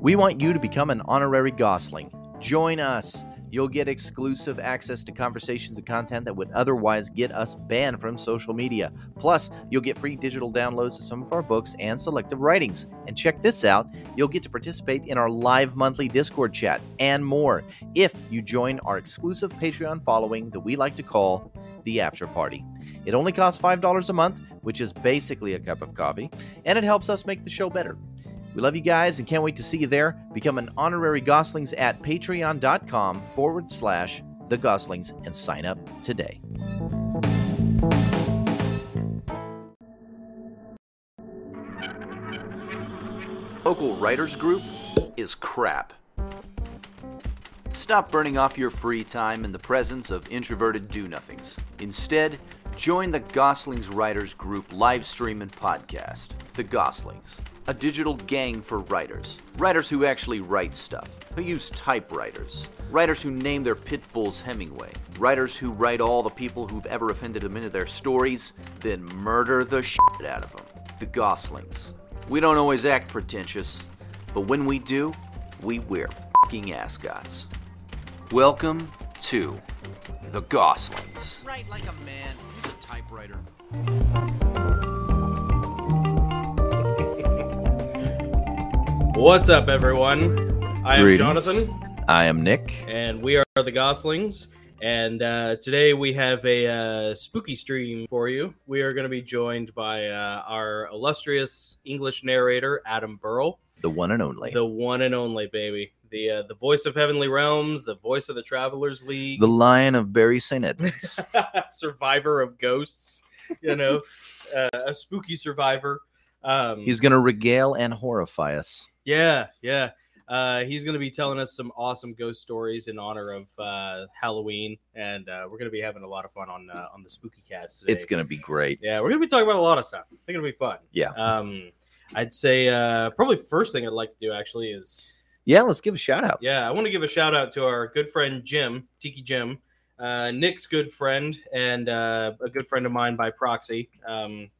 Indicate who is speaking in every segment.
Speaker 1: We want you to become an honorary Gosling. Join us. You'll get exclusive access to conversations and content that would otherwise get us banned from social media. Plus, you'll get free digital downloads of some of our books and selective writings. And check this out you'll get to participate in our live monthly Discord chat and more if you join our exclusive Patreon following that we like to call the After Party. It only costs $5 a month, which is basically a cup of coffee, and it helps us make the show better. We love you guys and can't wait to see you there. Become an honorary Goslings at patreon.com forward slash the Goslings and sign up today. Local writers group is crap. Stop burning off your free time in the presence of introverted do nothings. Instead, join the Goslings Writers Group live stream and podcast, The Goslings, a digital gang for writers. Writers who actually write stuff, who use typewriters, writers who name their pit bulls Hemingway, writers who write all the people who've ever offended them into their stories, then murder the shit out of them. The Goslings. We don't always act pretentious, but when we do, we wear fucking ascots. Welcome to The Goslings. Write like a man. Use a typewriter.
Speaker 2: What's up, everyone? I am
Speaker 1: Greetings.
Speaker 2: Jonathan,
Speaker 1: I am Nick.
Speaker 2: and we are the Goslings. And uh, today we have a uh, spooky stream for you. We are going to be joined by uh, our illustrious English narrator, Adam Burrell,
Speaker 1: The one and only.
Speaker 2: the one and only baby, the uh, the voice of Heavenly Realms, the voice of the Travelers League,
Speaker 1: The Lion of Barry St. Edmunds.
Speaker 2: survivor of ghosts. You know, uh, a spooky survivor. Um,
Speaker 1: He's going to regale and horrify us.
Speaker 2: Yeah, yeah. Uh, he's going to be telling us some awesome ghost stories in honor of uh, Halloween, and uh, we're going to be having a lot of fun on uh, on the Spooky Cast. Today.
Speaker 1: It's going to be great.
Speaker 2: yeah, we're going to be talking about a lot of stuff. I think it'll be fun.
Speaker 1: Yeah.
Speaker 2: Um, I'd say uh, probably first thing I'd like to do actually is
Speaker 1: Yeah, let's give a shout out.
Speaker 2: yeah, I want to give a shout out to our good friend Jim, Tiki Jim, uh, Nick's good friend, and uh, a good friend of mine by proxy, um,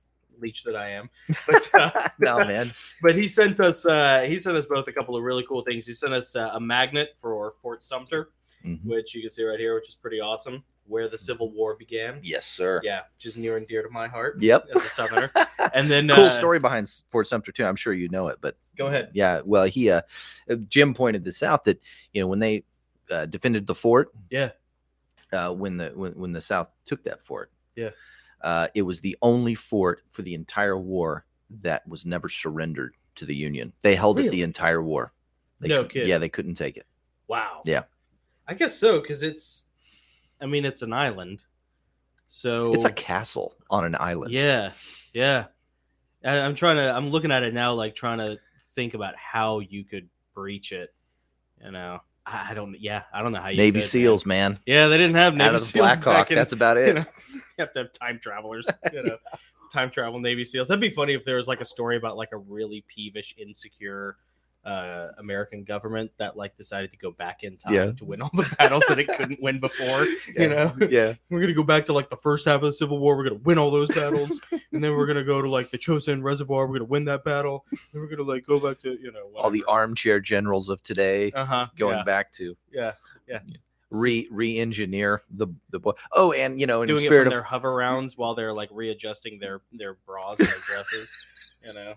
Speaker 2: leech that I am. But, uh,
Speaker 1: no, man.
Speaker 2: but he sent us uh, he sent us both a couple of really cool things. He sent us uh, a magnet for Fort Sumter,
Speaker 1: Mhm.
Speaker 2: which you can see right here, which is pretty awesome, where the Civil War began.
Speaker 1: Yes, sir.
Speaker 2: Yeah, which is near and dear to my heart
Speaker 1: Yep.
Speaker 2: as a Southerner. and then
Speaker 1: cool
Speaker 2: uh,
Speaker 1: story behind Fort Sumter too. I'm sure you know it, but
Speaker 2: Go ahead.
Speaker 1: yeah, well, he uh, Jim pointed this out that you know when they uh, defended the fort,
Speaker 2: Yeah.
Speaker 1: uh, when the when, when the South took that fort,
Speaker 2: Yeah.
Speaker 1: uh, it was the only fort for the entire war that was never surrendered to the Union. They held it the
Speaker 2: Really?
Speaker 1: entire war. They
Speaker 2: No
Speaker 1: cou-
Speaker 2: kidding.
Speaker 1: Yeah, they couldn't take it.
Speaker 2: Wow.
Speaker 1: Yeah.
Speaker 2: I guess so because it's, I mean, it's an island, so
Speaker 1: It's a castle on an island.
Speaker 2: yeah, yeah. I, I'm trying to. I'm looking at it now, like trying to think about how you could breach it. You know, I, I don't. Yeah, I don't know how you
Speaker 1: Navy
Speaker 2: could, man.
Speaker 1: SEALs, man.
Speaker 2: Yeah, they didn't have Navy
Speaker 1: out of the
Speaker 2: SEALs
Speaker 1: Black Hawk.
Speaker 2: back in-
Speaker 1: That's about it.
Speaker 2: you know, you have to have time travelers. You know, time travel Navy SEALs. That'd be funny if there was like a story about like a really peevish, insecure uh, American government that like decided to go back in time
Speaker 1: Yeah.
Speaker 2: to win all the battles that it couldn't win before. You know,
Speaker 1: yeah.
Speaker 2: we're gonna go back to like the first half of the Civil War. We're gonna win all those battles, and then we're gonna go to like the Chosin Reservoir. We're gonna win that battle. Then we're gonna like go back to you know
Speaker 1: All the armchair generals of today
Speaker 2: uh huh
Speaker 1: going
Speaker 2: yeah,
Speaker 1: back to
Speaker 2: yeah
Speaker 1: re re-engineer the the boy. Oh, and you know, in the
Speaker 2: doing it
Speaker 1: spirit
Speaker 2: from
Speaker 1: of
Speaker 2: their hover rounds while they're like readjusting their their bras and their dresses. You know,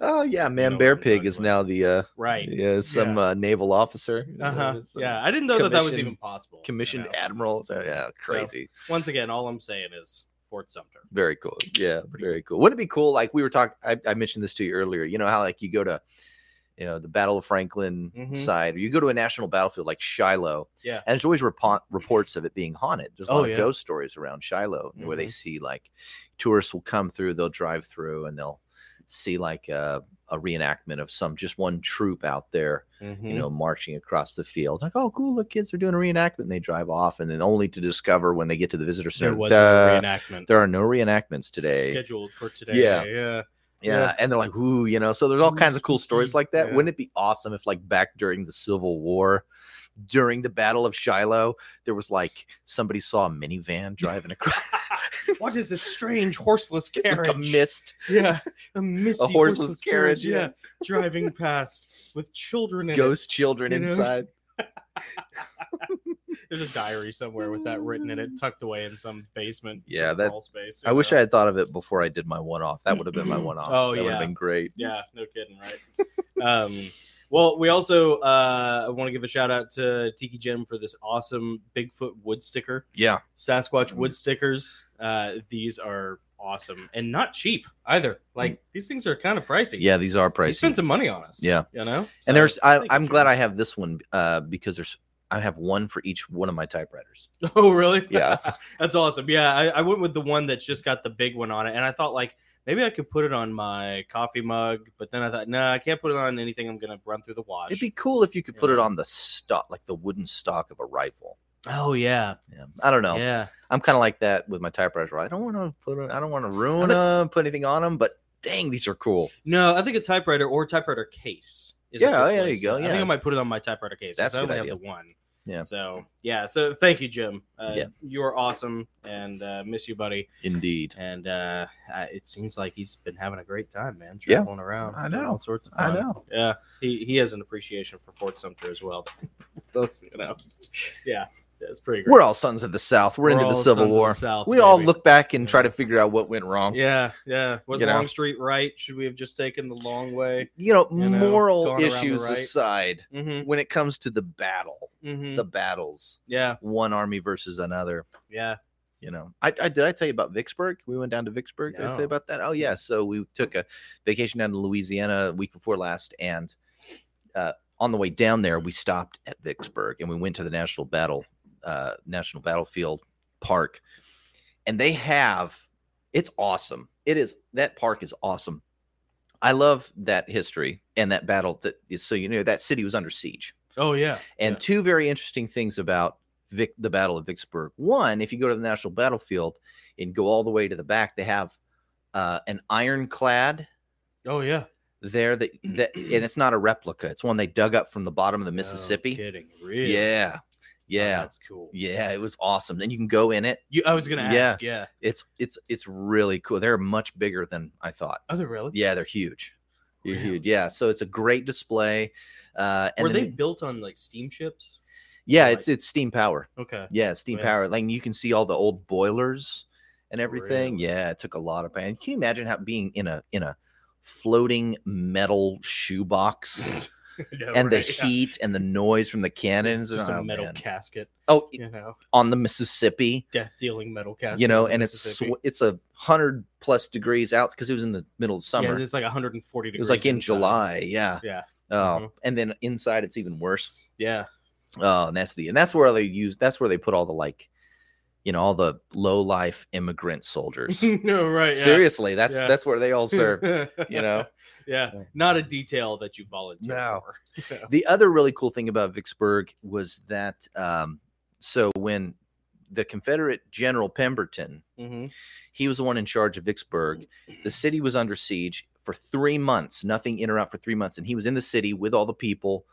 Speaker 1: oh yeah, man,
Speaker 2: know
Speaker 1: bear
Speaker 2: what I'm
Speaker 1: pig
Speaker 2: talking
Speaker 1: is
Speaker 2: about.
Speaker 1: now the uh
Speaker 2: right?
Speaker 1: yeah some
Speaker 2: Yeah.
Speaker 1: uh, naval officer. you know,
Speaker 2: Uh huh.
Speaker 1: some
Speaker 2: Yeah, I didn't know that that was
Speaker 1: commissioned-
Speaker 2: even possible. you
Speaker 1: commissioned
Speaker 2: know.
Speaker 1: admiral. So, yeah, crazy,
Speaker 2: Once again, all I'm saying is Fort Sumter.
Speaker 1: very cool. Yeah, very cool. Wouldn't it be cool? Like we were talking, I, I mentioned this to you earlier. You know how like you go to you know the Battle of Franklin
Speaker 2: Mhm.
Speaker 1: side, or you go to a national battlefield like Shiloh.
Speaker 2: Yeah.
Speaker 1: and there's always repo- reports of it being haunted. There's a lot
Speaker 2: Oh,
Speaker 1: of
Speaker 2: yeah.
Speaker 1: ghost stories around Shiloh where they
Speaker 2: Mhm.
Speaker 1: see like tourists will come through, they'll drive through, and they'll see like a, a reenactment of some just one troop out there,
Speaker 2: Mm-hmm.
Speaker 1: you know, marching across the field. Like, oh, cool, look, kids are doing a reenactment. And they drive off, and then only to discover when they get to the visitor center,
Speaker 2: there was
Speaker 1: "Duh,
Speaker 2: a reenactment
Speaker 1: there are no reenactments today.
Speaker 2: scheduled for today.
Speaker 1: Yeah.
Speaker 2: yeah.
Speaker 1: Yeah.
Speaker 2: Yeah.
Speaker 1: And they're like, ooh, you know, so there's all
Speaker 2: Ooh,
Speaker 1: kinds of cool stories
Speaker 2: spooky.
Speaker 1: like that.
Speaker 2: Yeah.
Speaker 1: Wouldn't it be awesome if, like, back during the Civil War, during the Battle of Shiloh, there was like somebody saw a minivan driving across
Speaker 2: what is this strange horseless carriage?
Speaker 1: like a mist.
Speaker 2: Yeah, a misty
Speaker 1: horseless
Speaker 2: horseless,
Speaker 1: carriage,
Speaker 2: carriage. Yeah, driving past with children in
Speaker 1: Ghost children
Speaker 2: you know?
Speaker 1: inside.
Speaker 2: it. There's a diary somewhere with that written in it, tucked away in some basement.
Speaker 1: Yeah,
Speaker 2: some
Speaker 1: that-
Speaker 2: crawl space.
Speaker 1: I wish I had thought of it before I did my one off. That would have been my one off.
Speaker 2: Oh,
Speaker 1: that would have
Speaker 2: yeah.
Speaker 1: been great.
Speaker 2: Yeah, no kidding, right? um, well, we also uh, want to give a shout out to Tiki Jim for this awesome Bigfoot wood sticker,
Speaker 1: Yeah.
Speaker 2: Sasquatch wood stickers. Uh, these are awesome and not cheap either. Like these things are kind of pricey.
Speaker 1: Hmm. Yeah, these are
Speaker 2: He
Speaker 1: pricey.
Speaker 2: spent some money on us.
Speaker 1: Yeah.
Speaker 2: you know. So,
Speaker 1: and there's I,
Speaker 2: thank you,
Speaker 1: I'm glad
Speaker 2: Jim.
Speaker 1: I have this one uh, because there's I have one for each one of my typewriters.
Speaker 2: Oh, really?
Speaker 1: Yeah.
Speaker 2: That's awesome. Yeah, I, I went with the one that's just got the big one on it. And I thought, like, maybe I could put it on my coffee mug. But then I thought, no, I can't put it on anything. I'm going to run through the wash.
Speaker 1: It'd be cool if you could put it
Speaker 2: Yeah.
Speaker 1: on the stock, like the wooden stock of a rifle.
Speaker 2: oh, yeah.
Speaker 1: Yeah. I don't know.
Speaker 2: Yeah.
Speaker 1: I'm kind of like that with my typewriter. I don't want to put it, I don't want to ruin them, put anything on them, but dang, these are cool.
Speaker 2: No, I think a typewriter or typewriter case. a
Speaker 1: Yeah,
Speaker 2: good
Speaker 1: yeah, there
Speaker 2: place
Speaker 1: you go,
Speaker 2: to- I think
Speaker 1: yeah.
Speaker 2: I might put it on my typewriter case. 'cause
Speaker 1: That's a
Speaker 2: I
Speaker 1: good
Speaker 2: only
Speaker 1: idea.
Speaker 2: have the one.
Speaker 1: Yeah.
Speaker 2: So yeah. So thank you, Jim. Uh,
Speaker 1: Yeah.
Speaker 2: You are awesome, and uh, miss you, buddy.
Speaker 1: Indeed.
Speaker 2: And uh, I, it seems like he's been having a great time, man.
Speaker 1: Yeah.
Speaker 2: Traveling around.
Speaker 1: I
Speaker 2: doing
Speaker 1: know.
Speaker 2: all sorts of.
Speaker 1: I
Speaker 2: fun.
Speaker 1: know.
Speaker 2: Yeah, he, he has an appreciation for Fort Sumter as well. Both, you know, yeah, it's pretty great.
Speaker 1: We're all sons of the South. We're, into
Speaker 2: all
Speaker 1: the Civil
Speaker 2: sons of
Speaker 1: War.
Speaker 2: South,
Speaker 1: we all
Speaker 2: baby.
Speaker 1: look back and
Speaker 2: Yeah.
Speaker 1: try to figure out what went wrong.
Speaker 2: Yeah, yeah. Was
Speaker 1: You know?
Speaker 2: Longstreet right? Should we have just taken the long way?
Speaker 1: You know,
Speaker 2: You know,
Speaker 1: moral
Speaker 2: gone around the
Speaker 1: issues
Speaker 2: right.
Speaker 1: aside,
Speaker 2: Mm-hmm.
Speaker 1: when it comes to the battle,
Speaker 2: mm-hmm.
Speaker 1: the battles,
Speaker 2: yeah,
Speaker 1: one army versus another,
Speaker 2: yeah.
Speaker 1: you know I, I did i tell you about vicksburg we went down to vicksburg did i tell you
Speaker 2: No.
Speaker 1: about that oh yeah so we took a vacation down to louisiana week before last and uh, on the way down there we stopped at vicksburg and we went to the national battle uh, national battlefield park and they have it's awesome it is that park is awesome i love that history and that battle that so you know that city was under siege
Speaker 2: Oh yeah.
Speaker 1: and two very interesting things about Vic, the Battle of Vicksburg. One, if you go to the National Battlefield and go all the way to the back, they have uh, an ironclad
Speaker 2: yeah. oh yeah.
Speaker 1: there that, that, and it's not a replica. It's one they dug up from the bottom of the Mississippi.
Speaker 2: No kidding. Really?
Speaker 1: Yeah,
Speaker 2: Oh,
Speaker 1: yeah,
Speaker 2: that's cool.
Speaker 1: yeah. It was awesome. And you can go in it.
Speaker 2: You, I was gonna
Speaker 1: Yeah.
Speaker 2: ask. Yeah.
Speaker 1: It's it's it's really cool. They're much bigger than I thought.
Speaker 2: Are they really?
Speaker 1: Yeah, they're huge. They're
Speaker 2: Wow.
Speaker 1: huge. Yeah. So it's a great display. Uh, and
Speaker 2: Were
Speaker 1: then
Speaker 2: they
Speaker 1: the-
Speaker 2: built on like steamships?
Speaker 1: yeah,
Speaker 2: like-
Speaker 1: it's it's steam power.
Speaker 2: Okay.
Speaker 1: Yeah, steam
Speaker 2: Yeah.
Speaker 1: power. Like you can see all the old boilers and everything.
Speaker 2: Really?
Speaker 1: Yeah, it took a lot of pain. Can you imagine how being in a in a floating metal shoebox
Speaker 2: No,
Speaker 1: and the
Speaker 2: right, yeah.
Speaker 1: heat and the noise from the cannons?
Speaker 2: Just
Speaker 1: oh,
Speaker 2: a metal
Speaker 1: man.
Speaker 2: casket,
Speaker 1: oh,
Speaker 2: you know,
Speaker 1: on the Mississippi,
Speaker 2: death dealing metal casket.
Speaker 1: you know,
Speaker 2: in the
Speaker 1: and it's
Speaker 2: Mississippi.
Speaker 1: sw- it's a hundred plus degrees out because it was in the middle of summer.
Speaker 2: Yeah, it's like 140 degrees.
Speaker 1: it was like in
Speaker 2: inside.
Speaker 1: July. Yeah.
Speaker 2: Yeah.
Speaker 1: Oh,
Speaker 2: Mhm.
Speaker 1: and then inside it's even worse.
Speaker 2: Yeah.
Speaker 1: Oh, nasty. And that's where they use that's where they put all the like, you know, all the low life immigrant soldiers.
Speaker 2: no, right. Yeah.
Speaker 1: Seriously, that's
Speaker 2: Yeah.
Speaker 1: that's where they all serve. you know?
Speaker 2: Yeah.
Speaker 1: Yeah.
Speaker 2: Not a detail that you volunteer
Speaker 1: No.
Speaker 2: for. Yeah.
Speaker 1: the other really cool thing about Vicksburg was that um, so when the Confederate General Pemberton,
Speaker 2: Mhm.
Speaker 1: he was the one in charge of Vicksburg. The city was under siege for three months, nothing in or out for three months, and he was in the city with all the people,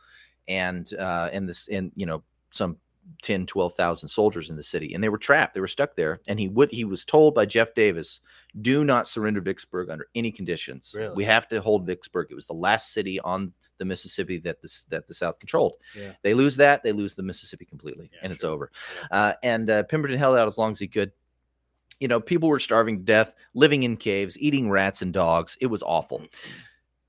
Speaker 1: and uh, and this and you know some 10 12,000 soldiers in the city and they were trapped they were stuck there and he would he was told by Jeff Davis do not surrender Vicksburg under any conditions
Speaker 2: Really?
Speaker 1: we have to hold Vicksburg it was the last city on the Mississippi that this that the South controlled
Speaker 2: Yeah.
Speaker 1: they lose that they lose the Mississippi completely
Speaker 2: Yeah,
Speaker 1: and it's
Speaker 2: sure.
Speaker 1: over uh, and uh, Pemberton held out as long as he could you know people were starving to death living in caves eating rats and dogs it was awful
Speaker 2: Mm-hmm.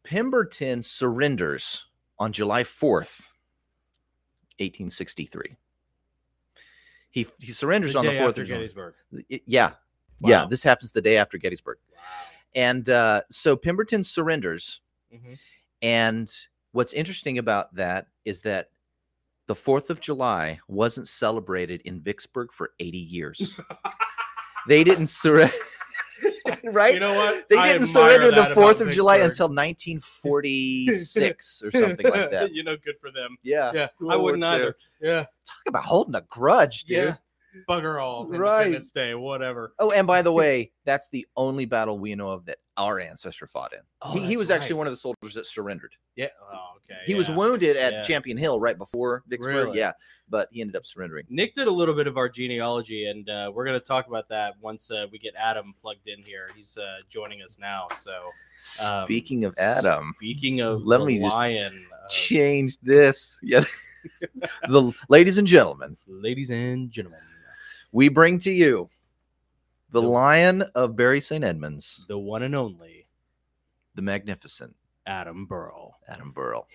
Speaker 1: Pemberton surrenders on July 4th 1863. He he surrenders
Speaker 2: The
Speaker 1: on the
Speaker 2: day
Speaker 1: 4th
Speaker 2: after
Speaker 1: of July.
Speaker 2: Gettysburg.
Speaker 1: Y- Yeah. Yeah,
Speaker 2: Wow.
Speaker 1: this happens the day after Gettysburg. And uh, so Pemberton surrenders
Speaker 2: Mhm.
Speaker 1: and what's interesting about that is that the 4th of July wasn't celebrated in Vicksburg for 80 years. they didn't surrender right?
Speaker 2: You know what?
Speaker 1: they
Speaker 2: I
Speaker 1: didn't
Speaker 2: admire
Speaker 1: surrender
Speaker 2: that
Speaker 1: the
Speaker 2: about
Speaker 1: 4th of July until
Speaker 2: Vicksburg.
Speaker 1: 1946 or something like that.
Speaker 2: you know, good for them.
Speaker 1: Yeah.
Speaker 2: Yeah, I
Speaker 1: World
Speaker 2: wouldn't
Speaker 1: War II.
Speaker 2: either. Yeah,
Speaker 1: Talk about holding a grudge, dude.
Speaker 2: yeah. Bugger all.
Speaker 1: Right.
Speaker 2: Independence Day, whatever.
Speaker 1: Oh, and by the way, that's the only battle we know of that our ancestor fought in.
Speaker 2: Oh,
Speaker 1: he, he
Speaker 2: that's
Speaker 1: was actually
Speaker 2: right.
Speaker 1: one of the soldiers that surrendered.
Speaker 2: Yeah. Oh, okay.
Speaker 1: He was
Speaker 2: yeah.
Speaker 1: wounded at
Speaker 2: Yeah.
Speaker 1: Champion Hill right before Vicksburg.
Speaker 2: Really?
Speaker 1: Yeah, but he ended up surrendering.
Speaker 2: Nick did a little bit of our genealogy, and uh, we're going to talk about that once uh, we get Adam plugged in here. He's uh, joining us now. So, Um,
Speaker 1: Speaking of Adam,
Speaker 2: speaking of
Speaker 1: Let
Speaker 2: the
Speaker 1: me just
Speaker 2: lion, uh,
Speaker 1: change this. Yes, the ladies and gentlemen,
Speaker 2: ladies and gentlemen,
Speaker 1: we bring to you the
Speaker 2: The-
Speaker 1: Lion of Barry St. Edmunds,
Speaker 2: the one and only
Speaker 1: the magnificent
Speaker 2: Adam Burl.
Speaker 1: Adam Burl.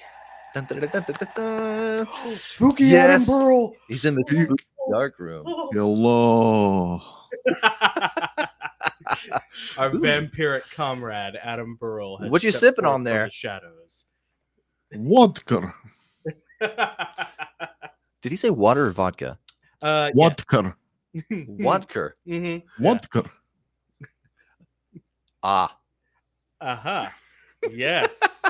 Speaker 1: Dun, dun, dun, dun, dun, dun, dun.
Speaker 2: Spooky
Speaker 1: Yes.
Speaker 2: Burl.
Speaker 1: He's in the spooky dark room.
Speaker 3: Oh. Hello.
Speaker 2: Our
Speaker 1: Ooh.
Speaker 2: vampiric comrade Adam Burl. has
Speaker 1: What you
Speaker 2: stepped
Speaker 1: sipping
Speaker 2: forth
Speaker 1: on
Speaker 2: from
Speaker 1: there?
Speaker 2: the shadows.
Speaker 3: Vodka.
Speaker 1: Did he say water or vodka?
Speaker 2: uh,
Speaker 3: Vodka.
Speaker 2: yeah.
Speaker 1: Vodka.
Speaker 2: Mhm.
Speaker 3: Vodka.
Speaker 1: Ah,
Speaker 2: Uh-huh. Yes.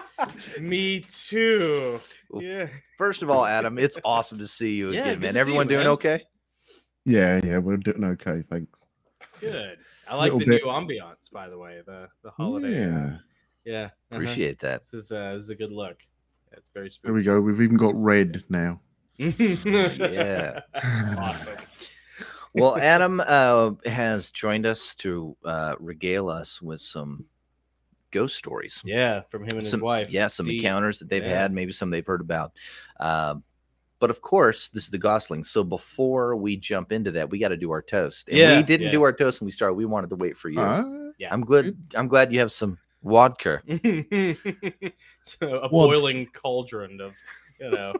Speaker 2: Me too.
Speaker 1: Oof.
Speaker 2: Yeah.
Speaker 1: first of all, Adam, it's awesome to see you
Speaker 2: Yeah,
Speaker 1: again,
Speaker 2: good
Speaker 1: man.
Speaker 2: to see
Speaker 1: Everyone
Speaker 2: you,
Speaker 1: doing
Speaker 2: man. Uh-huh.
Speaker 1: okay?
Speaker 3: Yeah, yeah, we're doing okay, thanks.
Speaker 2: Good. I like
Speaker 3: Little
Speaker 2: the
Speaker 3: bit.
Speaker 2: new ambiance, by the way. The the holiday.
Speaker 3: Yeah.
Speaker 2: Yeah. uh-huh.
Speaker 1: Appreciate that.
Speaker 2: This is uh, this is a good look. Yeah, it's very
Speaker 3: There we
Speaker 2: spooky.
Speaker 3: go. We've even got red now.
Speaker 1: Yeah.
Speaker 2: awesome.
Speaker 1: Well, Adam uh, has joined us to uh, regale us with some ghost stories.
Speaker 2: Yeah, from him and his
Speaker 1: Some-
Speaker 2: wife.
Speaker 1: yeah, some
Speaker 2: Steve.
Speaker 1: encounters that they've
Speaker 2: Yeah.
Speaker 1: had, maybe some they've heard about. Um, but of course, this is the Goslings. So before we jump into that, we got to do our toast. And
Speaker 2: Yeah,
Speaker 1: we didn't
Speaker 2: yeah.
Speaker 1: do our toast when we started. We wanted to wait for you.
Speaker 3: Ah,
Speaker 1: I'm glad. I'm glad you have some vodka.
Speaker 2: so a
Speaker 3: Well-
Speaker 2: boiling cauldron of you know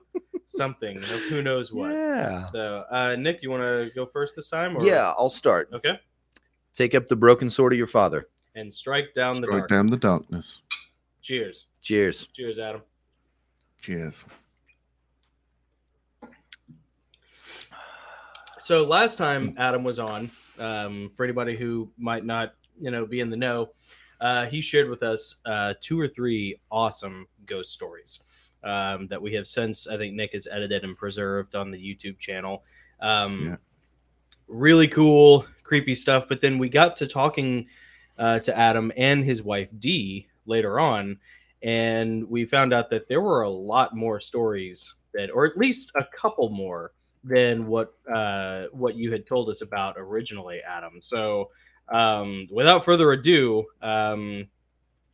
Speaker 2: something of who knows what.
Speaker 1: Yeah.
Speaker 2: So uh, Nick, you want to go first this time? Or?
Speaker 1: Yeah, I'll start.
Speaker 2: Okay.
Speaker 1: Take up the broken sword of your father.
Speaker 2: And strike down the
Speaker 3: strike
Speaker 2: dark.
Speaker 3: down the darkness.
Speaker 2: Cheers.
Speaker 1: Cheers.
Speaker 2: Cheers, Adam.
Speaker 3: Cheers.
Speaker 2: So last time Adam was on, um, for anybody who might not, you know, be in the know, uh, he shared with us uh, two or three awesome ghost stories um, that we have since. I think Nick has edited and preserved on the YouTube channel. Um,
Speaker 3: Yeah.
Speaker 2: Really cool, creepy stuff. But then we got to talking uh, to Adam and his wife Dee later on, and we found out that there were a lot more stories that, or at least a couple more than what uh, what you had told us about originally, Adam. So, um, without further ado, um,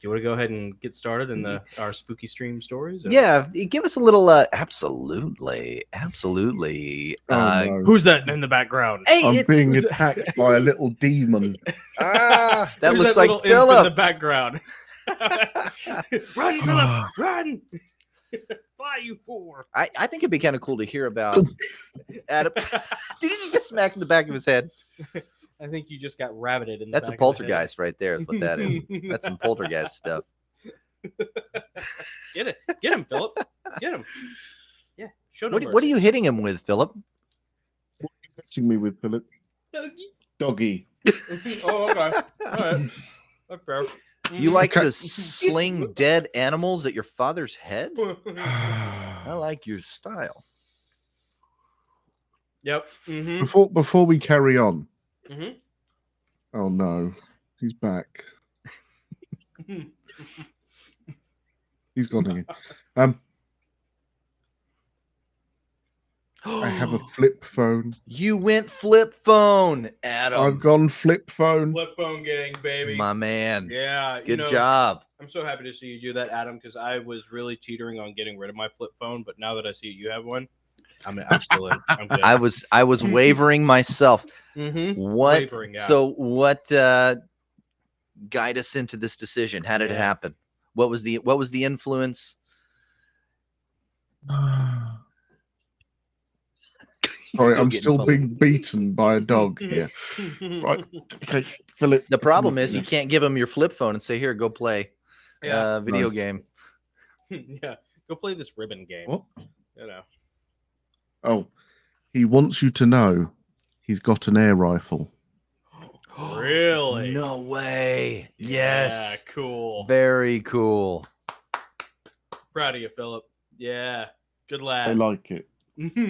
Speaker 2: you want to go ahead and get started in the our spooky stream stories? or-
Speaker 1: Yeah, give us a little. Uh, absolutely, absolutely.
Speaker 3: Oh,
Speaker 1: uh,
Speaker 3: no.
Speaker 2: Who's that in the background?
Speaker 1: Hey,
Speaker 3: I'm
Speaker 1: it-
Speaker 3: being
Speaker 2: who's-
Speaker 3: attacked by a little demon.
Speaker 1: ah, that looks
Speaker 2: Who's little
Speaker 1: like
Speaker 2: imp in the
Speaker 1: Philip.
Speaker 2: background. run, Philip! Run! Fly, you fool!
Speaker 1: I, I think it'd be kind of cool to hear about. Adam, did he just get smacked in the back of his head?
Speaker 2: I think you just got rabbited in. The
Speaker 1: That's a
Speaker 2: back of the head.
Speaker 1: poltergeist right there. Is what that is. That's some poltergeist stuff.
Speaker 2: get it. Get him, Philip. Get him. Yeah. Show no
Speaker 1: What, what are you hitting him with, Philip?
Speaker 3: Catching me with Philip.
Speaker 2: mercy.
Speaker 3: Doggy.
Speaker 2: oh, okay. All right. Okay.
Speaker 1: You like
Speaker 3: Okay.
Speaker 1: to sling dead animals at your father's head?
Speaker 2: Mm-hmm.
Speaker 1: I like your style.
Speaker 2: yep. Mm-hmm.
Speaker 3: before before we carry on.
Speaker 2: Mhm.
Speaker 3: Oh no. He's back. He's gone again. Um I have a flip phone.
Speaker 1: You went flip phone, Adam.
Speaker 3: I've gone flip phone.
Speaker 2: Flip phone gang, baby.
Speaker 1: My man.
Speaker 2: yeah. you
Speaker 1: Good
Speaker 2: know,
Speaker 1: job.
Speaker 2: I'm so happy to see you do that, Adam, because I was really teetering on getting rid of my flip phone, but now that I see you have one, I'm, I'm still in. I'm good.
Speaker 1: I was I was wavering myself.
Speaker 2: mm-hmm.
Speaker 1: What
Speaker 2: Wavering, yeah.
Speaker 1: so what uh guide us into this decision? How did it
Speaker 2: Yeah.
Speaker 1: happen? What was the what was the influence? He's
Speaker 3: Sorry, I'm
Speaker 1: getting
Speaker 3: still
Speaker 1: pumped.
Speaker 3: being beaten by a dog. Yeah. Right. Okay, Philip.
Speaker 1: the problem is you can't give him your flip phone and say, here, go play
Speaker 2: Yeah.
Speaker 1: uh video
Speaker 3: No.
Speaker 1: game.
Speaker 2: yeah. Go play this ribbon game.
Speaker 3: What?
Speaker 2: You know.
Speaker 3: Oh, he wants you to know he's got an air rifle.
Speaker 2: Really?
Speaker 1: Oh, No way. Yes.
Speaker 2: Yeah, cool.
Speaker 1: Very cool.
Speaker 2: Proud of you, Philip. Yeah. Good
Speaker 3: I
Speaker 2: lad.
Speaker 3: like it.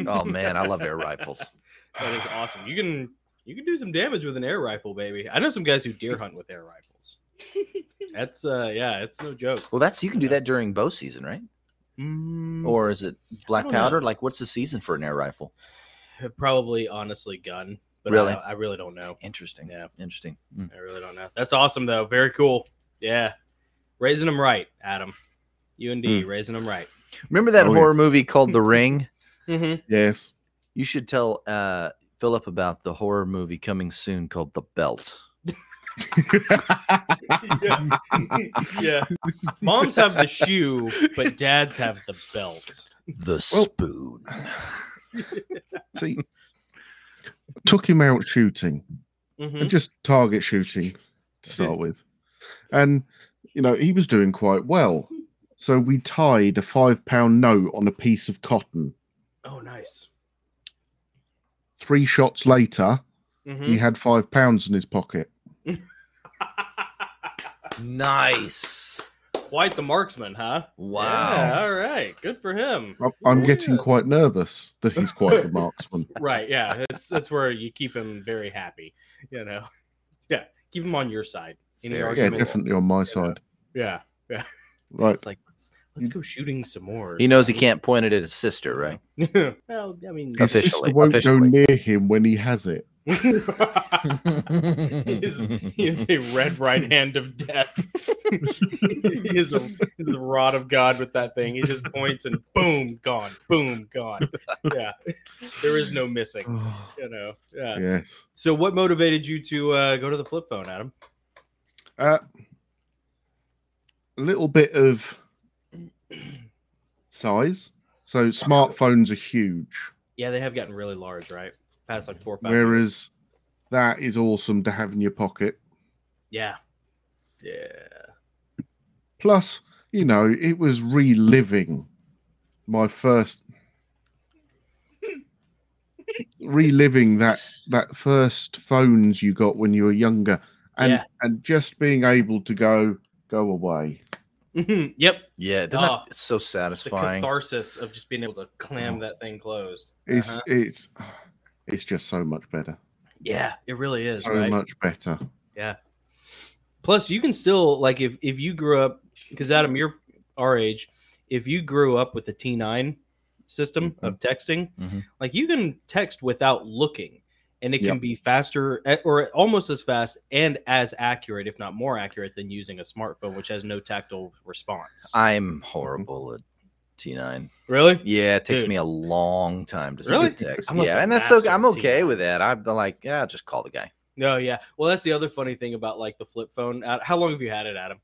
Speaker 1: Oh man, I love air rifles.
Speaker 2: that is awesome. You can you can do some damage with an air rifle, baby. I know some guys who deer hunt with air rifles. That's uh, yeah, it's no joke.
Speaker 1: Well, that's you can do that during bow season, right?
Speaker 2: Mm,
Speaker 1: Or is it black
Speaker 2: Mm-hmm. I don't know.
Speaker 1: powder? Like, what's the season for an air rifle?
Speaker 2: probably honestly gun, but
Speaker 1: Really?
Speaker 2: I, I really don't know.
Speaker 1: Interesting.
Speaker 2: Yeah.
Speaker 1: Interesting. Mm.
Speaker 2: I really don't know. That's awesome though. Very cool. Yeah, raising them right, Adam. You and D raising them right.
Speaker 1: Remember that
Speaker 3: Oh, yeah.
Speaker 1: horror movie called The Ring?
Speaker 2: Mm-hmm.
Speaker 3: Yes.
Speaker 1: You should tell uh, Philip about the horror movie coming soon called The Belt.
Speaker 2: yeah. yeah. Moms have the shoe, but dads have the belt.
Speaker 1: The
Speaker 3: Well-
Speaker 1: Spoon.
Speaker 3: See, took him out shooting
Speaker 2: Mhm.
Speaker 1: Hmm.
Speaker 3: and just target shooting to start with. And, you know, he was doing quite well. So we tied a five pound note on a piece of cotton.
Speaker 2: Oh, nice.
Speaker 3: Three shots later,
Speaker 2: Mhm.
Speaker 3: he
Speaker 1: Hmm.
Speaker 3: had five pounds in his pocket.
Speaker 1: Nice.
Speaker 2: Quite the marksman, huh? Yeah,
Speaker 1: Wow.
Speaker 2: all right. Good for him.
Speaker 3: I'm- I'm
Speaker 2: Yeah.
Speaker 3: getting quite nervous that he's quite the marksman.
Speaker 2: Right. Yeah. That's that's where you keep him very happy. You know. Yeah. Keep him on your side. Any
Speaker 1: Fair.
Speaker 3: Yeah,
Speaker 2: arguments?
Speaker 3: definitely on my side.
Speaker 2: Yeah.
Speaker 3: Right.
Speaker 2: It's like let's let's go shooting some more.
Speaker 1: He knows he can't point it at his sister, right?
Speaker 2: well, I mean,
Speaker 3: His sister
Speaker 1: Officially,
Speaker 3: won't
Speaker 1: officially.
Speaker 3: go near him when he has it.
Speaker 2: he is, he is a red right hand of death. he is a, he's the rod of God with that thing. He just points and boom, gone. Boom, gone. Yeah, there is no missing. You know. Yeah.
Speaker 3: yes.
Speaker 2: So, what motivated you to uh, go to the flip phone, Adam?
Speaker 3: Uh, a little bit of size. So smartphones are huge,
Speaker 2: Yeah, they have gotten really large, right? Past like four or five.
Speaker 3: whereas that is awesome to have in your pocket.
Speaker 2: Yeah. Yeah.
Speaker 3: Plus, you know, it was reliving my first reliving that that first phones you got when you were younger and
Speaker 2: Yeah.
Speaker 3: and just being able to go go away
Speaker 2: Mhm, yep.
Speaker 1: Yeah, doesn't
Speaker 2: Oh,
Speaker 1: that, it's Mm-hmm. so
Speaker 2: It's the
Speaker 1: satisfying.
Speaker 2: catharsis of just being able to clam that thing closed.
Speaker 3: It's
Speaker 2: Uh-huh.
Speaker 3: it's it's just so much better.
Speaker 2: Yeah, it really is.
Speaker 3: so
Speaker 2: right?
Speaker 3: much better.
Speaker 2: Plus, you can still like if if you grew up because Adam, you're our age. If you grew up with the T9 system of texting,
Speaker 1: Mhm.
Speaker 2: like you can text without looking, and it can
Speaker 3: Yep.
Speaker 2: be faster eh, or almost as fast and as accurate, if not more accurate, than using a smartphone, which has no tactile response.
Speaker 1: I'm horrible at T9.
Speaker 2: really?
Speaker 1: Yeah, it takes
Speaker 2: Dude.
Speaker 1: me a long time to send
Speaker 2: Really?
Speaker 1: a text.
Speaker 2: I'm like
Speaker 1: yeah,
Speaker 2: a
Speaker 1: and that's
Speaker 2: master
Speaker 1: okay. I'm
Speaker 2: at
Speaker 1: okay
Speaker 2: T9.
Speaker 1: with that. I'm like, yeah, just call the guy.
Speaker 2: No, Oh, yeah. Well, that's the other funny thing about like the flip phone. Ad- How long have you had it, Adam?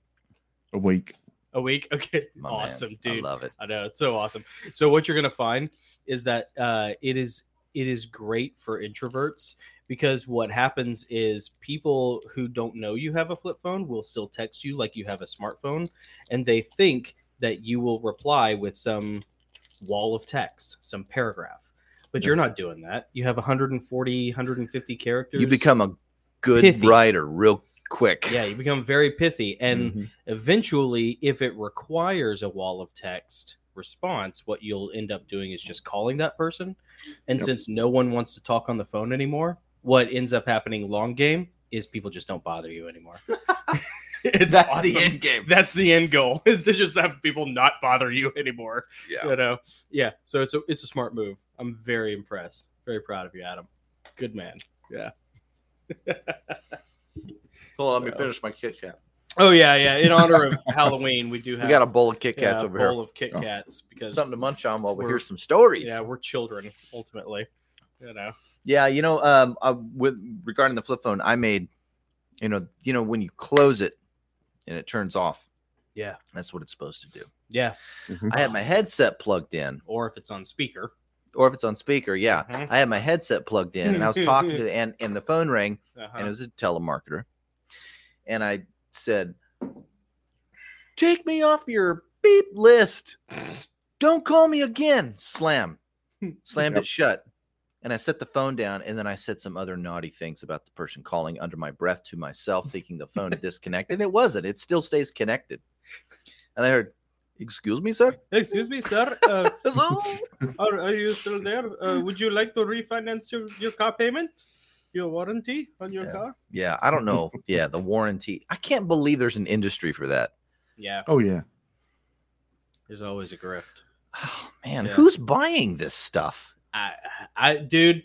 Speaker 3: A week.
Speaker 2: A week? Okay.
Speaker 1: My man.
Speaker 2: awesome, dude.
Speaker 1: I love it.
Speaker 2: I know it's so awesome. So what you're gonna find is that uh, it is it is great for introverts because what happens is people who don't know you have a flip phone will still text you like you have a smartphone, and they think that you will reply with some wall of text, some paragraph. But you're not doing that. You have 140, 150 characters.
Speaker 1: You become a good
Speaker 2: Pithy.
Speaker 1: writer real quick.
Speaker 2: yeah, you become very pithy, and
Speaker 1: Mhm.
Speaker 2: eventually if it requires a wall of text response what you'll end up doing is just calling that person and
Speaker 3: Yep.
Speaker 2: since no one wants to talk on the phone anymore what ends up happening long game is people just don't bother you anymore it's
Speaker 1: that's the
Speaker 2: awesome.
Speaker 1: end game.
Speaker 2: that's the end goal is to just have people not bother you anymore
Speaker 1: Yeah.
Speaker 2: you know yeah so it's a it's a smart move i'm very impressed very proud of you adam good man
Speaker 1: Hold on,
Speaker 2: let me
Speaker 1: finish my Kit Kat.
Speaker 2: oh yeah yeah in honor of halloween we do have
Speaker 1: We got a bowl of Kit
Speaker 2: yeah,
Speaker 1: Kats
Speaker 2: a
Speaker 1: over
Speaker 2: bowl
Speaker 1: here.
Speaker 2: of kit
Speaker 3: Oh.
Speaker 2: kats because
Speaker 1: Something to munch on while we
Speaker 2: We're-
Speaker 1: hear some stories.
Speaker 2: Yeah, we're children ultimately. You know.
Speaker 1: Yeah, you know, um, uh, with regarding the flip phone, I made, you know, you know when you close it and it turns off.
Speaker 2: Yeah.
Speaker 1: that's what it's supposed to do.
Speaker 2: Yeah. Mm-hmm.
Speaker 1: I had my headset plugged in,
Speaker 2: Or if it's on speaker.
Speaker 1: or if it's on speaker, yeah,
Speaker 2: Mhm.
Speaker 1: I had my headset plugged in, and I was talking to the and and the phone rang,
Speaker 2: Uh-huh.
Speaker 1: and it was a telemarketer, and I said, "Take me off your beep list. Don't call me again." Slam, slammed
Speaker 3: Yep.
Speaker 1: it shut, and I set the phone down, and then I said some other naughty things about the person calling under my breath to myself, thinking the phone had disconnected. And it wasn't. It still stays connected. And I heard, "Excuse me, sir."
Speaker 2: Excuse me, sir. Uh,
Speaker 1: Hello?
Speaker 2: are, are you still there? Uh, would you like to refinance your, your car payment? your warranty on your
Speaker 1: Yeah.
Speaker 2: car?
Speaker 1: Yeah, I don't know. Yeah, the warranty. I can't believe there's an industry for that.
Speaker 2: Yeah,
Speaker 3: Oh yeah.
Speaker 2: there's always a grift.
Speaker 1: Oh man,
Speaker 2: Yeah.
Speaker 1: who's buying this stuff?
Speaker 2: I, I, dude.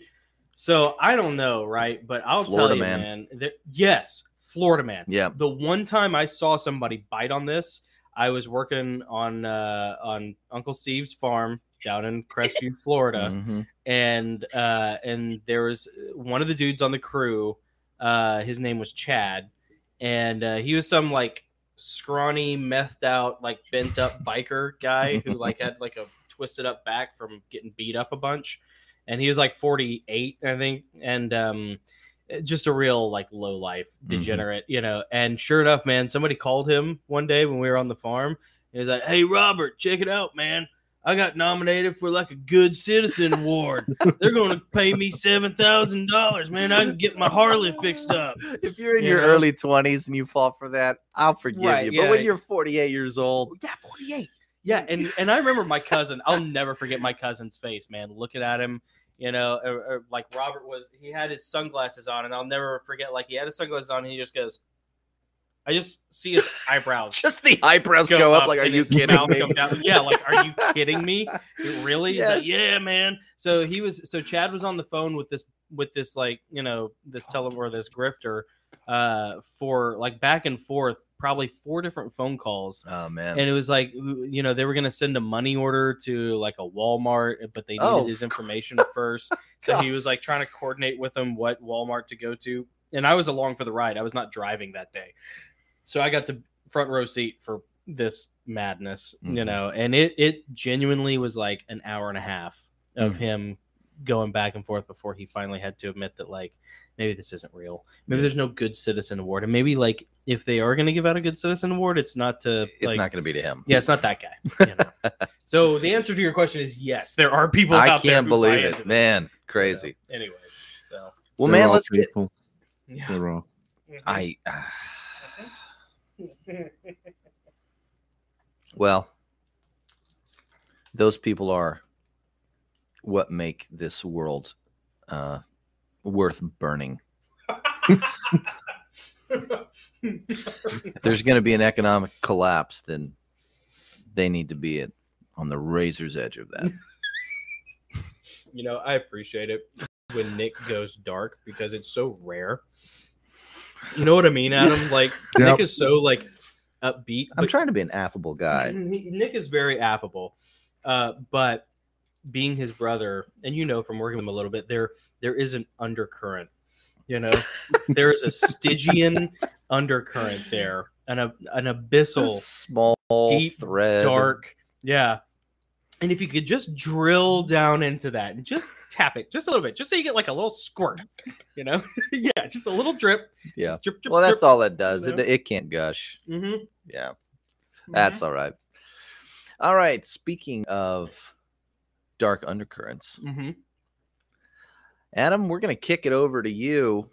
Speaker 2: So I don't know, right? But I'll
Speaker 1: Florida
Speaker 2: tell you,
Speaker 1: man.
Speaker 2: man. that- yes, Florida man.
Speaker 1: Yeah.
Speaker 2: The one time I saw somebody bite on this, I was working on uh, on Uncle Steve's farm down in Crestview, Florida,
Speaker 1: Mhm.
Speaker 2: and uh, and there was one of the dudes on the crew. Uh, his name was Chad, and uh, he was some like scrawny, methed out, like bent up biker guy who like had like a twisted up back from getting beat up a bunch, and he was like forty eight, I think, and um, just a real like low life degenerate, you know. And sure enough, man, somebody called him one day when we were on the farm. He was like, "Hey, Robert, check it out, man." I got nominated for like a good citizen award. They're going to pay me seven thousand dollars, man. I can get my Harley fixed up.
Speaker 1: If you're in
Speaker 2: You
Speaker 1: your
Speaker 2: know?
Speaker 1: early 20s and you fall for that, I'll forgive
Speaker 2: Right,
Speaker 1: you. But
Speaker 2: yeah.
Speaker 1: when you're 48 years old,
Speaker 2: Yeah, forty eight. Yeah, and and I remember my cousin. I'll never forget my cousin's face, man. Looking at him, you know, or, or like Robert was. He had his sunglasses on, and I'll never forget. Like he had his sunglasses on, and he just goes. I just see his eyebrows
Speaker 1: just the eyebrows go, up, like, are
Speaker 2: and
Speaker 1: you
Speaker 2: his
Speaker 1: kidding
Speaker 2: mouth
Speaker 1: me?
Speaker 2: come down. Yeah, like, are you kidding me? It really? He's like,
Speaker 1: Yes.
Speaker 2: yeah, man. So he was. So Chad was on the phone with this, with this, like, you know, this tele or this grifter, uh, for like back and forth, probably four different phone calls.
Speaker 1: Oh man.
Speaker 2: And it was like, you know, they were gonna send a money order to like a Walmart, but they needed
Speaker 1: Oh.
Speaker 2: his information first. So he was like trying to coordinate with them what Walmart to go to. And I was along for the ride. I was not driving that day. So I got to front row seat for this madness, you
Speaker 1: Mhm.
Speaker 2: know, and it it genuinely was like an hour and a half of
Speaker 1: Mhm.
Speaker 2: him going back and forth before he finally had to admit that like maybe this isn't real. Maybe
Speaker 1: Yeah.
Speaker 2: there's no good citizen award. And maybe like if they are going to give out a good citizen award, it's not to
Speaker 1: it's
Speaker 2: like,
Speaker 1: not going to be to him.
Speaker 2: yeah, it's not that guy. you know. so the answer to your question is yes. There are people.
Speaker 1: I
Speaker 2: out there
Speaker 1: can't
Speaker 2: who buy
Speaker 1: believe
Speaker 2: into
Speaker 1: it,
Speaker 2: this,
Speaker 1: man.
Speaker 2: you know.
Speaker 1: Crazy.
Speaker 2: Anyways, so
Speaker 1: Well,
Speaker 3: There
Speaker 1: man,
Speaker 3: are
Speaker 1: let's get.
Speaker 3: people.
Speaker 2: yeah.
Speaker 3: There are.
Speaker 1: I. uh, well, those people are what make this world uh, worth burning. If there's going to be an economic collapse, then they need to be at, on the razor's edge of that.
Speaker 2: you know, I appreciate it when Nick goes dark because it's so rare. You know what I mean, Adam? Like
Speaker 3: Yep.
Speaker 2: Nick is so like upbeat.
Speaker 1: I'm
Speaker 2: but
Speaker 1: trying to be an affable guy.
Speaker 2: He- Nick is very affable, uh, but being his brother, and you know from working with him a little bit, there there is an undercurrent. You know, there is a Stygian undercurrent there, an ab- an abyssal,
Speaker 1: Small,
Speaker 2: Deep,
Speaker 1: thread,
Speaker 2: dark, yeah. And if you could just drill down into that and just tap it just a little bit, just so you get like a little squirt, you know, yeah, just a little drip.
Speaker 1: Yeah.
Speaker 2: Drip, drip,
Speaker 1: Well, that's all that does.
Speaker 2: you
Speaker 1: It,
Speaker 2: know?
Speaker 1: it can't gush.
Speaker 2: hmm
Speaker 1: Yeah. That's all right. All right. Speaking of dark undercurrents,
Speaker 2: hmm
Speaker 1: Adam, we're going to kick it over to you.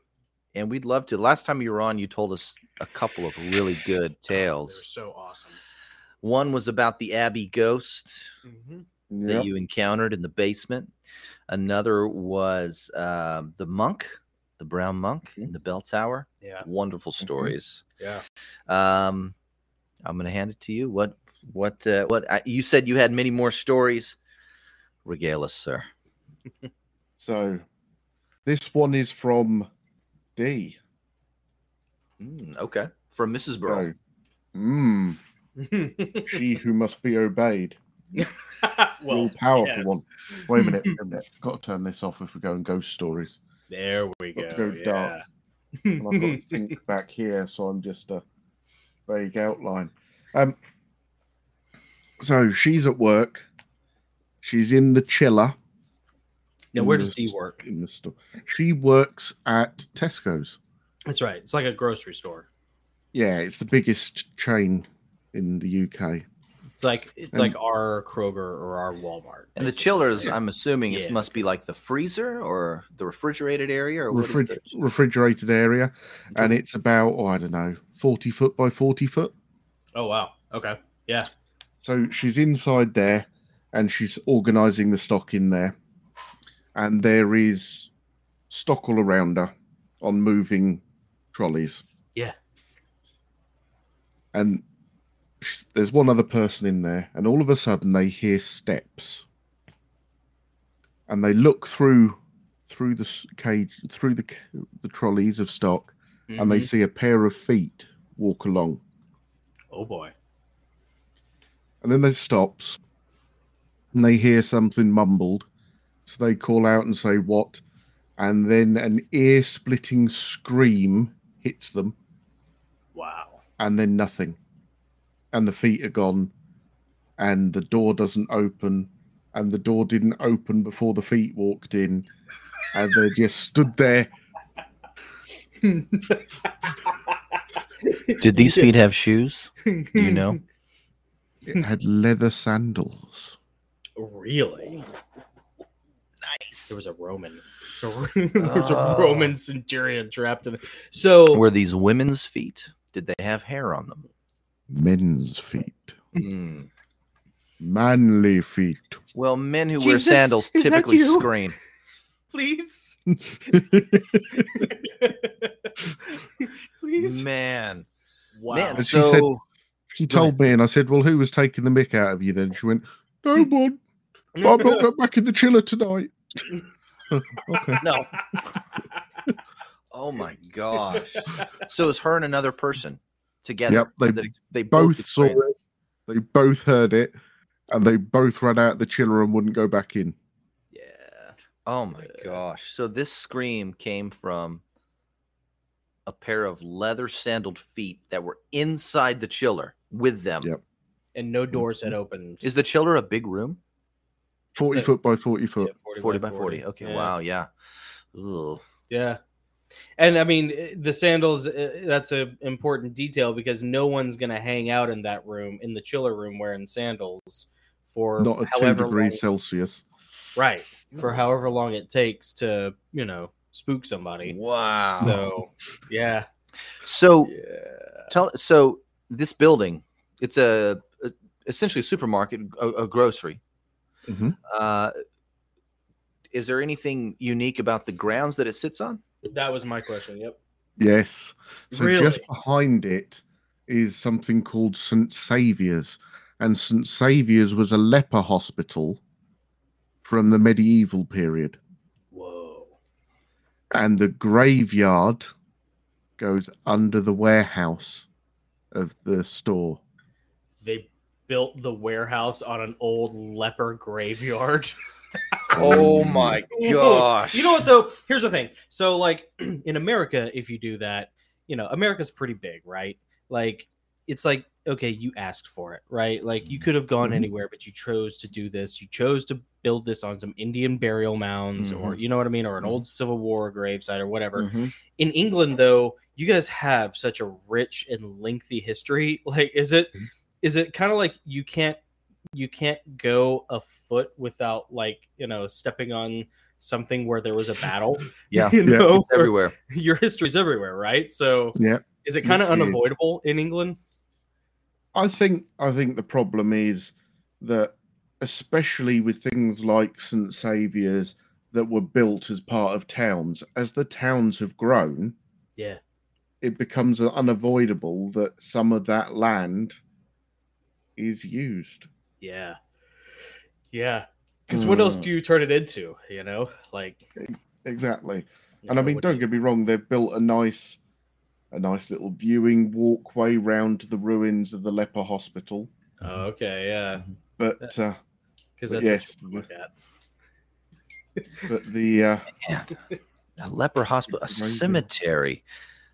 Speaker 1: And we'd love to. Last time you were on, you told us a couple of really good
Speaker 2: They're
Speaker 1: tales.
Speaker 2: so awesome.
Speaker 1: One was about the Abbey ghost
Speaker 2: hmm
Speaker 1: that
Speaker 3: Yep.
Speaker 1: you encountered in the basement, another was um, the monk, the brown monk in the bell tower.
Speaker 2: Yeah,
Speaker 1: Wonderful stories.
Speaker 2: yeah.
Speaker 1: Um, I'm going to hand it to you. What, what, uh, what? I, you said you had many more stories. Regale us, sir.
Speaker 3: So this one is from D.
Speaker 1: Mm, okay, from Mrs.
Speaker 3: So,
Speaker 1: Burrow.
Speaker 3: mm, she who must be obeyed.
Speaker 2: well,
Speaker 3: all powerful
Speaker 2: yes.
Speaker 3: one. Wait a minute. wait a minute. Got to turn this off if we go and ghost stories.
Speaker 2: There we go.
Speaker 3: Got to go dark. And I've got to think back here, so I'm just a vague outline. Um, so she's at work. She's in the chiller
Speaker 2: now, where does D work?
Speaker 3: in the store. She works at Tesco's.
Speaker 2: That's right. It's like a grocery store.
Speaker 3: Yeah, it's the biggest chain in the UK.
Speaker 2: It's like it's
Speaker 3: Mm.
Speaker 2: like our Kroger or our Walmart.
Speaker 1: And the
Speaker 2: basically.
Speaker 1: chillers, I'm assuming it
Speaker 2: Yeah.
Speaker 1: must be like the freezer or the refrigerated area, or what is
Speaker 3: Refrig-
Speaker 1: the-
Speaker 3: refrigerated area, and it's about oh, I don't know, forty foot by forty foot.
Speaker 2: Oh wow. Okay.
Speaker 3: So she's inside there and she's organizing the stock in there. And there is stock all around her. on moving trolleys.
Speaker 2: Yeah.
Speaker 3: And sh- there's one other person in there, and all of a sudden they hear steps, and they look through through the s- cage through the c- the trolleys of stock, and they
Speaker 2: Mhm.
Speaker 3: see a pair of feet walk along.
Speaker 2: oh boy.
Speaker 3: And then they stops and they hear something mumbled. So they call out and say, What? And then an ear splitting scream hits them,
Speaker 2: Wow.
Speaker 3: and then nothing. And the feet are gone, and the door doesn't open, and the door didn't open before the feet walked in. And they just stood there.
Speaker 1: Did these feet have shoes?
Speaker 2: Do
Speaker 1: you know?
Speaker 3: It had leather sandals.
Speaker 2: Really?
Speaker 1: Nice.
Speaker 2: There was a Roman. There was a
Speaker 1: Oh.
Speaker 2: Roman centurion trapped in. So
Speaker 1: Were these women's feet? Did they have hair on them?
Speaker 3: Men's feet.
Speaker 1: Mm.
Speaker 3: Manly feet.
Speaker 1: Well, men who
Speaker 2: Jesus,
Speaker 1: wear sandals
Speaker 2: is that
Speaker 1: typically
Speaker 2: you?
Speaker 1: scream.
Speaker 2: please, please.
Speaker 1: Man,
Speaker 2: Wow.
Speaker 1: man.
Speaker 3: And she
Speaker 1: So
Speaker 3: said- She
Speaker 1: Go
Speaker 3: told me, and I said, Well, who was taking the mick out of you then? She went, No one. I'm not going back in the chiller tonight. okay.
Speaker 1: no. oh my gosh. So it's her and another person together.
Speaker 3: Yep, they
Speaker 1: that ex- they
Speaker 3: Both saw
Speaker 1: experienced-
Speaker 3: it. They both heard it, and they both ran out the chiller and wouldn't go back in.
Speaker 2: yeah.
Speaker 1: Oh my
Speaker 2: Yeah.
Speaker 1: gosh. So this scream came from a pair of leather sandaled feet that were inside the chiller with them.
Speaker 3: Yep.
Speaker 2: And no doors had opened.
Speaker 1: Is the chiller a big room?
Speaker 3: 40
Speaker 2: Yeah.
Speaker 3: foot by 40 foot.
Speaker 2: Yeah,
Speaker 1: 40, by 40. Okay.
Speaker 2: Yeah.
Speaker 1: Wow. Yeah. Ugh.
Speaker 2: Yeah. And I mean, eh, the sandals, eh, that's an important detail because no one's going to hang out in that room, in the chiller room, wearing sandals for
Speaker 3: Not at 10
Speaker 2: however long.
Speaker 3: degrees Celsius.
Speaker 2: Right. For however long it takes to, you know, spook somebody.
Speaker 1: Wow. So,
Speaker 2: So, yeah. Yeah.
Speaker 1: tell so this building, it's a, a- essentially a supermarket, a, a grocery.
Speaker 3: Mhm.
Speaker 1: Uh, is there anything unique about the grounds that it sits on?
Speaker 2: That was my question. Yep.
Speaker 3: Yes. So
Speaker 2: really?
Speaker 3: just behind it is something called St. Saviour's. And St. Saviour's was a leper hospital from the medieval period.
Speaker 2: Whoa.
Speaker 3: and the graveyard goes under the warehouse of the store.
Speaker 2: They built the warehouse on an old leper graveyard.
Speaker 1: Oh
Speaker 3: Um,
Speaker 2: Whoa. You know what though? Here's the thing. So like in America, if you do that, you know, America's pretty big, right? Like it's like okay, you asked for it, right? Like you could have gone
Speaker 3: Mhm.
Speaker 2: anywhere, but you chose to do this. You chose to build this on some Indian burial mounds or you know what I mean, or an
Speaker 1: Mhm.
Speaker 2: old Civil War gravesite or whatever.
Speaker 1: Mm-hmm.
Speaker 3: Mhm.
Speaker 2: In England though, you guys have such a rich and lengthy history. Like is it
Speaker 3: Mhm.
Speaker 2: is it kind of like you can't you can't go a foot without like, you know, stepping on something where there was a battle.
Speaker 1: Yeah.
Speaker 2: you
Speaker 3: Yeah.
Speaker 2: know,
Speaker 1: It's everywhere.
Speaker 2: your history's everywhere, right? So
Speaker 3: Yeah,
Speaker 2: is it kind of
Speaker 3: It is.
Speaker 2: unavoidable in England?
Speaker 3: I think I think the problem is that, especially with things like St Saviour's that were built as part of towns, as the towns have grown,
Speaker 2: Yeah.
Speaker 3: it becomes unavoidable that some of that land is used.
Speaker 2: Yeah. Yeah. Because what else
Speaker 3: Mm.
Speaker 2: do you turn it into? You know, like,
Speaker 3: Exactly.
Speaker 2: you
Speaker 3: And I
Speaker 2: know,
Speaker 3: mean,
Speaker 2: what
Speaker 3: don't
Speaker 2: do
Speaker 3: get me wrong, they've built a nice, a nice little viewing walkway round the ruins of the leper hospital.
Speaker 2: you- Oh, okay, yeah,
Speaker 3: But uh,
Speaker 2: because
Speaker 3: But
Speaker 2: that's yes,
Speaker 3: yes, but the uh,
Speaker 1: A leper hospital, a
Speaker 3: Amazing.
Speaker 1: cemetery,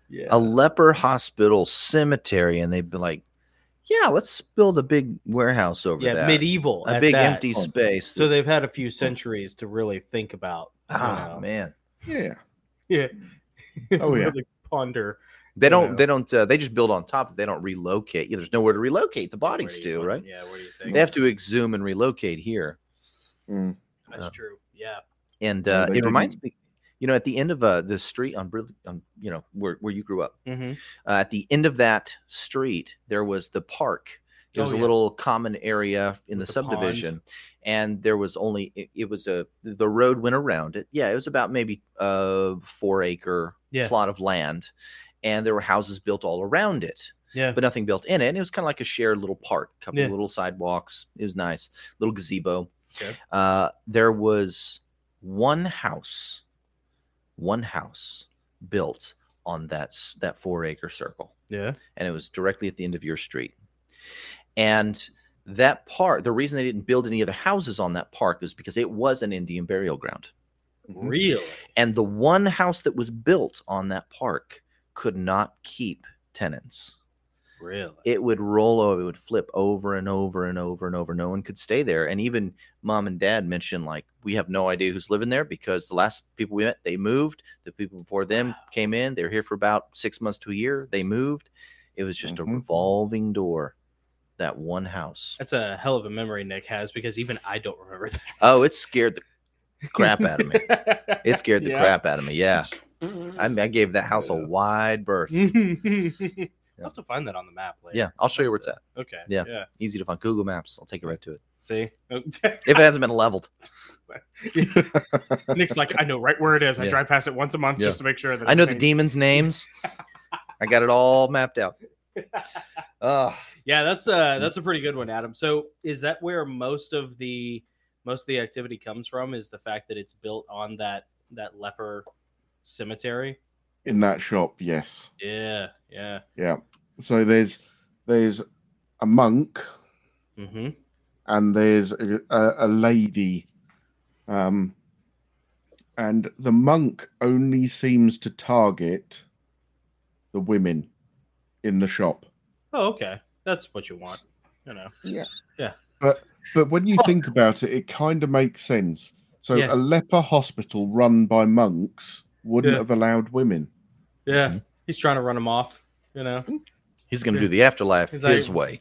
Speaker 2: yeah,
Speaker 1: a leper hospital cemetery, and they've been like, "Yeah, let's build a big warehouse over
Speaker 2: yeah,
Speaker 1: that,
Speaker 2: medieval,
Speaker 1: a
Speaker 2: at
Speaker 1: big
Speaker 2: that.
Speaker 1: empty
Speaker 3: Oh,
Speaker 1: space."
Speaker 2: So they've had a few centuries to really think about. you
Speaker 1: ah,
Speaker 2: know,
Speaker 1: man,
Speaker 3: yeah, Oh, yeah.
Speaker 2: really ponder.
Speaker 1: they
Speaker 2: you
Speaker 1: don't,
Speaker 2: know.
Speaker 1: they don't, uh, they just build on top. They don't relocate. Yeah, there's nowhere to relocate the
Speaker 2: Where
Speaker 1: bodies
Speaker 2: do
Speaker 1: to,
Speaker 2: you fucking-
Speaker 1: right?
Speaker 2: Yeah, what do you think?
Speaker 1: They have to exhume and relocate here.
Speaker 3: mm,
Speaker 2: that's
Speaker 1: uh,
Speaker 2: true. Yeah,
Speaker 1: and
Speaker 3: Well,
Speaker 1: uh,
Speaker 3: they
Speaker 1: it reminds
Speaker 3: didn't-
Speaker 1: me you know at the end of uh, the street on, Brid- on you know where, where you grew up
Speaker 2: mm-hmm.
Speaker 1: uh, at the end of that street there was the park there
Speaker 2: Oh,
Speaker 1: was a
Speaker 2: yeah.
Speaker 1: little common area in
Speaker 2: With
Speaker 1: the
Speaker 2: the pond.
Speaker 1: subdivision and there was only it, it was a the road went around it yeah it was about maybe a uh, four acre
Speaker 2: Yeah.
Speaker 1: plot of land, and there were houses built all around it,
Speaker 2: Yeah.
Speaker 1: but nothing built in it. And it was kind of like a shared little park, a couple
Speaker 2: Yeah.
Speaker 1: little sidewalks. It was nice, little gazebo.
Speaker 2: Okay.
Speaker 1: Uh, there was one house, one house built on that s- that four acre circle
Speaker 2: yeah.
Speaker 1: and it was directly at the end of your street. And that part, the reason they didn't build any other houses on that park is because it was an Indian burial ground. Mm-hmm.
Speaker 3: Mhm.
Speaker 2: Really?
Speaker 1: And the one house that was built on that park could not keep tenants.
Speaker 2: Really?
Speaker 1: It would roll over, it would flip over and over and over and over. No one could stay there. And even mom and dad mentioned, like, we have no idea who's living there because the last people we met, they moved. The people before them came in. They were here for about six months to a year. They moved. It was just a
Speaker 2: Mm-hmm.
Speaker 3: Mhm.
Speaker 1: revolving door, that one house.
Speaker 2: That's a hell of a memory Nick has because even I don't remember that.
Speaker 1: Oh, it scared the crap out of me. It scared the
Speaker 2: Yeah.
Speaker 1: crap out of me. Yeah. I, mean, I gave that house a
Speaker 2: Yeah.
Speaker 1: wide berth.
Speaker 2: I'll have to find that on the map later.
Speaker 1: Yeah. I'll show you where it's at.
Speaker 2: Okay.
Speaker 1: Yeah.
Speaker 2: Yeah.
Speaker 1: Easy to find. Google Maps. I'll take you right to it.
Speaker 2: See? Oh,
Speaker 1: If it hasn't been leveled,
Speaker 2: Nick's like, I know right where it is. I
Speaker 1: Yeah.
Speaker 2: drive past it once a month
Speaker 1: Yeah.
Speaker 2: just to make sure that
Speaker 1: I know the
Speaker 2: everything-
Speaker 1: demons' names. I got it all mapped out. Oh,
Speaker 2: Yeah, that's a that's a pretty good one, Adam. So is that where most of the most of the activity comes from? Is the fact that it's built on that that leper cemetery?
Speaker 3: In that shop, yes.
Speaker 2: Yeah, yeah.
Speaker 3: Yeah. So there's there's a monk
Speaker 2: Mm-hmm.
Speaker 3: and there's a, a, a lady. Um, and the monk only seems to target the women in the shop.
Speaker 2: Oh, okay. That's what you want. You know.
Speaker 3: But when you think about it, it kind of makes sense. So
Speaker 2: Yeah.
Speaker 3: a leper hospital run by monks wouldn't
Speaker 2: Yeah.
Speaker 3: have allowed women.
Speaker 2: Yeah. He's trying to run him off, you know.
Speaker 1: he's going to do the afterlife
Speaker 2: He's like-
Speaker 1: his way.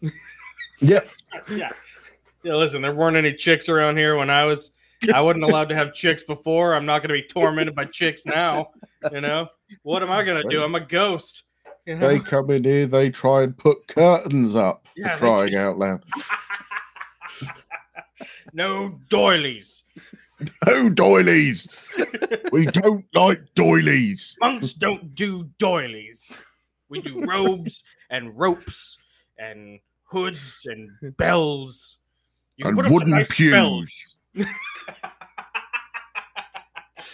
Speaker 3: Yep.
Speaker 2: yeah. Yeah, listen, there weren't any chicks around here when I was I wasn't allowed to have chicks before. I'm not gonna be tormented by chicks now. You know? What am I gonna do? I'm a ghost. You know?
Speaker 3: They come in here, they try and put curtains up
Speaker 2: Yeah, they
Speaker 3: for crying
Speaker 2: just-
Speaker 3: out loud.
Speaker 2: no doilies.
Speaker 3: No doilies. we don't like doilies.
Speaker 2: Monks don't do doilies. We do robes and ropes and hoods and bells. You
Speaker 3: And
Speaker 2: put up some
Speaker 3: wooden pews.
Speaker 2: bells.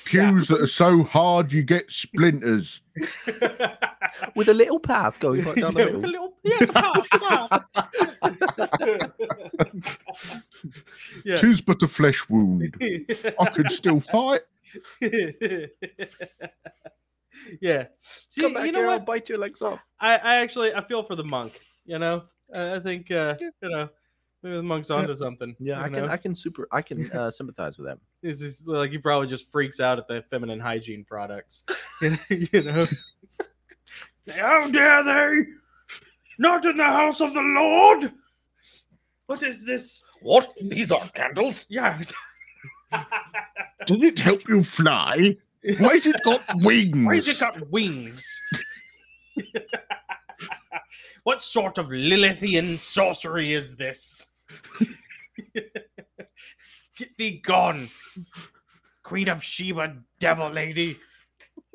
Speaker 3: Pews that are so hard you get splinters.
Speaker 1: With a little path going right down the
Speaker 2: Yeah, with a
Speaker 1: middle.
Speaker 2: little- yeah, it's a path, Yeah.
Speaker 3: Tis but a flesh wound.
Speaker 2: it's a path.
Speaker 3: I could still fight.
Speaker 2: yeah. See,
Speaker 1: Come back
Speaker 2: you know
Speaker 1: here,
Speaker 2: what?
Speaker 1: I'll bite your legs off.
Speaker 2: I, I actually I feel for the monk. You know, I I think uh, you know maybe the monk's onto something.
Speaker 1: Yeah,
Speaker 2: you
Speaker 1: I can,
Speaker 2: know?
Speaker 1: I can super, I can uh, sympathize with that.
Speaker 2: This is like he probably just freaks out at the feminine hygiene products. you know, how dare they? Not in the house of the Lord. What is this?
Speaker 4: What? These aren't candles.
Speaker 2: Yeah.
Speaker 3: Did it help you fly? Why's it got wings?
Speaker 2: Why has it got wings? what sort of Lilithian sorcery is this? Get thee gone, Queen of Sheba, devil lady.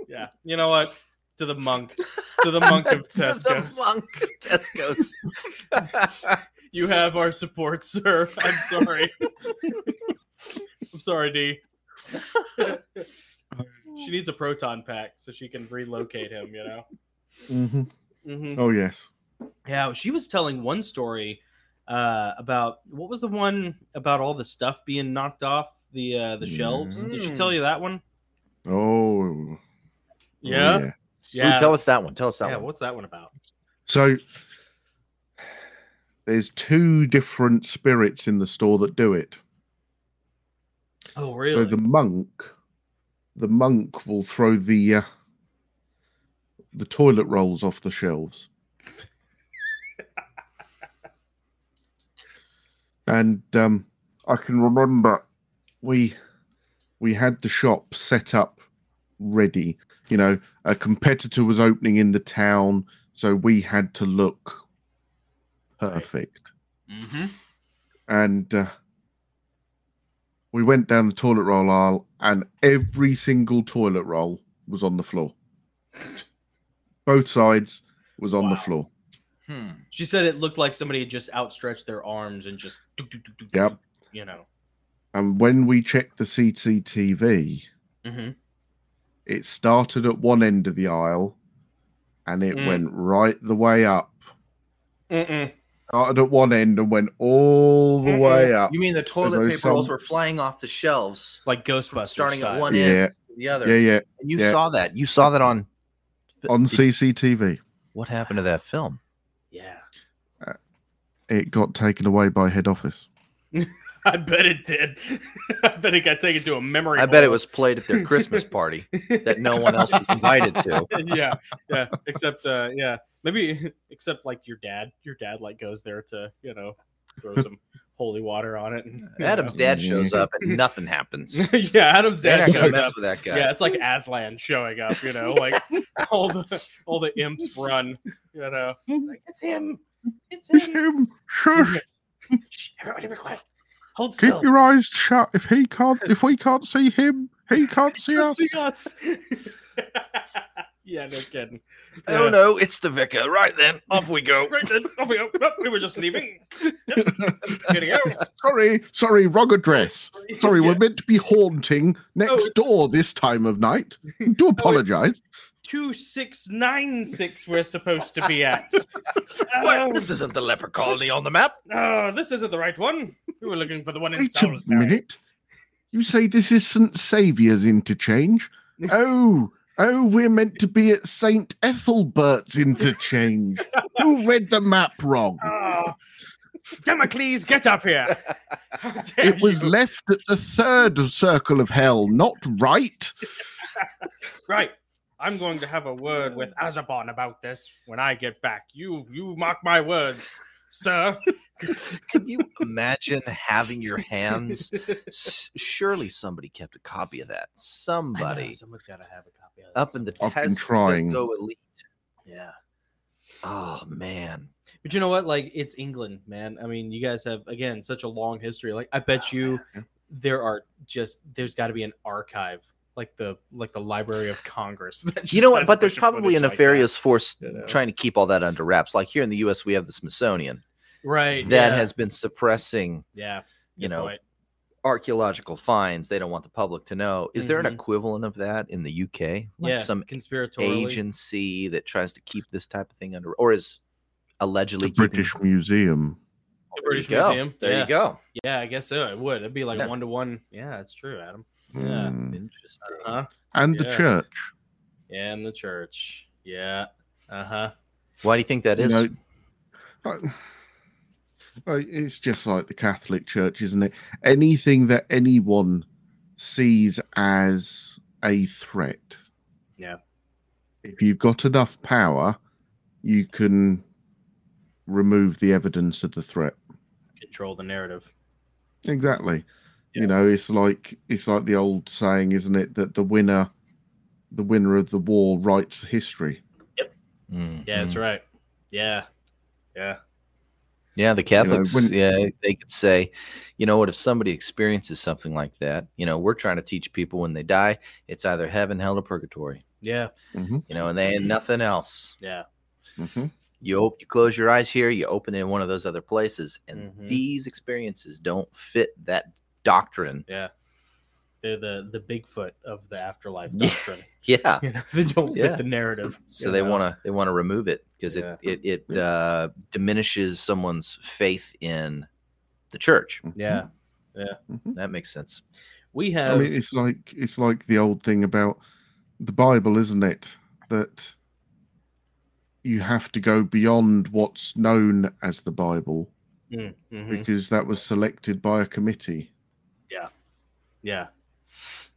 Speaker 2: Yeah, you know what? To the monk, to the monk of
Speaker 1: To the
Speaker 2: Tesco's.
Speaker 1: monk of Tesco's.
Speaker 2: You have our support, sir. I'm sorry. I'm sorry, D. she needs a proton pack so she can relocate him, you know?
Speaker 3: Mhm.
Speaker 2: Mm-hmm.
Speaker 3: Oh, yes.
Speaker 2: Yeah, she was telling one story uh, about what was the one about all the stuff being knocked off the uh,
Speaker 1: Mm.
Speaker 2: the shelves. Did she tell you that one?
Speaker 3: Oh.
Speaker 2: Yeah,
Speaker 3: yeah.
Speaker 1: Ooh,
Speaker 2: yeah.
Speaker 1: tell us that one. Tell us that
Speaker 2: yeah,
Speaker 1: one.
Speaker 2: what's that one about?
Speaker 3: So there's two different spirits in the store that do it.
Speaker 2: Oh, really?
Speaker 3: So the monk, the monk will throw the uh, the toilet rolls off the shelves, and um, I can remember we we had the shop set up ready. You know, a competitor was opening in the town, so we had to look perfect
Speaker 2: mm-hmm.
Speaker 3: and uh, we went down the toilet roll aisle, and every single toilet roll was on the floor. Both sides was on the floor.
Speaker 1: Hmm.
Speaker 2: She said it looked like somebody had just outstretched their arms and just, dook, dook, dook, dook,
Speaker 3: Yep.
Speaker 2: dook, you know.
Speaker 3: And when we checked the CCTV,
Speaker 2: Mhm.
Speaker 3: it started at one end of the aisle and it
Speaker 2: Mm.
Speaker 3: went right the way up.
Speaker 2: Mm-mm.
Speaker 3: Started at one end and went all the
Speaker 2: Mm-mm.
Speaker 3: way up.
Speaker 1: You mean the
Speaker 3: though
Speaker 1: toilet paper
Speaker 3: some-
Speaker 1: rolls were flying off the shelves,
Speaker 2: Like Ghostbusters.
Speaker 1: starting at
Speaker 2: style.
Speaker 1: one end
Speaker 3: Yeah,
Speaker 1: to the other?
Speaker 3: yeah, yeah.
Speaker 1: And you
Speaker 3: yeah.
Speaker 1: saw that. You saw that on.
Speaker 3: On
Speaker 1: Did-
Speaker 3: CCTV,
Speaker 1: what happened to that film?
Speaker 2: Yeah.
Speaker 3: it got taken away by head office.
Speaker 2: I bet it did. I bet it got taken to a memory.
Speaker 1: I bet it
Speaker 2: hole.
Speaker 1: was played at their Christmas party that no one else was invited to.
Speaker 2: yeah, yeah. Except, uh, yeah, maybe except like your dad. Your dad like goes there to you know throw some holy water on it. And, you
Speaker 1: Adam's
Speaker 2: know.
Speaker 1: dad shows up and nothing happens.
Speaker 2: yeah, Adam's
Speaker 1: They're
Speaker 2: dad
Speaker 1: not gonna
Speaker 2: shows
Speaker 1: mess
Speaker 2: up.
Speaker 1: with that guy.
Speaker 2: Yeah, it's like Aslan showing up. You know, like all the all the imps run. You know, like it's him. It's
Speaker 3: It's
Speaker 2: him.
Speaker 3: him. Shush.
Speaker 2: Shh, Everybody be quiet. Hold
Speaker 3: Keep
Speaker 2: still.
Speaker 3: your eyes shut. If he can't, if we can't see him, he can't see
Speaker 2: Don't
Speaker 3: us.
Speaker 2: see us. yeah, no kidding.
Speaker 1: Oh no, it's the vicar. Right then, off we go.
Speaker 2: Right then, off we go. Nope, we were just leaving. Yep. Getting out.
Speaker 3: Sorry, sorry, wrong address. Sorry, we're meant to be haunting next
Speaker 2: it's-
Speaker 3: door this time of night. Do apologise.
Speaker 2: two six nine six. We're supposed to be at.
Speaker 1: What?
Speaker 2: Oh,
Speaker 1: This isn't the leper colony on the map.
Speaker 2: oh, this isn't the right one. We were looking for the one in
Speaker 3: Wait a
Speaker 2: Salisbury.
Speaker 3: minute. You say this is St Saviour's interchange? Oh, oh, we're meant to be at St Ethelbert's interchange. Who read the map wrong?
Speaker 2: Oh, Democles, get up here! How dare
Speaker 3: It was
Speaker 2: you.
Speaker 3: left at the third circle of hell, not right.
Speaker 2: right. I'm going to have a word with Azabon about this when I get back. You, you mark my words, sir.
Speaker 1: Can you imagine having your hands? S- Surely somebody kept a copy of that. Somebody
Speaker 2: someone's got to have a copy of
Speaker 1: up in the
Speaker 3: I've been
Speaker 1: test
Speaker 3: trying.
Speaker 1: go elite.
Speaker 2: Yeah.
Speaker 1: Oh man,
Speaker 2: But you know what? Like it's England, man. I mean, you guys have again such a long history. Like I
Speaker 1: Oh,
Speaker 2: bet you there are just there's got to be an archive like the like the Library of Congress. that
Speaker 1: you
Speaker 2: just
Speaker 1: know what?
Speaker 2: has
Speaker 1: But there's
Speaker 2: special
Speaker 1: probably a
Speaker 2: footage like that,
Speaker 1: nefarious force
Speaker 2: you know?
Speaker 1: trying to keep all that under wraps. Like here in the U.S., we have the Smithsonian
Speaker 2: right
Speaker 1: that
Speaker 2: yeah,
Speaker 1: has been suppressing
Speaker 2: yeah.
Speaker 1: you
Speaker 2: good
Speaker 1: know,
Speaker 2: point.
Speaker 1: archaeological finds. They don't want the public to know. Is there an
Speaker 2: Mhm.
Speaker 1: equivalent of that in the UK? Like
Speaker 2: yeah,
Speaker 1: some
Speaker 2: conspiratorially.
Speaker 1: agency that tries to keep this type of thing under, or is allegedly
Speaker 3: The
Speaker 1: keeping-
Speaker 3: British Museum.
Speaker 1: There
Speaker 2: The
Speaker 1: you
Speaker 2: British
Speaker 1: go.
Speaker 2: Museum.
Speaker 1: There
Speaker 2: yeah.
Speaker 1: you go.
Speaker 2: Yeah, I guess so. It would. It'd be like
Speaker 1: Yeah.
Speaker 2: one to one. Yeah, that's true, Adam. Yeah.
Speaker 3: Mm.
Speaker 1: Interesting.
Speaker 2: Huh?
Speaker 3: And the
Speaker 2: Yeah.
Speaker 3: church.
Speaker 2: And the church. Yeah. Uh huh.
Speaker 1: Why do you think that
Speaker 3: you
Speaker 1: is?
Speaker 3: know, I- I- it's just like the Catholic Church, isn't it? Anything that anyone sees as a threat.
Speaker 2: Yeah.
Speaker 3: If you've got enough power, you can remove the evidence of the threat.
Speaker 2: Control the narrative.
Speaker 3: Exactly.
Speaker 2: Yeah.
Speaker 3: You know, it's like it's like the old saying, isn't it, that the winner the winner of the war writes history.
Speaker 1: Mm,
Speaker 2: Yeah, that's
Speaker 1: mm.
Speaker 2: right. Yeah. Yeah.
Speaker 1: Yeah, the
Speaker 3: know,
Speaker 1: Catholics,
Speaker 3: when-
Speaker 1: yeah, they could say, you know what, if somebody experiences something like that, you know, we're trying to teach people when they die, it's either heaven, hell, or purgatory,
Speaker 2: Yeah.
Speaker 3: Mhm,
Speaker 1: you know, and they ain't nothing else.
Speaker 2: Yeah.
Speaker 3: mhm.
Speaker 1: You op- you close your eyes here, you open in one of those other places, and
Speaker 2: Mhm.
Speaker 1: these experiences don't fit that doctrine.
Speaker 2: They're the the Bigfoot of the afterlife
Speaker 1: Yeah.
Speaker 2: doctrine.
Speaker 1: Yeah.
Speaker 2: you know, they don't
Speaker 1: Yeah.
Speaker 2: fit the narrative.
Speaker 1: So they want to they want to remove it because
Speaker 2: Yeah.
Speaker 1: it it, it
Speaker 3: Yeah.
Speaker 1: uh, diminishes someone's faith in the church.
Speaker 3: mhm.
Speaker 2: Yeah,
Speaker 3: mm-hmm.
Speaker 1: That makes sense.
Speaker 2: we have.
Speaker 3: I mean, it's like it's like the old thing about the Bible, isn't it? That you have to go beyond what's known as the Bible
Speaker 2: Mm, mhm.
Speaker 3: because that was selected by a committee.
Speaker 2: Yeah,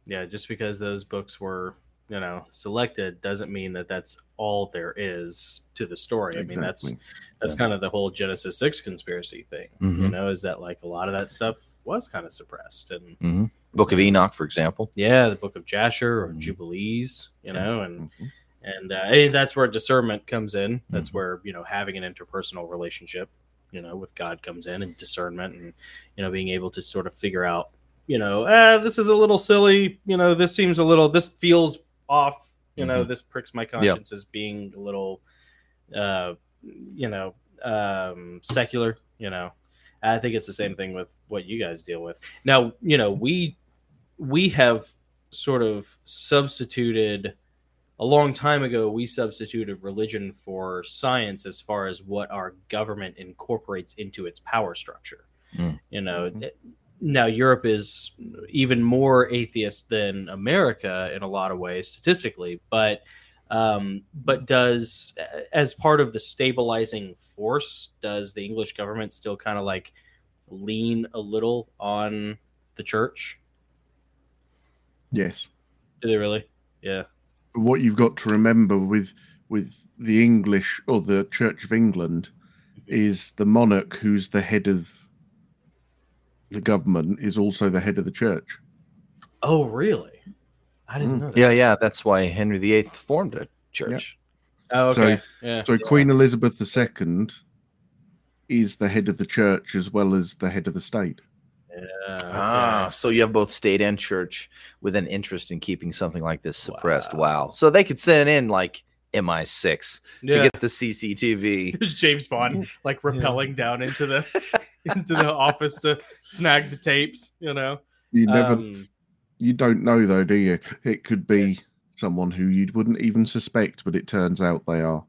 Speaker 2: yeah. Just because those books were you know selected doesn't mean that that's all there is to the story. I mean, that's
Speaker 3: Exactly.
Speaker 2: that's kind of the whole Genesis Six conspiracy thing.
Speaker 1: Mm-hmm.
Speaker 3: Mm-hmm.
Speaker 2: You know, is that like a lot of that stuff was kind of suppressed and.
Speaker 1: Book of Enoch, for example.
Speaker 2: Yeah, the Book of Jasher or
Speaker 3: Mm-hmm.
Speaker 1: Mhm.
Speaker 2: Jubilees, you
Speaker 1: Yeah.
Speaker 2: know, and
Speaker 3: Mhm.
Speaker 2: and uh, eh, that's where discernment comes in that's
Speaker 1: Mhm.
Speaker 2: where you know having an interpersonal relationship you know with god comes in and discernment and you know being able to sort of figure "Ah, out you know eh, this is a little silly you know this seems a little this feels off You know, this pricks my conscience as being a little, uh, you know, um, secular. You know, I think it's the same thing with what you guys deal with. Now, you know, we we have sort of substituted a long time ago we substituted religion for science as far as what our government incorporates into its power structure
Speaker 1: Mm.
Speaker 2: you know
Speaker 1: Mhm.
Speaker 2: it- now europe is even more atheist than america in a lot of ways statistically but um, but does as part of the stabilizing force does the english government still kind of like lean a little on the church
Speaker 3: Yes.
Speaker 2: do they really yeah
Speaker 3: What you've got to remember with with the English or the Church of England
Speaker 2: Mm-hmm.
Speaker 3: is the monarch who's the head of the government is also the head of the church.
Speaker 2: oh really i didn't
Speaker 3: Mm.
Speaker 2: know that
Speaker 1: Yeah, yeah. That's why Henry VIII formed a church.
Speaker 2: oh
Speaker 3: So-
Speaker 2: okay yeah
Speaker 3: So Queen Elizabeth II is the head of the church as well as the head of the state.
Speaker 2: Yeah, okay.
Speaker 1: Ah, so you have both state and church with an interest in keeping something like this suppressed. Wow. So they could send in like MI6 to
Speaker 2: yeah.
Speaker 1: get the CCTV.
Speaker 5: There's James Bond like rappelling down into the into the office to snag the tapes. You know,
Speaker 3: You never
Speaker 2: Um,
Speaker 3: you don't know though, do you? It could be someone who you wouldn't even suspect, but it turns out they are.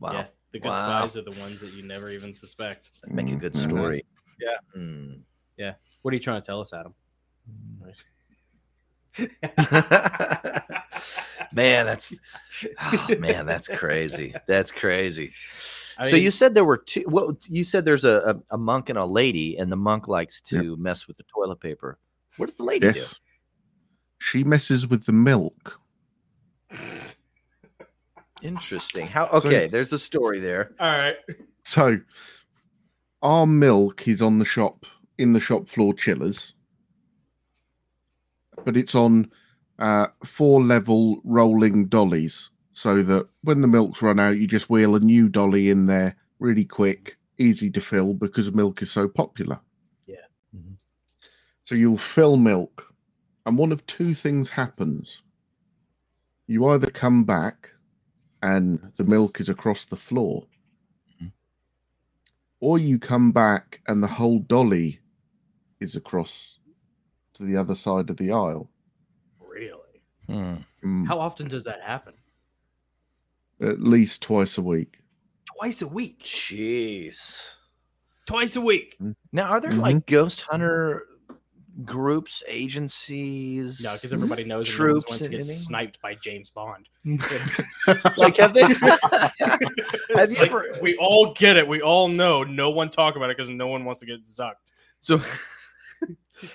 Speaker 1: Wow.
Speaker 2: yeah, the good
Speaker 1: Wow.
Speaker 2: spies are the ones that you never even suspect
Speaker 1: That'd make a good
Speaker 3: Mhm.
Speaker 1: story.
Speaker 2: Yeah.
Speaker 1: Mm.
Speaker 2: What are you trying to tell us, Adam?
Speaker 1: man, that's oh, man, that's crazy. That's crazy.
Speaker 2: I
Speaker 1: so you
Speaker 2: mean-
Speaker 1: said there were two. Well, you said there's a, a, a monk and a lady, and the monk likes
Speaker 3: Yep.
Speaker 1: to mess with the toilet paper. What does the lady do?
Speaker 3: Yes. She messes with the milk.
Speaker 1: Interesting. How
Speaker 3: So-
Speaker 1: okay? there's a story there.
Speaker 5: all right.
Speaker 3: So our milk is on the shop in the shop floor chillers, but it's on uh, four level rolling dollies so that when the milk's run out, you just wheel a new dolly in there really quick, easy to fill because milk is so popular.
Speaker 2: Yeah.
Speaker 1: Mhm.
Speaker 3: So you'll fill milk, and one of two things happens. You either come back and the milk is across the floor or you come back and the whole dolly is across to the other side of the aisle.
Speaker 2: Really?
Speaker 1: Hmm.
Speaker 3: Mm,
Speaker 2: How often does that happen?
Speaker 3: At least twice a week.
Speaker 2: Twice a week.
Speaker 1: Jeez.
Speaker 5: Twice a week.
Speaker 1: Now, are there like ghost hunter groups, agencies?
Speaker 5: No, because everybody knows and no
Speaker 1: Troops
Speaker 5: one wants to
Speaker 1: and
Speaker 5: get
Speaker 1: anything?
Speaker 5: sniped by James Bond.
Speaker 1: like have they? have
Speaker 5: It's
Speaker 1: you
Speaker 5: like,
Speaker 1: ever?
Speaker 5: we all get it. We all know. No one talk about it because no one wants to get zucked.
Speaker 1: So,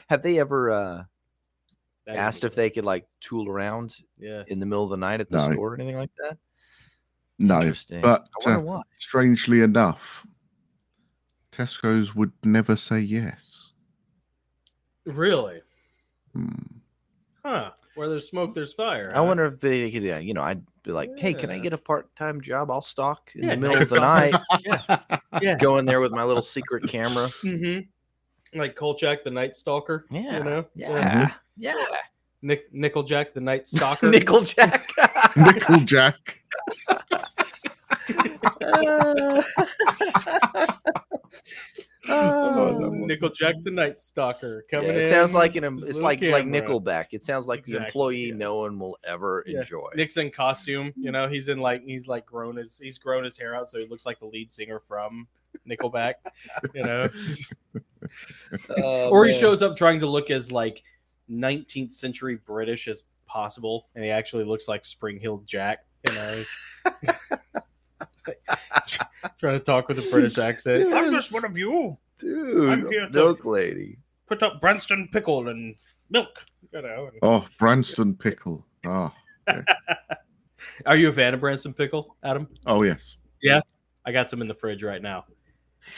Speaker 1: have they ever uh,
Speaker 2: That
Speaker 1: asked
Speaker 2: would
Speaker 1: if
Speaker 2: be-
Speaker 1: they could like tool around
Speaker 2: Yeah.
Speaker 1: in the middle of the night at the
Speaker 3: No.
Speaker 1: store or anything like that?
Speaker 3: No,
Speaker 1: Interesting.
Speaker 3: but
Speaker 1: I
Speaker 3: uh,
Speaker 1: wonder why.
Speaker 3: strangely enough, Tesco's would never say yes.
Speaker 2: Really?
Speaker 3: Mm.
Speaker 2: Huh. Where there's smoke, there's fire.
Speaker 1: I wonder if they could, uh, you know, I'd be like, hey, can I
Speaker 2: Yeah.
Speaker 1: get a part time job? I'll stalk in
Speaker 2: Yeah,
Speaker 1: the middle of the
Speaker 2: nice.
Speaker 1: night,
Speaker 2: Yeah. yeah.
Speaker 1: go in there with my little secret camera.
Speaker 2: Mm-hmm. Like Kolchak, the Night Stalker.
Speaker 1: Yeah.
Speaker 2: You know?
Speaker 1: Yeah. Yeah.
Speaker 2: Nick Nickeljack, the Night Stalker.
Speaker 1: Nickel Jack.
Speaker 3: Nickeljack.
Speaker 2: Nickeljack, the Night Stalker. Oh, Coming
Speaker 1: it
Speaker 2: in.
Speaker 1: sounds like an em-
Speaker 2: with his
Speaker 1: it's
Speaker 2: little
Speaker 1: like like
Speaker 2: camera.
Speaker 1: Nickelback. It sounds like an
Speaker 2: Exactly,
Speaker 1: employee
Speaker 2: yeah.
Speaker 1: no one will ever
Speaker 2: Yeah.
Speaker 1: enjoy.
Speaker 2: Nick's in costume. You know, he's in like he's like grown his he's grown his hair out so he looks like the lead singer from Nickelback. You know,
Speaker 1: Uh, Oh,
Speaker 2: or he shows up trying to look as like 19th century British as possible, and he actually looks like Spring Hill Jack. You know, he's trying to talk with a British accent.
Speaker 5: I'm just one of you. I'm here
Speaker 1: dude,
Speaker 5: to-
Speaker 1: milk lady.
Speaker 5: Put up Branston pickle and milk. You know. and-
Speaker 3: Oh, Branston Pickle. Oh,
Speaker 2: Are you a fan of Branson Pickle, Adam?
Speaker 3: oh yes.
Speaker 2: I got some in the fridge right now.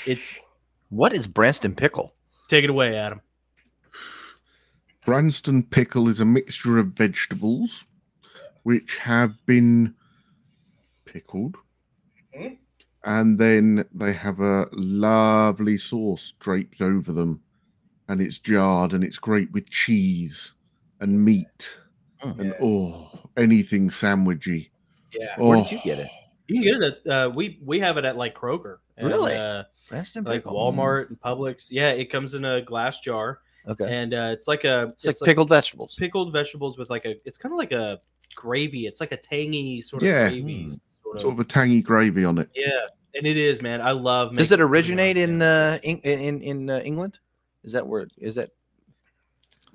Speaker 2: It's
Speaker 1: What is Branston pickle?
Speaker 2: take it away, Adam.
Speaker 3: Branston pickle is a mixture of vegetables which have been pickled.
Speaker 5: Mhm.
Speaker 3: And then they have a lovely sauce draped over them. And it's jarred and it's great with cheese and meat
Speaker 2: Hmm.
Speaker 3: and oh, anything sandwichy.
Speaker 2: Yeah.
Speaker 3: Oh,
Speaker 1: Where did you get it?
Speaker 2: You can get it at uh, we we have it at like Kroger. and,
Speaker 1: Really?
Speaker 2: Uh,
Speaker 1: Branston
Speaker 2: like
Speaker 1: pickle.
Speaker 2: Walmart and Publix. Yeah, it comes in a glass jar,
Speaker 1: Mm, Okay.
Speaker 2: and uh, it's like a
Speaker 1: It's, like pickled vegetables.
Speaker 2: pickled vegetables with like a. It's kind of like a gravy. It's like a tangy sort of
Speaker 3: Yeah.
Speaker 2: gravy.
Speaker 1: Mm.
Speaker 2: Sort of.
Speaker 3: sort of a tangy gravy on it.
Speaker 2: Yeah, and it is, man. I love.
Speaker 1: Does it
Speaker 2: making
Speaker 1: originate in
Speaker 2: Pokemon
Speaker 1: uh,
Speaker 2: sandwiches.
Speaker 1: in in, in uh, England? Is that where? Is that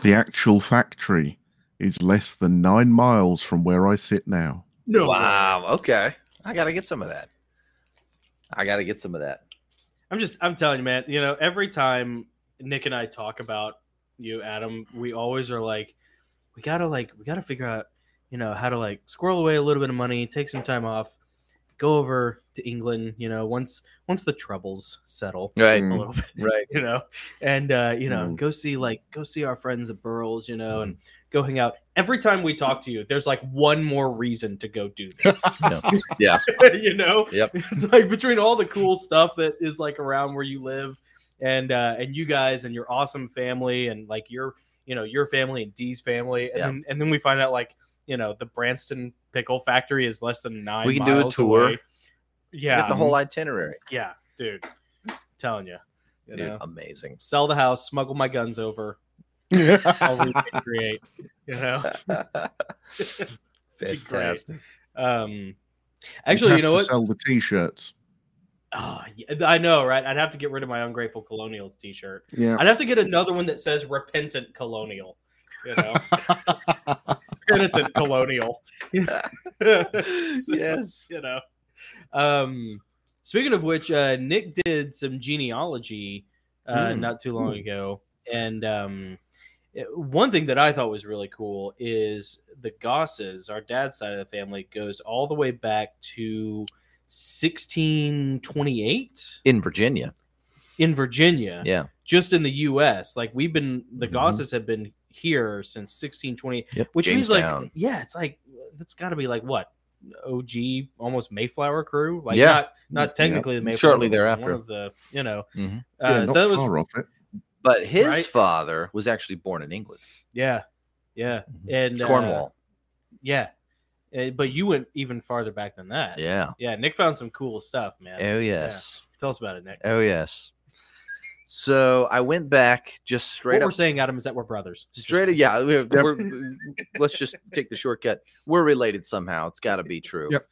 Speaker 3: The actual factory is less than nine miles from where I sit now.
Speaker 5: No.
Speaker 1: Wow. Okay. I gotta get some of that. I gotta get some of that.
Speaker 2: I'm just. I'm telling you, man. You know, every time Nick and I talk about you, Adam, we always are like, we gotta like, we gotta figure out, you know, how to like squirrel away a little bit of money, take some time off, go over to England. You know, once once the troubles settle
Speaker 1: Right.
Speaker 2: a
Speaker 3: Mm.
Speaker 2: little bit.
Speaker 1: Right.
Speaker 2: you know and uh you know
Speaker 1: Mm.
Speaker 2: go see like go see our friends at burls you
Speaker 1: Mm-hmm.
Speaker 2: know and go hang out every time we talk to you there's like one more reason to go do this
Speaker 1: Yeah.
Speaker 2: you know
Speaker 1: Yep.
Speaker 2: it's like between all the cool stuff that is like around where you live and uh and you guys and your awesome family and like your you know your family and Dee's family and
Speaker 1: Yeah.
Speaker 2: then, and then we find out like you know the Branston pickle factory is less than 9
Speaker 1: We can do a
Speaker 2: miles
Speaker 1: tour.
Speaker 2: away. Yeah.
Speaker 1: Get the whole itinerary.
Speaker 2: yeah, dude. telling you. You
Speaker 1: Dude,
Speaker 2: know
Speaker 1: amazing.
Speaker 2: sell the house, smuggle my guns over, I'll repatriate. you know,
Speaker 1: Fantastic.
Speaker 2: um,
Speaker 3: You'd
Speaker 2: actually,
Speaker 3: have
Speaker 2: you know
Speaker 3: to
Speaker 2: what?
Speaker 3: Sell the t-shirts.
Speaker 2: Ah, yeah, I know, right? I'd have to get rid of my ungrateful colonials T-shirt.
Speaker 3: Yeah.
Speaker 2: I'd have to get another one that says repentant colonial. You know, penitent colonial.
Speaker 1: yes.
Speaker 2: You know. Um, speaking of which, uh, Nick did some genealogy uh,
Speaker 1: Mm.
Speaker 2: not too long ago, and um, it- one thing that I thought was really cool is the Gosses, our dad's side of the family, goes all the way back to 1628
Speaker 1: In Virginia.
Speaker 2: in Virginia
Speaker 1: Yeah.
Speaker 2: just in the U.S. Like we've been, the
Speaker 1: Mhm.
Speaker 2: Gosses have been here since 1620,
Speaker 1: Yep.
Speaker 2: which means
Speaker 1: Jamestown.
Speaker 2: like, yeah, it's like that's got to be like what OG almost Mayflower crew, like
Speaker 1: Yeah.
Speaker 2: not not technically the Mayflower,
Speaker 1: Shortly
Speaker 2: but one
Speaker 1: thereafter.
Speaker 2: of the you know,
Speaker 1: Mhm.
Speaker 2: uh,
Speaker 3: yeah,
Speaker 2: so
Speaker 3: not
Speaker 2: that was
Speaker 3: far off it.
Speaker 1: But his
Speaker 2: Right?
Speaker 1: father was actually born in England,
Speaker 2: yeah, yeah,
Speaker 1: Mhm.
Speaker 2: and uh,
Speaker 1: Cornwall.
Speaker 2: yeah, Uh, but you went even farther back than that,
Speaker 1: Yeah.
Speaker 2: yeah. Nick found some cool stuff, man.
Speaker 1: Oh yes.
Speaker 2: Tell us about it, Nick.
Speaker 1: Oh yes. So I went back just straight
Speaker 2: what
Speaker 1: up
Speaker 2: we're saying, Adam, is that we're brothers. Just-
Speaker 1: Straight, yeah. We're, we're- let's just take the shortcut. We're related somehow. It's got to be true.
Speaker 3: Yep.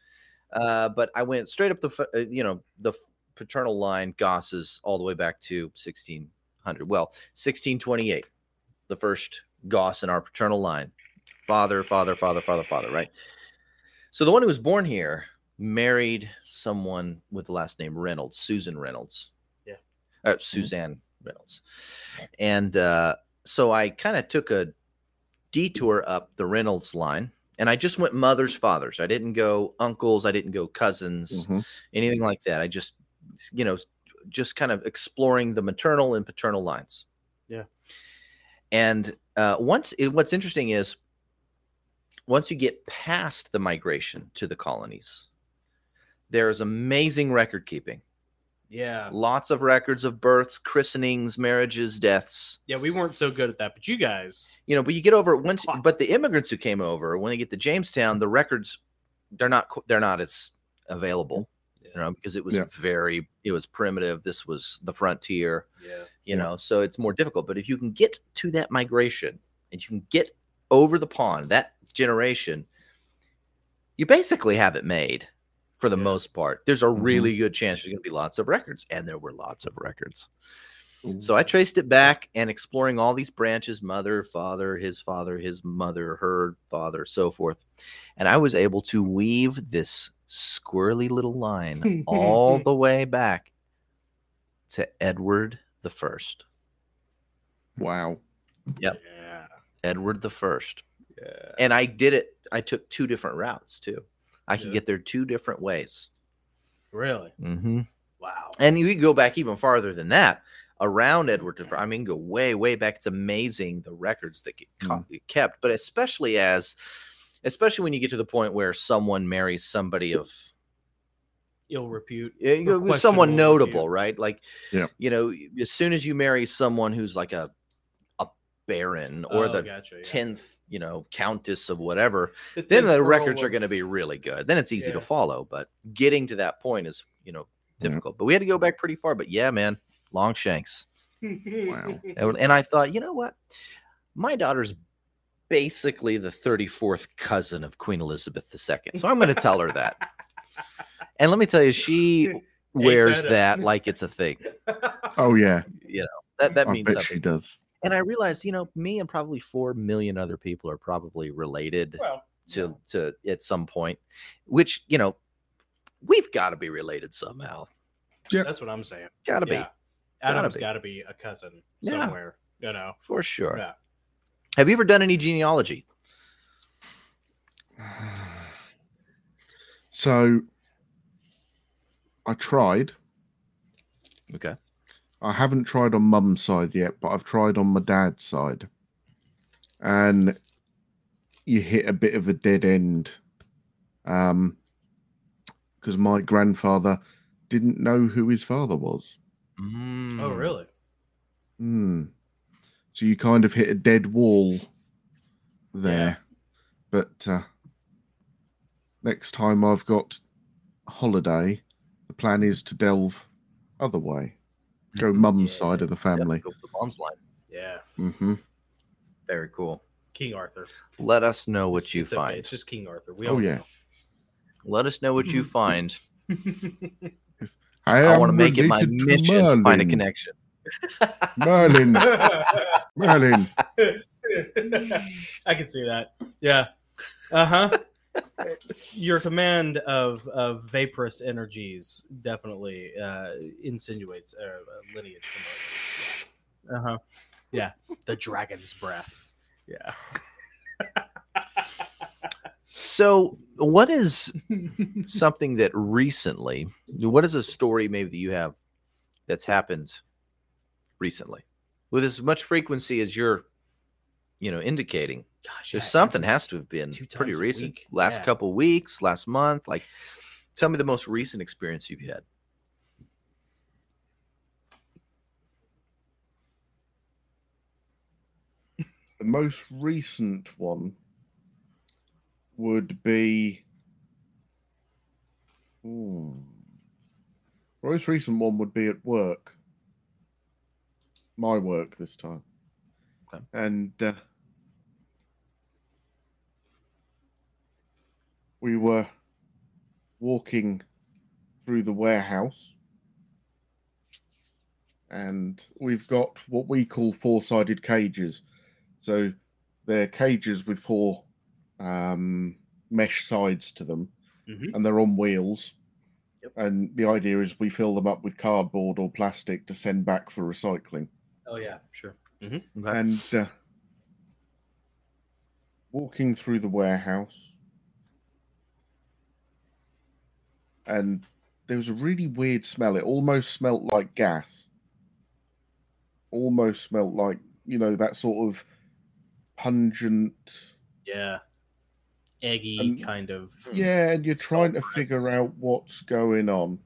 Speaker 1: Uh, but I went straight up the, fa- uh, you know, the f- paternal line, Gosses, all the way back to 1600. Well, 1628, the first Goss in our paternal line. Father, father, father, father, father, right? So the one who was born here married someone with the last name Reynolds, Susan Reynolds.
Speaker 2: Yeah.
Speaker 1: Uh, Suzanne Reynolds. And, uh, so I kind of took a detour up the Reynolds line and I just went mother's fathers. I didn't go uncles, I didn't go cousins,
Speaker 3: Mhm.
Speaker 1: anything like that. I just you know just kind of exploring the maternal and paternal lines.
Speaker 2: Yeah.
Speaker 1: And uh, once it, what's interesting is once you get past the migration to the colonies, there is amazing record keeping.
Speaker 2: yeah,
Speaker 1: Lots of records of births, christenings, marriages, deaths
Speaker 2: yeah. We weren't so good at that, but you guys,
Speaker 1: you know but you get over it once
Speaker 2: Awesome.
Speaker 1: but the immigrants who came over when they get to jamestown the records they're not qu- they're not as available you know because it was
Speaker 3: Yeah.
Speaker 1: very it was primitive this was the frontier
Speaker 2: yeah,
Speaker 1: you
Speaker 3: Yeah.
Speaker 1: know so it's more difficult but if you can get to that migration and you can get over the pond that generation you basically have it made for the
Speaker 2: Yeah.
Speaker 1: most part there's a
Speaker 3: Mhm.
Speaker 1: really good chance there's going to be lots of records and there were lots of records so I traced it back and exploring all these branches mother, father, his father, his mother, her father, so forth. And I was able to weave this squirrely little line all the way back to Edward the First.
Speaker 3: Wow.
Speaker 1: Yep.
Speaker 2: yeah,
Speaker 1: Edward the First.
Speaker 2: yeah.
Speaker 1: And I did it, I took two different routes too. I could
Speaker 2: Yeah.
Speaker 1: get there two different ways.
Speaker 2: Really?
Speaker 1: Mm-hmm.
Speaker 2: Wow.
Speaker 1: And you could go back even farther than that around Edward. the Fir- I mean, go way, way back. It's amazing the records that get co- kept, but especially as, especially when you get to the point where someone marries somebody of
Speaker 2: Ill repute.
Speaker 1: yeah, you go
Speaker 2: or
Speaker 1: with someone
Speaker 2: questionable
Speaker 1: notable,
Speaker 2: repute.
Speaker 1: right? Like,
Speaker 3: Yeah.
Speaker 1: you know, as soon as you marry someone who's like a a baron or
Speaker 2: Oh,
Speaker 1: the
Speaker 2: gotcha, yeah.
Speaker 1: tenth, you know, countess of whatever,
Speaker 2: The
Speaker 1: then
Speaker 2: tenth
Speaker 1: the
Speaker 2: Earl
Speaker 1: records are
Speaker 2: of-
Speaker 1: going to be really good. Then it's easy
Speaker 2: Yeah.
Speaker 1: to follow, but getting to that point is, you know,
Speaker 3: Yeah.
Speaker 1: difficult. But we had to go back pretty far. But yeah, man, long shanks.
Speaker 3: Wow.
Speaker 1: And and I thought, you know what? My daughter's basically the 34th cousin of Queen Elizabeth II. So I'm going to tell her that. And let me tell you, she wears
Speaker 2: that up.
Speaker 1: that like it's a thing.
Speaker 3: Oh yeah,
Speaker 1: That that
Speaker 3: I
Speaker 1: means
Speaker 3: bet
Speaker 1: something.
Speaker 3: she does.
Speaker 1: And I realized, you know, me and probably 4 million other people are probably related
Speaker 5: Well,
Speaker 1: to to at some point, which, you know, we've got to be related somehow.
Speaker 2: That's what I'm saying.
Speaker 1: Got to
Speaker 2: Yeah.
Speaker 1: be Gotta
Speaker 2: Adam's
Speaker 1: be.
Speaker 2: got to be a cousin
Speaker 1: Yeah.
Speaker 2: somewhere. You know.
Speaker 1: for sure.
Speaker 2: Yeah.
Speaker 1: Have you ever done any genealogy?
Speaker 3: So I tried.
Speaker 1: Okay.
Speaker 3: I haven't tried on mum's side yet, but I've tried on my dad's side. And you hit a bit of a dead end. Um because my grandfather didn't know who his father was.
Speaker 2: Oh, really?
Speaker 3: Hmm. So you kind of hit a dead wall there. But uh, next time I've got holiday, the plan is to delve other way. Go
Speaker 1: Mm-hmm.
Speaker 3: mum's
Speaker 2: Yeah.
Speaker 3: side of the
Speaker 1: Yep,
Speaker 3: family.
Speaker 1: go with the mom's line.
Speaker 2: Yeah.
Speaker 3: hmm
Speaker 1: Very cool.
Speaker 2: King Arthur.
Speaker 1: Let us know what
Speaker 2: It's-
Speaker 1: you
Speaker 2: it's okay.
Speaker 1: find.
Speaker 2: It's just King Arthur. We
Speaker 3: Oh,
Speaker 2: all
Speaker 3: yeah.
Speaker 1: Let us know what you
Speaker 3: Mm-hmm.
Speaker 1: find.
Speaker 3: I,
Speaker 1: I
Speaker 3: am
Speaker 1: want to make it my
Speaker 3: related to
Speaker 1: mission to find a
Speaker 3: Merlin.
Speaker 1: connection.
Speaker 3: Merlin, Merlin.
Speaker 2: I can see that. Yeah. Uh huh. Your command of, of vaporous energies definitely uh, insinuates a a lineage. Uh huh. Yeah. The dragon's breath. Yeah.
Speaker 1: So, what is something that recently, what is a story maybe that you have that's happened recently with as much frequency as you're, you know, indicating?
Speaker 2: Gosh,
Speaker 1: There's
Speaker 2: yeah,
Speaker 1: something has to have been
Speaker 2: two
Speaker 1: pretty
Speaker 2: times a
Speaker 1: recent.
Speaker 2: week.
Speaker 1: Last
Speaker 2: Yeah.
Speaker 1: couple weeks, last month. Like, tell me the most recent experience you've had.
Speaker 3: The most recent one would be. Hmm. Most recent one would be at work. My work this time.
Speaker 1: Okay.
Speaker 3: And uh, we were walking through the warehouse. And we've got what we call four sided cages. So they're cages with four um, mesh sides to them,
Speaker 2: Mhm.
Speaker 3: and they're on wheels.
Speaker 2: Yep.
Speaker 3: And the idea is we fill them up with cardboard or plastic to send back for recycling.
Speaker 2: Oh, yeah. Sure.
Speaker 1: Okay.
Speaker 3: And uh, walking through the warehouse, and there was a really weird smell. It almost smelt like gas. Almost smelt like you know that sort of pungent.
Speaker 2: Yeah. Eggy
Speaker 3: Um,
Speaker 2: kind of.
Speaker 3: Yeah, and you're trying to
Speaker 2: Sulfurous.
Speaker 3: figure out what's going on.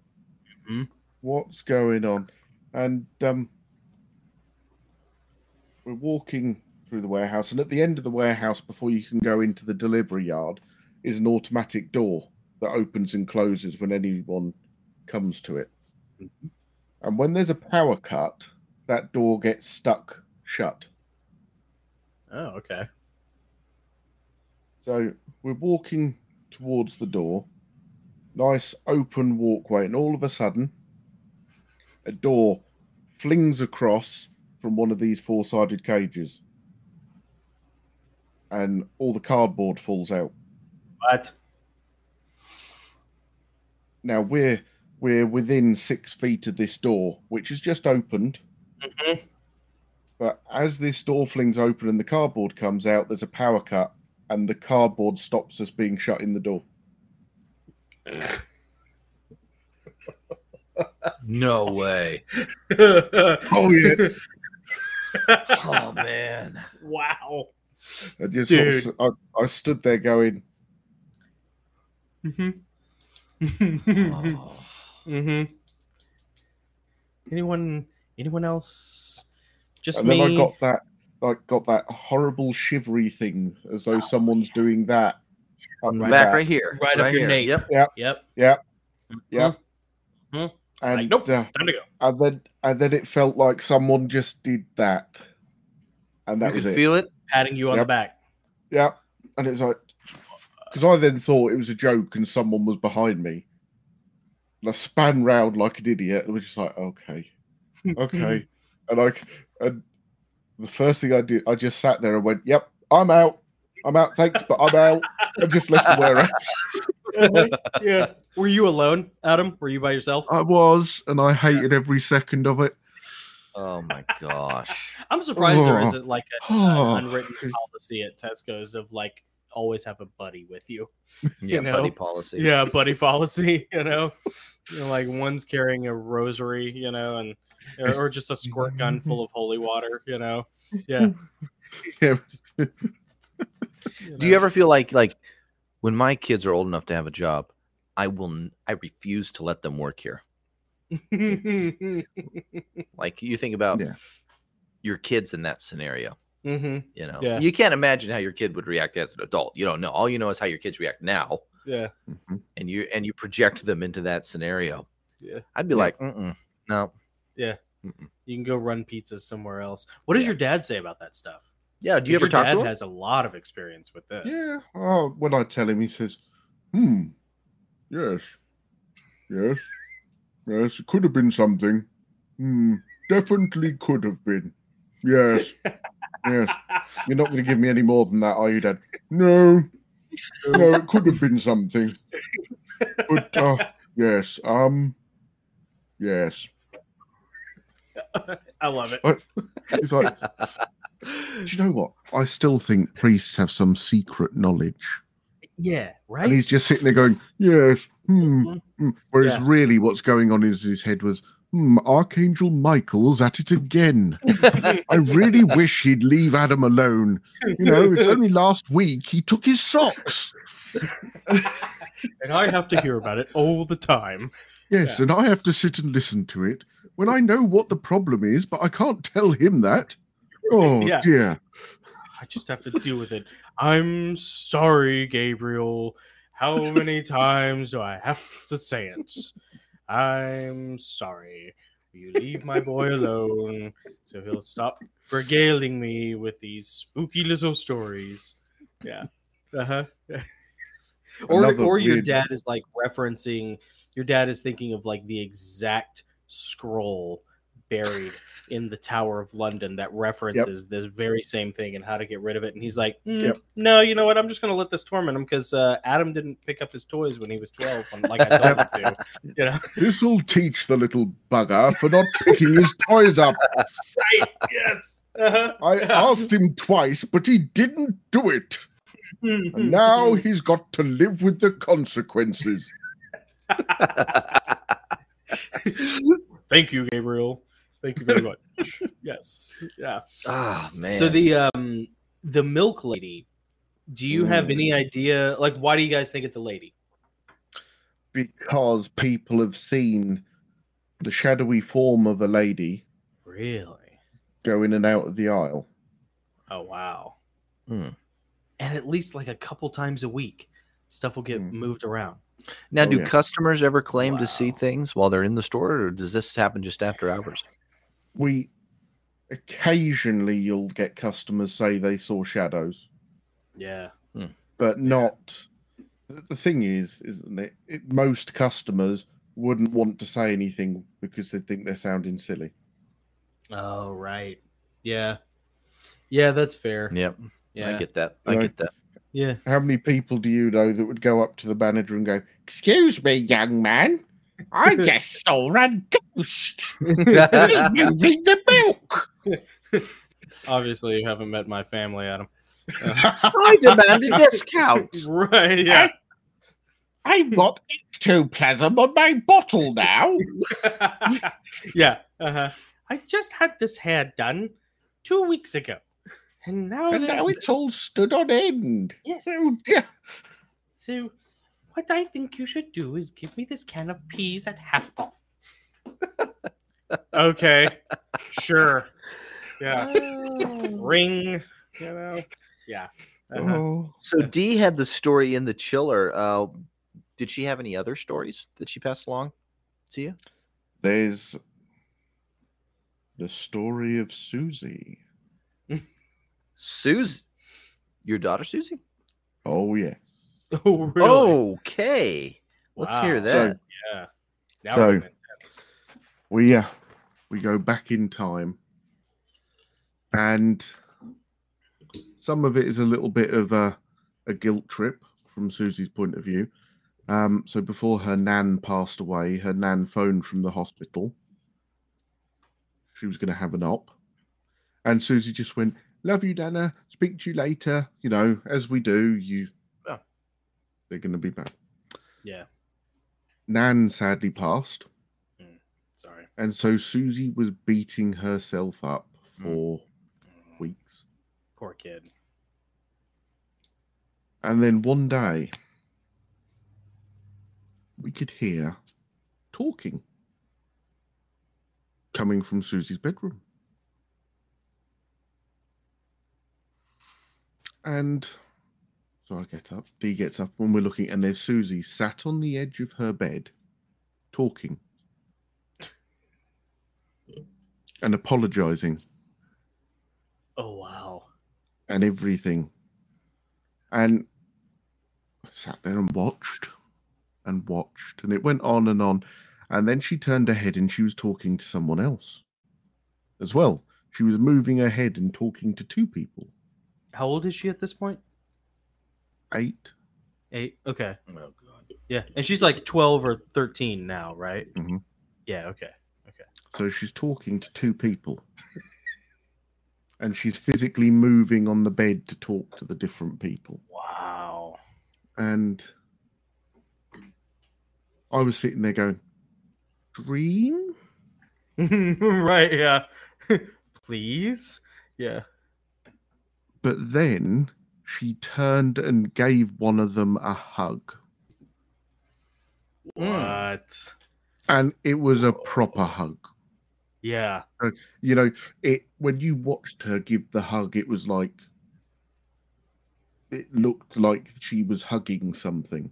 Speaker 2: Mhm.
Speaker 3: What's going on? And um, we're walking through the warehouse, and at the end of the warehouse, before you can go into the delivery yard, is an automatic door that opens and closes when anyone comes to it. And when there's a power cut, that door gets stuck shut.
Speaker 2: Oh, okay.
Speaker 3: So we're walking towards the door, nice open walkway, and all of a sudden, a door flings across from one of these four sided cages, and all the cardboard falls out.
Speaker 2: But
Speaker 3: Now we're we're within six feet of this door, which is just opened.
Speaker 2: Mhm.
Speaker 3: But as this door flings open and the cardboard comes out, there's a power cut, and the cardboard stops us being shut in the door.
Speaker 1: no way.
Speaker 3: Oh yes.
Speaker 1: Oh, man.
Speaker 2: wow.
Speaker 3: I just sort of
Speaker 2: Dude.
Speaker 3: s- I, I stood there going,
Speaker 2: mm-hmm.
Speaker 1: Oh.
Speaker 2: Anyone? Anyone else? Just
Speaker 3: and
Speaker 2: me.
Speaker 3: then I got that like got that horrible shivery thing as though someone's doing that. up your
Speaker 1: Back right here.
Speaker 2: Right up your
Speaker 1: here.
Speaker 2: nape.
Speaker 1: Yep.
Speaker 2: Yep.
Speaker 3: Yeah.
Speaker 2: Mhm.
Speaker 3: And
Speaker 2: Like, nope.
Speaker 3: uh,
Speaker 2: Time to go.
Speaker 3: and then and then it felt like someone just did that, and that
Speaker 1: you
Speaker 3: was
Speaker 1: could
Speaker 3: it.
Speaker 1: feel it.
Speaker 2: Patting you on
Speaker 3: Yep.
Speaker 2: the back.
Speaker 3: yeah, and it's like because I then thought it was a joke and someone was behind me. And I span round like an idiot and was just like, okay, okay, and I and the first thing I did, I just sat there and went, yep, I'm out. I'm out, thanks, but I'm out. I just left the warehouse.
Speaker 2: yeah.
Speaker 5: Were you alone, Adam? Were you by yourself?
Speaker 3: I was, and I hated every second of it.
Speaker 1: Oh my gosh.
Speaker 5: I'm surprised there
Speaker 3: Oh.
Speaker 5: isn't like a,
Speaker 3: Oh.
Speaker 5: an unwritten policy at Tesco's of like always have a buddy with you.
Speaker 1: Yeah,
Speaker 5: You know?
Speaker 1: buddy policy.
Speaker 5: Yeah, buddy policy. You know, You know, like one's carrying a rosary, you know, and or, or just a squirt gun full of holy water. You know, yeah.
Speaker 3: Yeah.
Speaker 1: Do you ever feel like like when my kids are old enough to have a job, I will n- I refuse to let them work here.
Speaker 5: ever?
Speaker 1: Like you think about
Speaker 3: Yeah.
Speaker 1: your kids in that scenario.
Speaker 5: hmm
Speaker 1: You know,
Speaker 5: Yeah.
Speaker 1: you can't imagine how your kid would react as an adult. You don't know. All you know is how your kids react now,
Speaker 5: Yeah.
Speaker 3: Mhm.
Speaker 1: and you and you project them into that scenario.
Speaker 5: Yeah.
Speaker 1: I'd be like, Mm-mm, no,
Speaker 5: You can go run pizzas somewhere else. What does
Speaker 1: Yeah.
Speaker 5: your dad say about that stuff?
Speaker 1: yeah. Do you
Speaker 5: 'Cause
Speaker 1: ever
Speaker 5: your
Speaker 1: talk
Speaker 5: dad
Speaker 1: to him?
Speaker 5: has a lot of experience with this.
Speaker 3: Yeah. Oh, when I tell him, he says, "Hmm. Yes. Yes. Yes. It could have been something. Hmm. Definitely could have been. Yes. Yes. You're not going to give me any more than that, are you, Dad? No. No. It could have been something. But uh, yes. Um. Yes.
Speaker 5: I love it.
Speaker 3: It's like, do you know what? I still think priests have some secret knowledge.
Speaker 5: Yeah, right.
Speaker 3: and he's just sitting there going, "Yes, hmm."
Speaker 5: Mhm.
Speaker 3: hmm." Whereas
Speaker 5: Yeah.
Speaker 3: really, what's going on in his head was, "Hmm, Archangel Michael's at it again. I really wish he'd leave Adam alone. You know, it's only last week he took his socks.
Speaker 5: and I have to hear about it all the time.
Speaker 3: Yes, and I have to sit and listen to it when I know what the problem is, but I can't tell him that. Oh
Speaker 5: Yeah.
Speaker 3: dear,
Speaker 5: I just have to deal with it. I'm sorry, Gabriel. How many times do I have to say it? I'm sorry. Will You leave my boy alone so um, he'll stop regaling me with these spooky little stories. Yeah. Uh huh. or
Speaker 3: Another
Speaker 5: or your
Speaker 3: weird-
Speaker 5: dad is like referencing, your dad is thinking of like the exact scroll buried in the Tower of London that references this very same thing and how to get rid of it. And he's like, "Mm,
Speaker 3: Yep.
Speaker 5: no, you know what? I'm just going to let this torment him because uh, Adam didn't pick up his toys when he was 12, when, like I told him to. You know,
Speaker 3: this'll teach the little bugger for not picking his toys up.
Speaker 5: right? Yes. Uh-huh.
Speaker 3: I asked him twice, but he didn't do it." And now he's got to live with the consequences.
Speaker 5: Thank you, Gabriel. Thank you very much. yes. Yeah.
Speaker 1: oh man.
Speaker 5: So the um the milk lady. Do you have
Speaker 3: Mm.
Speaker 5: any idea? Like, why do you guys think it's a lady?
Speaker 3: Because people have seen the shadowy form of a lady
Speaker 5: Really?
Speaker 3: go in and out of the aisle.
Speaker 5: Oh wow.
Speaker 1: Hmm.
Speaker 5: And at least like a couple times a week, stuff will get
Speaker 3: Hmm.
Speaker 5: moved around.
Speaker 1: now,
Speaker 3: oh,
Speaker 1: do
Speaker 3: yeah.
Speaker 1: customers ever claim to see
Speaker 5: Wow.
Speaker 1: things while they're in the store, or does this happen just after hours?
Speaker 3: We occasionally you'll get customers say they saw shadows,
Speaker 5: Yeah.
Speaker 3: but not. the- The thing is, isn't it? it most customers wouldn't want to say anything because they think they're sounding silly.
Speaker 5: Oh right. Yeah. Yeah, that's fair.
Speaker 1: Yep.
Speaker 5: Yeah.
Speaker 1: I get that. I
Speaker 3: Right.
Speaker 1: get that.
Speaker 5: yeah.
Speaker 3: How many people do you know that would go up to the manager and go, "Excuse me, young man, I just saw a ghost moving the milk."
Speaker 5: Obviously you haven't met my family, Adam.
Speaker 1: I demand a discount.
Speaker 5: right, yeah.
Speaker 3: I've got ectoplasm on my bottle now.
Speaker 5: yeah. Uh-huh. I just had this hair done two weeks ago. And now,
Speaker 3: And
Speaker 5: there's-
Speaker 3: now it's all stood on end.
Speaker 5: yes.
Speaker 3: Oh dear.
Speaker 5: So, what I think you should do is give me this can of peas at half off. okay, sure. yeah. Ring, you know. Yeah. Uh-huh.
Speaker 3: Oh.
Speaker 1: So Dee had the story in the chiller. Uh, did she have any other stories that she passed along to you?
Speaker 3: There's the story of Susie.
Speaker 1: Susie, your daughter Susie?
Speaker 3: Oh yes.
Speaker 5: Oh, really?
Speaker 1: Okay. Let's hear
Speaker 5: Wow.
Speaker 1: that.
Speaker 3: So
Speaker 5: Yeah. Now
Speaker 3: So-
Speaker 5: we're getting intense.
Speaker 3: we uh, we go back in time and some of it is a little bit of a, a guilt trip from susie's point of view um, so before her nan passed away her nan phoned from the hospital she was going to have an op and susie just went love you nana speak to you later you know as we do you ah,
Speaker 1: Yeah.
Speaker 3: they're going to be back
Speaker 5: Yeah.
Speaker 3: nan sadly passed
Speaker 5: Sorry.
Speaker 3: And so Susie was beating herself up
Speaker 1: Mm.
Speaker 3: for weeks.
Speaker 5: Poor kid.
Speaker 3: And then one day, we could hear talking coming from Susie's bedroom. And so I get up, Dee gets up, and we're looking, and there's Susie sat on the edge of her bed talking and apologizing.
Speaker 5: Oh wow.
Speaker 3: and everything. And I sat there and watched and watched, and it went on and on. And then she turned her head and she was talking to someone else as well. She was moving her head and talking to two people.
Speaker 5: How old is she at this point?
Speaker 3: Eight.
Speaker 5: Eight. Okay.
Speaker 1: oh god.
Speaker 5: Yeah. And she's like twelve or thirteen now, right?
Speaker 1: Mm-hmm.
Speaker 3: Mhm.
Speaker 5: Yeah, okay.
Speaker 3: So she's talking to two people. and she's physically moving on the bed to talk to the different people.
Speaker 5: Wow.
Speaker 3: And I was sitting there going, Dream?
Speaker 5: right, yeah. Please? Yeah.
Speaker 3: but then she turned and gave one of them a hug
Speaker 5: Hmm. What?
Speaker 3: and it was a proper hug
Speaker 5: Yeah.
Speaker 3: you know it when you watched her give the hug it was like it looked like she was hugging something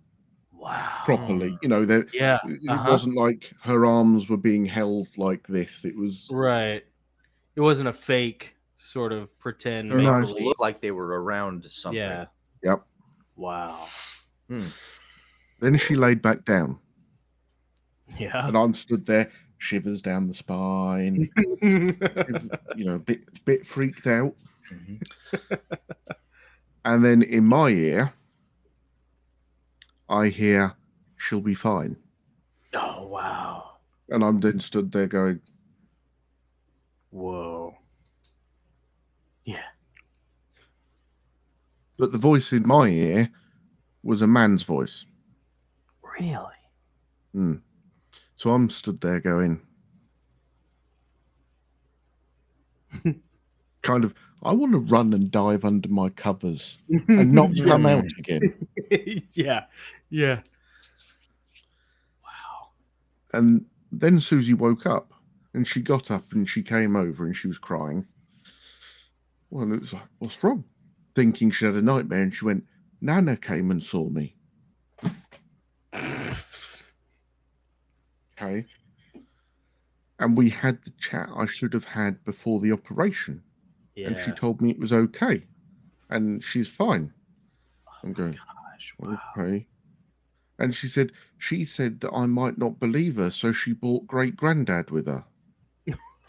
Speaker 5: Wow.
Speaker 3: properly you know there
Speaker 5: Oh. Yeah.
Speaker 3: it
Speaker 5: Uh-huh.
Speaker 3: wasn't like her arms were being held like this it was
Speaker 5: Right. It wasn't a fake sort of pretend.
Speaker 1: Or
Speaker 3: No.
Speaker 5: make
Speaker 1: it
Speaker 5: believe.
Speaker 1: looked like they were around something.
Speaker 5: Yeah.
Speaker 3: Yep.
Speaker 5: Wow.
Speaker 3: then she laid back down
Speaker 5: Yeah.
Speaker 3: and i'm stood there shivers down the spine you know a bit bit freaked out
Speaker 1: Mhm.
Speaker 3: And then in my ear, I hear, she'll be fine.
Speaker 5: oh wow.
Speaker 3: And I'm then stood there going,
Speaker 5: Whoa.
Speaker 3: but the voice in my ear was a man's voice.
Speaker 5: Really?
Speaker 3: So I'm stood there going, kind of, I want to run and dive under my covers and not come out again.
Speaker 5: yeah. Yeah.
Speaker 3: And then Susie woke up and she got up and she came over and she was crying. Well, and it was like, what's wrong? Thinking she had a nightmare. And she went, Nana came and saw me. okay. And we had the chat I should have had before the operation. And she
Speaker 5: Yeah.
Speaker 3: told me it was okay. And she's fine. I'm going,
Speaker 5: Gosh,
Speaker 3: Mm-hmm.
Speaker 5: wow.
Speaker 3: Okay. And she said, she said that I might not believe her, so she brought great granddad with her.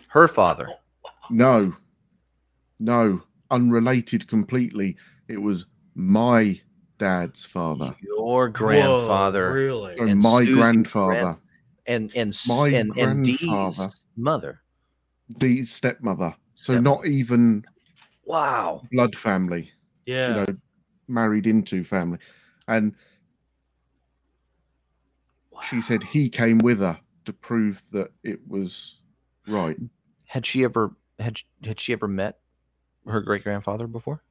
Speaker 1: Her father.
Speaker 3: No, no, unrelated completely. It was my dad's father,
Speaker 1: Your
Speaker 5: Whoa,
Speaker 1: grandfather.
Speaker 5: really?
Speaker 3: so
Speaker 1: And
Speaker 3: my
Speaker 1: Susie's
Speaker 3: grandfather,
Speaker 1: and and s-
Speaker 3: My
Speaker 1: and, and
Speaker 3: grandfather.
Speaker 1: Dee's mother.
Speaker 3: Dee's stepmother. So
Speaker 1: Stepmother.
Speaker 3: not even
Speaker 1: Wow.
Speaker 3: blood family,
Speaker 5: Yeah.
Speaker 3: you know, married into family. And she said he came with her to prove that it was right.
Speaker 1: Had she ever had sh- had she ever met her great grandfather before?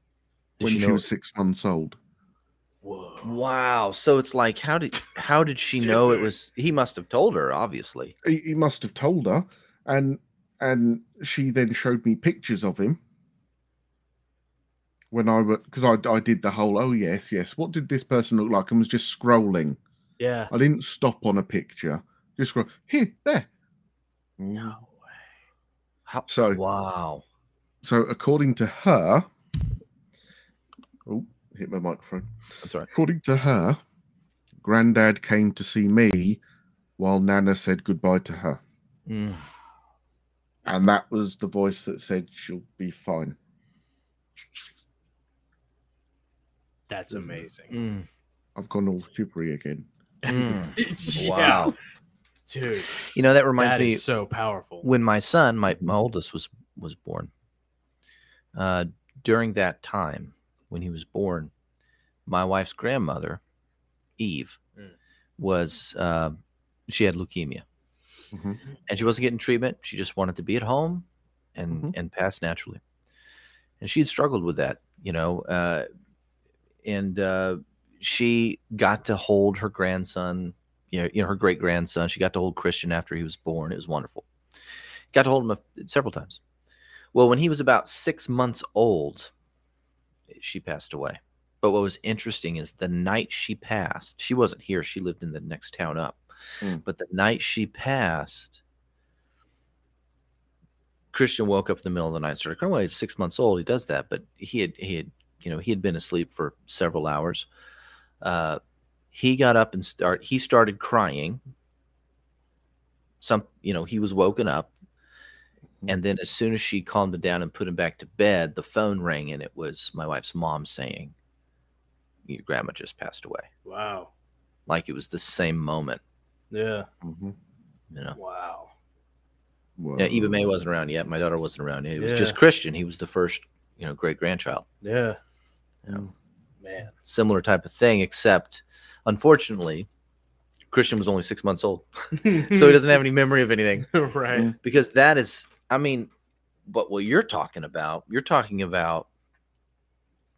Speaker 1: Did
Speaker 3: when
Speaker 1: she
Speaker 3: she,
Speaker 1: know-
Speaker 3: was six months old.
Speaker 5: Whoa.
Speaker 1: Wow. So it's like how did how did she know it was he must have told her, obviously.
Speaker 3: he, he must have told her and and she then showed me pictures of him when I was because I, I did the whole oh yes yes what did this person look like and was just scrolling.
Speaker 2: Yeah.
Speaker 3: I didn't stop on a picture. Just scroll here there.
Speaker 2: No.
Speaker 1: How,
Speaker 3: So
Speaker 1: wow.
Speaker 3: so according to her, oh hit my microphone.
Speaker 1: That's right.
Speaker 3: According to her, Grandad came to see me while Nana said goodbye to her,
Speaker 1: Mm.
Speaker 3: and that was the voice that said she'll be fine.
Speaker 2: That's amazing.
Speaker 1: Mm.
Speaker 3: I've gone all shivery again.
Speaker 1: Mm.
Speaker 2: Yeah.
Speaker 1: Wow.
Speaker 2: Dude,
Speaker 1: You know that reminds
Speaker 2: that
Speaker 1: me
Speaker 2: is so powerful.
Speaker 1: when my son, my, my oldest, was was born. Uh, during that time when he was born, my wife's grandmother, Eve,
Speaker 2: Mm.
Speaker 1: was uh, she had leukemia,
Speaker 3: Mhm.
Speaker 1: and she wasn't getting treatment. She just wanted to be at home and
Speaker 3: Mhm.
Speaker 1: and pass naturally. And she had struggled with that, you know, uh, and uh, she got to hold her grandson, you know, you know her great grandson. She got to hold Christian after he was born. It was wonderful. Got to hold him a, several times. Well, when he was about six months old, she passed away. But what was interesting is the night she passed, she wasn't here. She lived in the next town up.
Speaker 3: Mm.
Speaker 1: But the night she passed, Christian woke up in the middle of the night, started crying. Well, he's six months old. He does that, but he had he had you know he had been asleep for several hours. Uh, he got up and start. He started crying. Some you know he was woken up, and then as soon as she calmed him down and put him back to bed, the phone rang and it was my wife's mom saying, "Your grandma just passed away."
Speaker 2: Wow.
Speaker 1: Like it was the same moment,
Speaker 2: Yeah.
Speaker 3: Mm-hmm.
Speaker 1: you know.
Speaker 2: Wow.
Speaker 3: Wow.
Speaker 1: Yeah, Eva May wasn't around yet. My daughter wasn't around yet. It was
Speaker 2: Yeah.
Speaker 1: just Christian. He was the first, you know, great grandchild.
Speaker 2: Yeah.
Speaker 1: Yeah.
Speaker 2: Man.
Speaker 1: similar type of thing, except unfortunately, Christian was only six months old, so Mm. he doesn't have any memory of anything.
Speaker 2: right.
Speaker 1: Because that is, I mean, but what you're talking about, you're talking about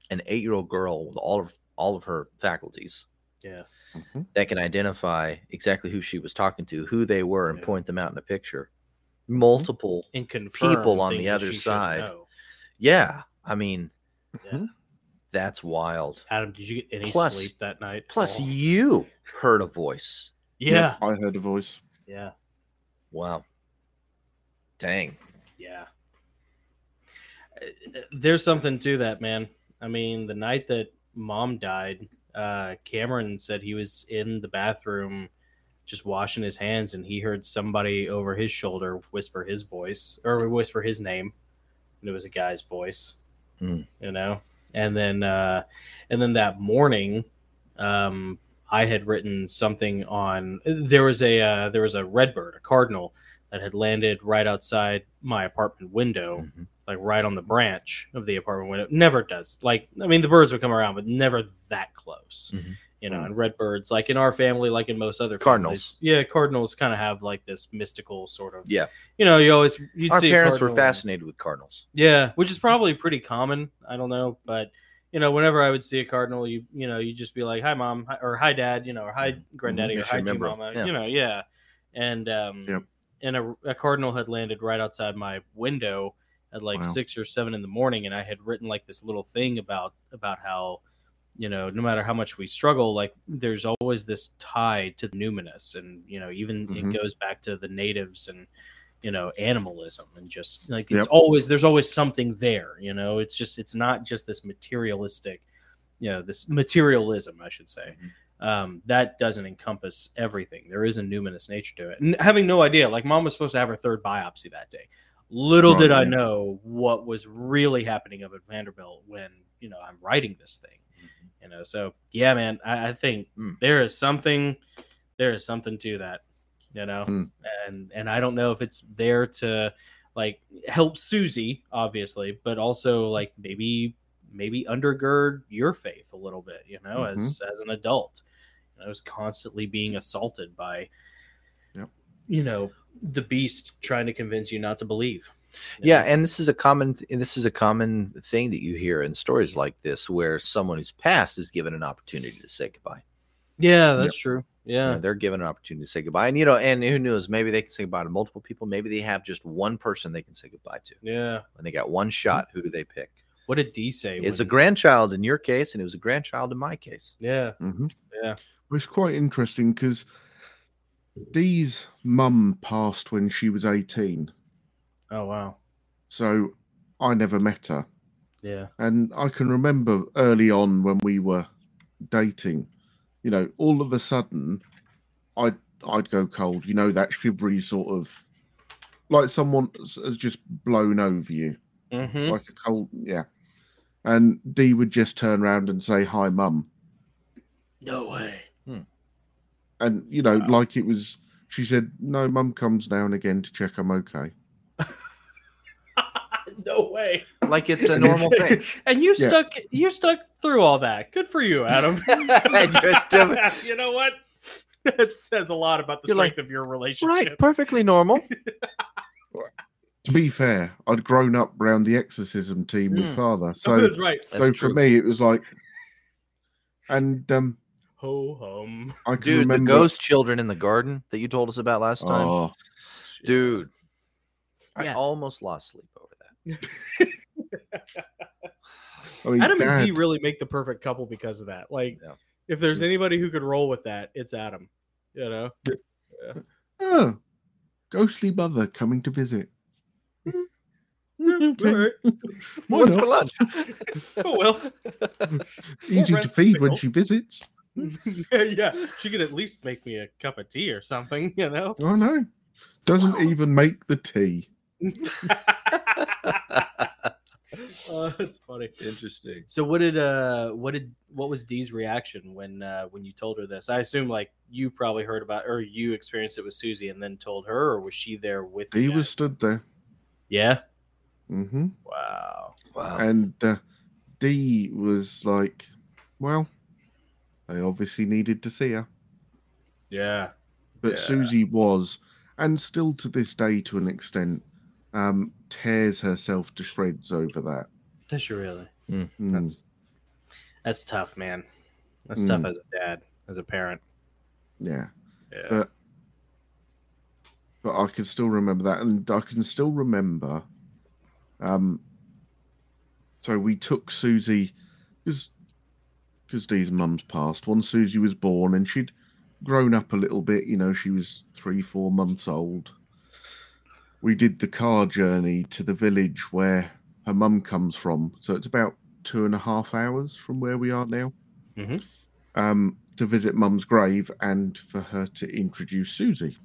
Speaker 1: an eight-year-old girl with all of all of her faculties
Speaker 2: Yeah.
Speaker 3: Mhm.
Speaker 1: that can identify exactly who she was talking to, who they were, and
Speaker 2: Yeah. Mm-hmm.
Speaker 1: point them out in a picture. Multiple,
Speaker 2: And confirm
Speaker 1: People on
Speaker 2: things
Speaker 1: the
Speaker 2: that
Speaker 1: other
Speaker 2: she should
Speaker 1: side.
Speaker 2: know.
Speaker 1: yeah. I mean,
Speaker 2: Yeah.
Speaker 1: that's wild.
Speaker 2: Adam, did you get any
Speaker 1: Plus-
Speaker 2: sleep that night?
Speaker 1: Plus,
Speaker 2: Oh.
Speaker 1: you heard a voice.
Speaker 2: yeah.
Speaker 3: I heard a voice.
Speaker 2: Yeah.
Speaker 1: Wow. Dang.
Speaker 2: Yeah. Uh, There's something to that, man. I mean, the night that mom died, uh, Cameron said he was in the bathroom just washing his hands and he heard somebody over his shoulder whisper his voice or whisper his name. And it was a guy's voice,
Speaker 1: Hmm.
Speaker 2: you know? And then, uh, and then that morning, um, I had written something on, there was a, uh, there was a redbird, a cardinal that had landed right outside my apartment window,
Speaker 1: Mhm.
Speaker 2: like right on the branch of the apartment window. Never does. Like, I mean, the birds would come around, but never that close.
Speaker 1: Mhm.
Speaker 2: You know,
Speaker 3: Mm.
Speaker 2: and red birds, like in our family, like in most other
Speaker 1: Cardinals.
Speaker 2: families- yeah, cardinals kind of have like this mystical sort of.
Speaker 1: Yeah.
Speaker 2: You know, you always you'd
Speaker 1: Our
Speaker 2: see a
Speaker 1: parents were
Speaker 2: cardinal and-
Speaker 1: fascinated with cardinals.
Speaker 2: yeah, which is probably pretty common. I don't know, but you know, whenever I would see a cardinal, you you know, you would just be like, "Hi, mom," hi- or "Hi, dad," you know, or "Hi, granddaddy,"
Speaker 1: Mm-hmm.
Speaker 2: or
Speaker 1: Makes you
Speaker 2: "Hi, to
Speaker 1: remember 'em.
Speaker 2: mama,"
Speaker 1: Yeah.
Speaker 2: you know, yeah. And um,
Speaker 3: Yep.
Speaker 2: and a, a cardinal had landed right outside my window at like
Speaker 3: Wow.
Speaker 2: six or seven in the morning, and I had written like this little thing about about how you know, no matter how much we struggle, like there's always this tie to the numinous, and you know, even
Speaker 1: Mm-hmm.
Speaker 3: Mhm.
Speaker 2: it goes back to the natives and you know, animalism, and just like it's
Speaker 3: Yep.
Speaker 2: always there's always something there. You know, it's just it's not just this materialistic, you know, this materialism, I should say.
Speaker 1: Mm-hmm.
Speaker 2: Um, that doesn't encompass everything. There is a numinous nature to it. And having no idea, like mom was supposed to have her third biopsy that day. Little
Speaker 3: Right,
Speaker 2: did I
Speaker 3: yeah.
Speaker 2: know what was really happening up at Vanderbilt when you know I'm writing this thing you know so yeah man i, I think
Speaker 1: Mm.
Speaker 2: there is something there is something to that you know
Speaker 1: Hmm.
Speaker 3: Mm.
Speaker 2: and and i don't know if it's there to like help susie obviously but also like maybe maybe undergird your faith a little bit you know as
Speaker 1: Mm-hmm.
Speaker 2: as an adult i was constantly being assaulted by
Speaker 3: Yep.
Speaker 2: you know the beast trying to convince you not to believe you
Speaker 1: Yeah,
Speaker 2: know?
Speaker 1: and this is a common th- this is a common thing that you hear in stories like this, where someone who's passed is given an opportunity to say goodbye.
Speaker 2: yeah that's true
Speaker 1: You know,
Speaker 2: Yeah.
Speaker 1: they're given an opportunity to say goodbye. And you know, and who knows? Maybe they can say goodbye to multiple people. Maybe they have just one person they can say goodbye to.
Speaker 2: Yeah.
Speaker 1: When they got
Speaker 2: Mm-hmm.
Speaker 1: one shot, who do they pick?
Speaker 2: What did D say?
Speaker 1: It's a
Speaker 2: when-
Speaker 1: grandchild in your case, and it was a grandchild in my case.
Speaker 2: Yeah.
Speaker 3: Mm-hmm.
Speaker 2: Yeah.
Speaker 3: Well, it's quite interesting because Dee's mum passed when she was 18.
Speaker 2: Oh wow.
Speaker 3: So I never met her.
Speaker 2: Yeah.
Speaker 3: And I can remember early on when we were dating, you know, all of a sudden I'd I'd go cold, you know, that shivery sort of like someone has- has just blown over you.
Speaker 2: Mm-hmm.
Speaker 3: Like a cold yeah. And Dee would just turn around and say, Hi mum.
Speaker 2: No way.
Speaker 3: And you know, like it was she said, No, mum comes now and again to check I'm okay.
Speaker 2: no way.
Speaker 1: Like it's a normal thing.
Speaker 2: and you
Speaker 3: Yeah.
Speaker 2: stuck you stuck through all that. Good for you, Adam.
Speaker 1: And you're still-
Speaker 2: you know what? That says a lot about the
Speaker 1: You're like,
Speaker 2: strength of your relationship.
Speaker 1: right, perfectly normal.
Speaker 3: To be fair, I'd grown up round the exorcism team
Speaker 1: Mm.
Speaker 3: with father.
Speaker 2: Oh,
Speaker 3: So
Speaker 2: That's right.
Speaker 1: That's
Speaker 3: so
Speaker 1: true.
Speaker 3: for me it was like and um
Speaker 2: Ho hum.
Speaker 3: I can
Speaker 1: Dude,
Speaker 3: remember
Speaker 1: the ghost children in the garden that you told us about last time.
Speaker 3: Oh,
Speaker 1: Dude, I
Speaker 2: Yeah.
Speaker 1: almost lost sleep over that.
Speaker 3: I mean,
Speaker 2: Adam
Speaker 3: Dad,
Speaker 2: and D really make the perfect couple because of that. Like,
Speaker 1: Yeah.
Speaker 2: if there's
Speaker 3: Mm-hmm.
Speaker 2: anybody who could roll with that, it's Adam. You know,
Speaker 3: Oh, ghostly mother coming to visit.
Speaker 2: All right.
Speaker 3: Why
Speaker 1: What's
Speaker 3: not?
Speaker 1: for lunch?
Speaker 2: oh well,
Speaker 3: Easy to
Speaker 2: rents
Speaker 3: feed when
Speaker 2: pickle.
Speaker 3: she visits.
Speaker 2: yeah, she could at least make me a cup of tea or something. You know,
Speaker 3: I know. Doesn't even make the tea.
Speaker 2: uh, that's funny.
Speaker 1: Interesting.
Speaker 2: So, what did uh, what did what was Dee's reaction when uh, when you told her this? I assume like you probably heard about or you experienced it with Susie and then told her, or was she there with?
Speaker 3: Dee
Speaker 2: you
Speaker 3: was
Speaker 2: guys?
Speaker 3: stood there.
Speaker 2: yeah.
Speaker 3: hmm
Speaker 2: Wow.
Speaker 1: Wow.
Speaker 3: And uh, Dee was like, well, they obviously needed to see her.
Speaker 2: Yeah.
Speaker 3: But
Speaker 2: Yeah.
Speaker 3: Susie was, and still to this day to an extent, um, tears herself to shreds over that.
Speaker 2: Does she really?
Speaker 3: Mm.
Speaker 2: That's that's tough, man. That's tough
Speaker 3: Mm.
Speaker 2: as a dad, as a parent.
Speaker 3: Yeah.
Speaker 2: Yeah.
Speaker 3: Uh, but I can still remember that, and I can still remember. Um, so we took Susie because because Dee's mum's passed. Once Susie was born, and she'd grown up a little bit. You know, she was three, four months old. We did the car journey to the village where her mum comes from. So it's about two and a half hours from where we are now
Speaker 2: Mhm.
Speaker 3: um, to visit mum's grave and for her to introduce Susie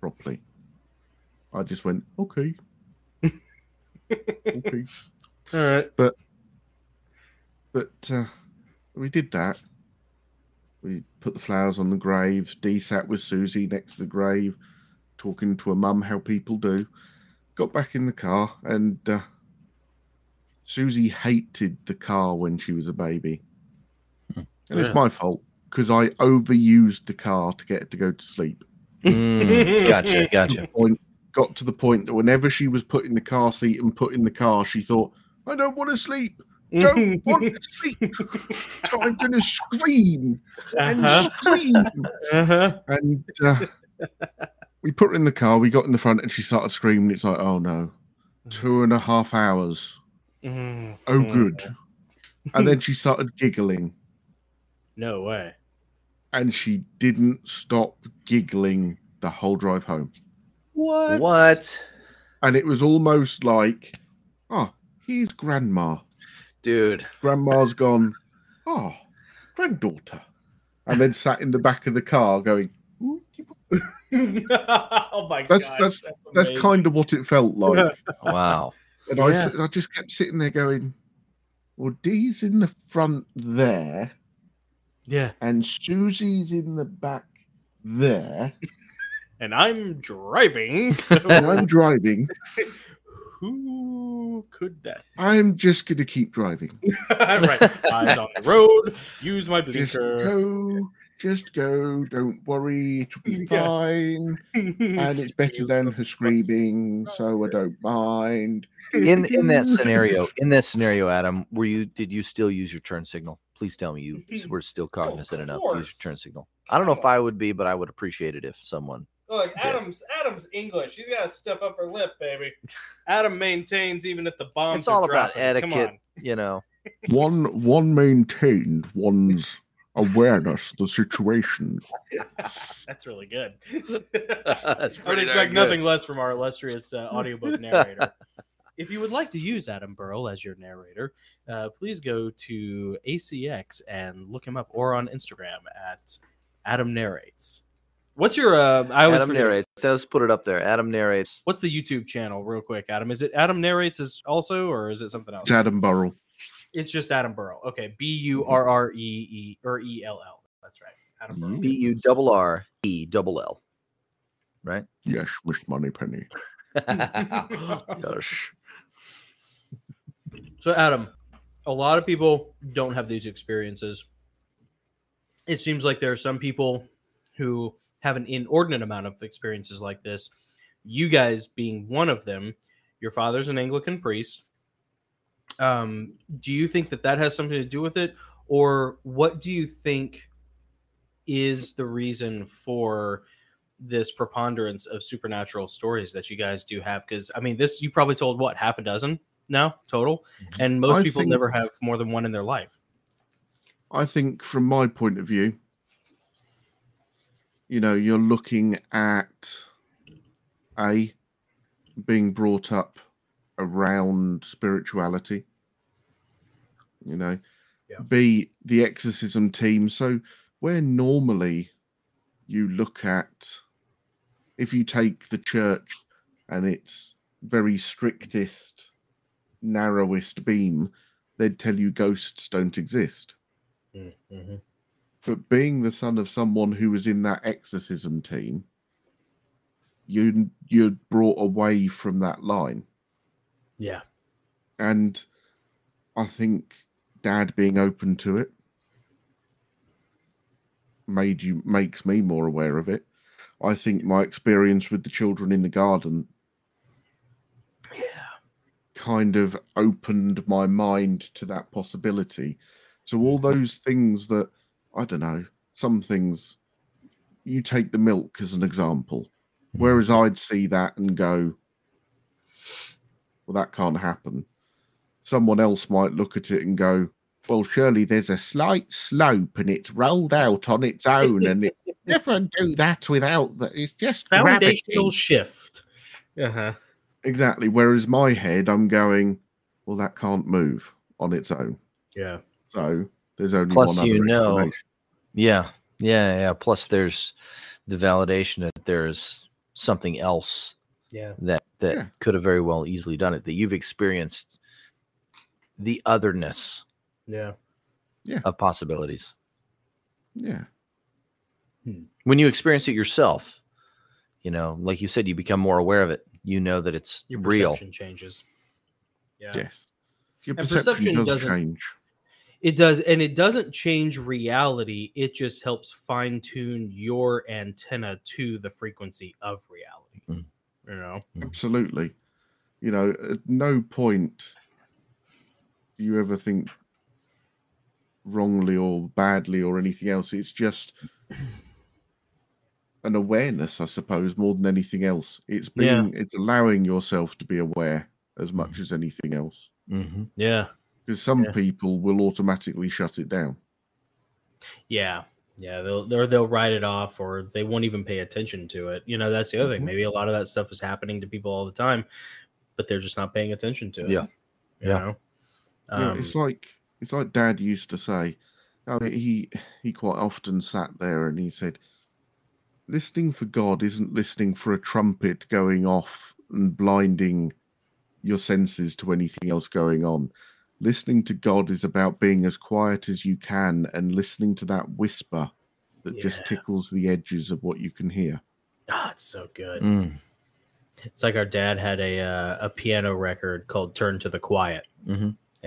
Speaker 3: properly. I just went, okay. okay.
Speaker 2: All right.
Speaker 3: But uh, we did that. We put the flowers on the graves. Dee sat with Susie next to the grave, talking to her mum how people do. Got back in the car, and uh, Susie hated the car when she was a baby. And
Speaker 2: Yeah.
Speaker 3: it's my fault because I overused the car to get her to go to sleep.
Speaker 1: Mm, gotcha, gotcha.
Speaker 3: Point, got to the point that whenever she was put in the car seat and put in the car, she thought, I don't want to sleep don't
Speaker 2: Uh-huh,
Speaker 3: want to sleep. So I'm going to scream and
Speaker 2: Uh-huh.
Speaker 3: scream.
Speaker 2: Uh-huh.
Speaker 3: And uh, we put her in the car, we got in the front, and she started screaming. It's like, oh no, two and a half hours.
Speaker 2: Mm.
Speaker 3: Oh,
Speaker 5: Hmm.
Speaker 2: Mm.
Speaker 3: good. And then she started giggling,
Speaker 2: No way.
Speaker 3: and she didn't stop giggling the whole drive home.
Speaker 2: What?
Speaker 1: What?
Speaker 3: And it was almost like, oh, here's grandma.
Speaker 1: Dude.
Speaker 3: Grandma's gone, oh, granddaughter. And then sat in the back of the car going,
Speaker 2: oh my
Speaker 3: That's-
Speaker 2: god.
Speaker 3: that's- That's
Speaker 2: amazing.
Speaker 3: kind of what it felt like.
Speaker 1: Wow.
Speaker 3: And I s I I, just kept sitting there going, well, Dee's in the front there,
Speaker 2: Yeah.
Speaker 3: and Susie's in the back there,
Speaker 2: And I'm driving. So
Speaker 3: and I'm driving.
Speaker 2: who could that?
Speaker 3: I'm just going to keep driving.
Speaker 2: right. Eyes on the road. Use my
Speaker 3: Just
Speaker 2: blinker.
Speaker 3: go, just go. Don't worry, it'll be
Speaker 2: Yeah.
Speaker 3: fine. And it's better than her screaming, so I don't mind.
Speaker 1: In in that scenario, in that scenario, Adam, were you did you still use your turn signal? Please tell me you were still cognizant enough to use
Speaker 2: Mm-hmm. course.
Speaker 1: your turn signal. I don't know
Speaker 2: Come
Speaker 1: if I would be, but I would appreciate it if someone.
Speaker 2: Look,
Speaker 1: Yeah.
Speaker 2: Adam's Adam's English. He's got to stuff up her lip, baby. Adam maintains even at the bombs.
Speaker 1: It's
Speaker 2: are
Speaker 1: all about
Speaker 2: dropping. Come
Speaker 1: etiquette.
Speaker 2: on.
Speaker 1: You know,
Speaker 3: one one maintained one's awareness, the situation.
Speaker 2: That's really good.
Speaker 1: That's
Speaker 2: I would
Speaker 1: pretty darn
Speaker 2: expect
Speaker 1: good.
Speaker 2: nothing less from our illustrious uh, audiobook narrator. if you would like to use Adam Burrell as your narrator, uh, please go to ACX and look him up, or on Instagram at Adam Narrates. What's your? Uh, I always
Speaker 1: Adam
Speaker 2: forget-
Speaker 1: narrates. Let's put it up there. Adam narrates.
Speaker 2: What's the YouTube channel, real quick, Adam? Is it Adam Narrates is also, or is it something else?
Speaker 3: It's Adam Burrell.
Speaker 2: It's just Adam Burrell. Okay, B U R R E E or E L L. That's right, Adam Burrell.
Speaker 3: Mhm.
Speaker 1: B U double R E double L. Right.
Speaker 3: Yes, Miss Moneypenny.
Speaker 1: Gosh.
Speaker 2: So, Adam, a lot of people don't have these experiences. It seems like there are some people who have an inordinate amount of experiences like this. You guys being one of them, your father's an Anglican priest. Um, do you think that that has something to do with it? Or what do you think is the reason for this preponderance of supernatural stories that you guys do have? Because, I mean, this, you probably told what, half a dozen now total? And most
Speaker 3: Mm-hmm. I
Speaker 2: people
Speaker 3: think-
Speaker 2: never have more than one in their life.
Speaker 3: I think, from my point of view, you know, you're looking at a being brought up around spirituality. You know,
Speaker 2: Yeah.
Speaker 3: B the exorcism team. So where normally you look at, if you take the church and its very strictest, narrowest beam, they'd tell you ghosts don't exist but being the son of someone who was in that exorcism team, you you're brought away from that line.
Speaker 2: Yeah.
Speaker 3: And I think dad being open to it made you makes me more aware of it. I think my experience with the children in the garden kind of opened my mind to that possibility. So all those things that I don't know, some things you take the milk as an example. Whereas I'd see that and go, Well, that can't happen. Someone else might look at it and go, Well, surely there's a slight slope and it's rolled out on its own and it never do that without that. It's just gravity."
Speaker 2: Foundational shift. Uh huh.
Speaker 3: Exactly. Whereas my head, I'm going, well, that can't move on its own.
Speaker 2: Yeah.
Speaker 3: So there's only
Speaker 1: Plus,
Speaker 3: one
Speaker 1: you
Speaker 3: other
Speaker 1: know-
Speaker 3: explanation.
Speaker 1: Yeah. Yeah. Yeah. Plus, there's the validation that there's something else
Speaker 2: Yeah.
Speaker 1: that that
Speaker 3: Yeah.
Speaker 1: could have very well easily done it that you've experienced the otherness
Speaker 2: Yeah.
Speaker 1: of possibilities
Speaker 3: Yeah.
Speaker 1: when you experience it yourself you know like you said you become more aware of it you know that it's
Speaker 2: Your
Speaker 1: real
Speaker 2: perception changes. Yeah.
Speaker 3: Yes. Your
Speaker 2: And
Speaker 3: perception,
Speaker 2: perception
Speaker 3: does
Speaker 2: doesn't-
Speaker 3: change.
Speaker 2: It does, and it doesn't change reality. It just helps fine tune your antenna to the frequency of reality.
Speaker 1: Mm.
Speaker 2: You know.
Speaker 3: Absolutely. You know, at no point do you ever think wrongly or badly or anything else. It's just an awareness, I suppose, more than anything else. It's
Speaker 2: Yeah.
Speaker 3: being it's allowing yourself to be aware as much as anything else.
Speaker 1: mm-hmm.
Speaker 2: Yeah.
Speaker 3: because some
Speaker 2: Yeah.
Speaker 3: people will automatically shut it down.
Speaker 2: Yeah. Yeah, they'll they'll they'll write it off, or they won't even pay attention to it. You know, that's the other
Speaker 1: Mm-hmm.
Speaker 2: thing. Maybe a lot of that stuff is happening to people all the time, but they're just not paying attention to it.
Speaker 1: Yeah.
Speaker 2: you
Speaker 1: Yeah.
Speaker 2: know,
Speaker 3: You know,
Speaker 2: um,
Speaker 3: it's like it's like Dad used to say. I mean, he he quite often sat there and he said, "Listening for God isn't listening for a trumpet going off and blinding your senses to anything else going on. Listening to God is about being as quiet as you can and listening to that whisper that
Speaker 2: Yeah.
Speaker 3: just tickles the edges of what you can hear."
Speaker 2: ah, it's so good.
Speaker 1: Mm-hmm.
Speaker 2: It's like our dad had a uh, a piano record called "Turn to the Quiet," and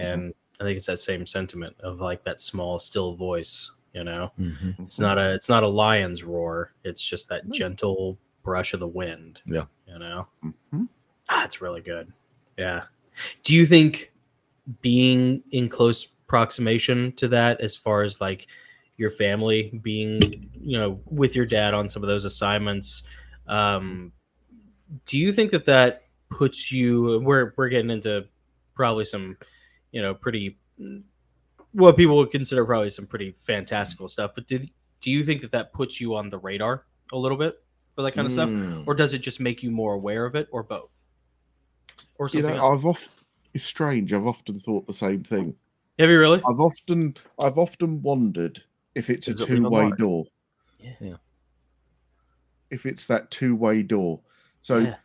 Speaker 2: I think it's that same sentiment of like that small, still voice. You know,
Speaker 1: Mm-hmm.
Speaker 2: it's not a it's not a lion's roar. It's just that
Speaker 3: No.
Speaker 2: gentle brush of the wind.
Speaker 1: Yeah.
Speaker 2: you know.
Speaker 3: Mhm.
Speaker 2: Ah, it's really good. Yeah. Do you think being in close approximation to that as far as like your family being, you know, with your dad on some of those assignments. Um, do you think that that puts you? We're we're getting into probably some, you know, pretty what people would consider probably some pretty fantastical stuff. But did do you think that that puts you on the radar a little bit for that kind of stuff,
Speaker 3: Mm.
Speaker 2: or does it just make you more aware of it, or both, or
Speaker 3: You
Speaker 2: something?
Speaker 3: know,
Speaker 2: else?
Speaker 3: I've often it's strange. I've often thought the same thing.
Speaker 2: Have you really?
Speaker 3: I've often I've often wondered if it's
Speaker 1: Does
Speaker 3: a
Speaker 1: it leave a
Speaker 3: two way
Speaker 1: mark?
Speaker 3: door.
Speaker 2: Yeah.
Speaker 1: Yeah.
Speaker 3: If it's that two way door. So
Speaker 2: Yeah.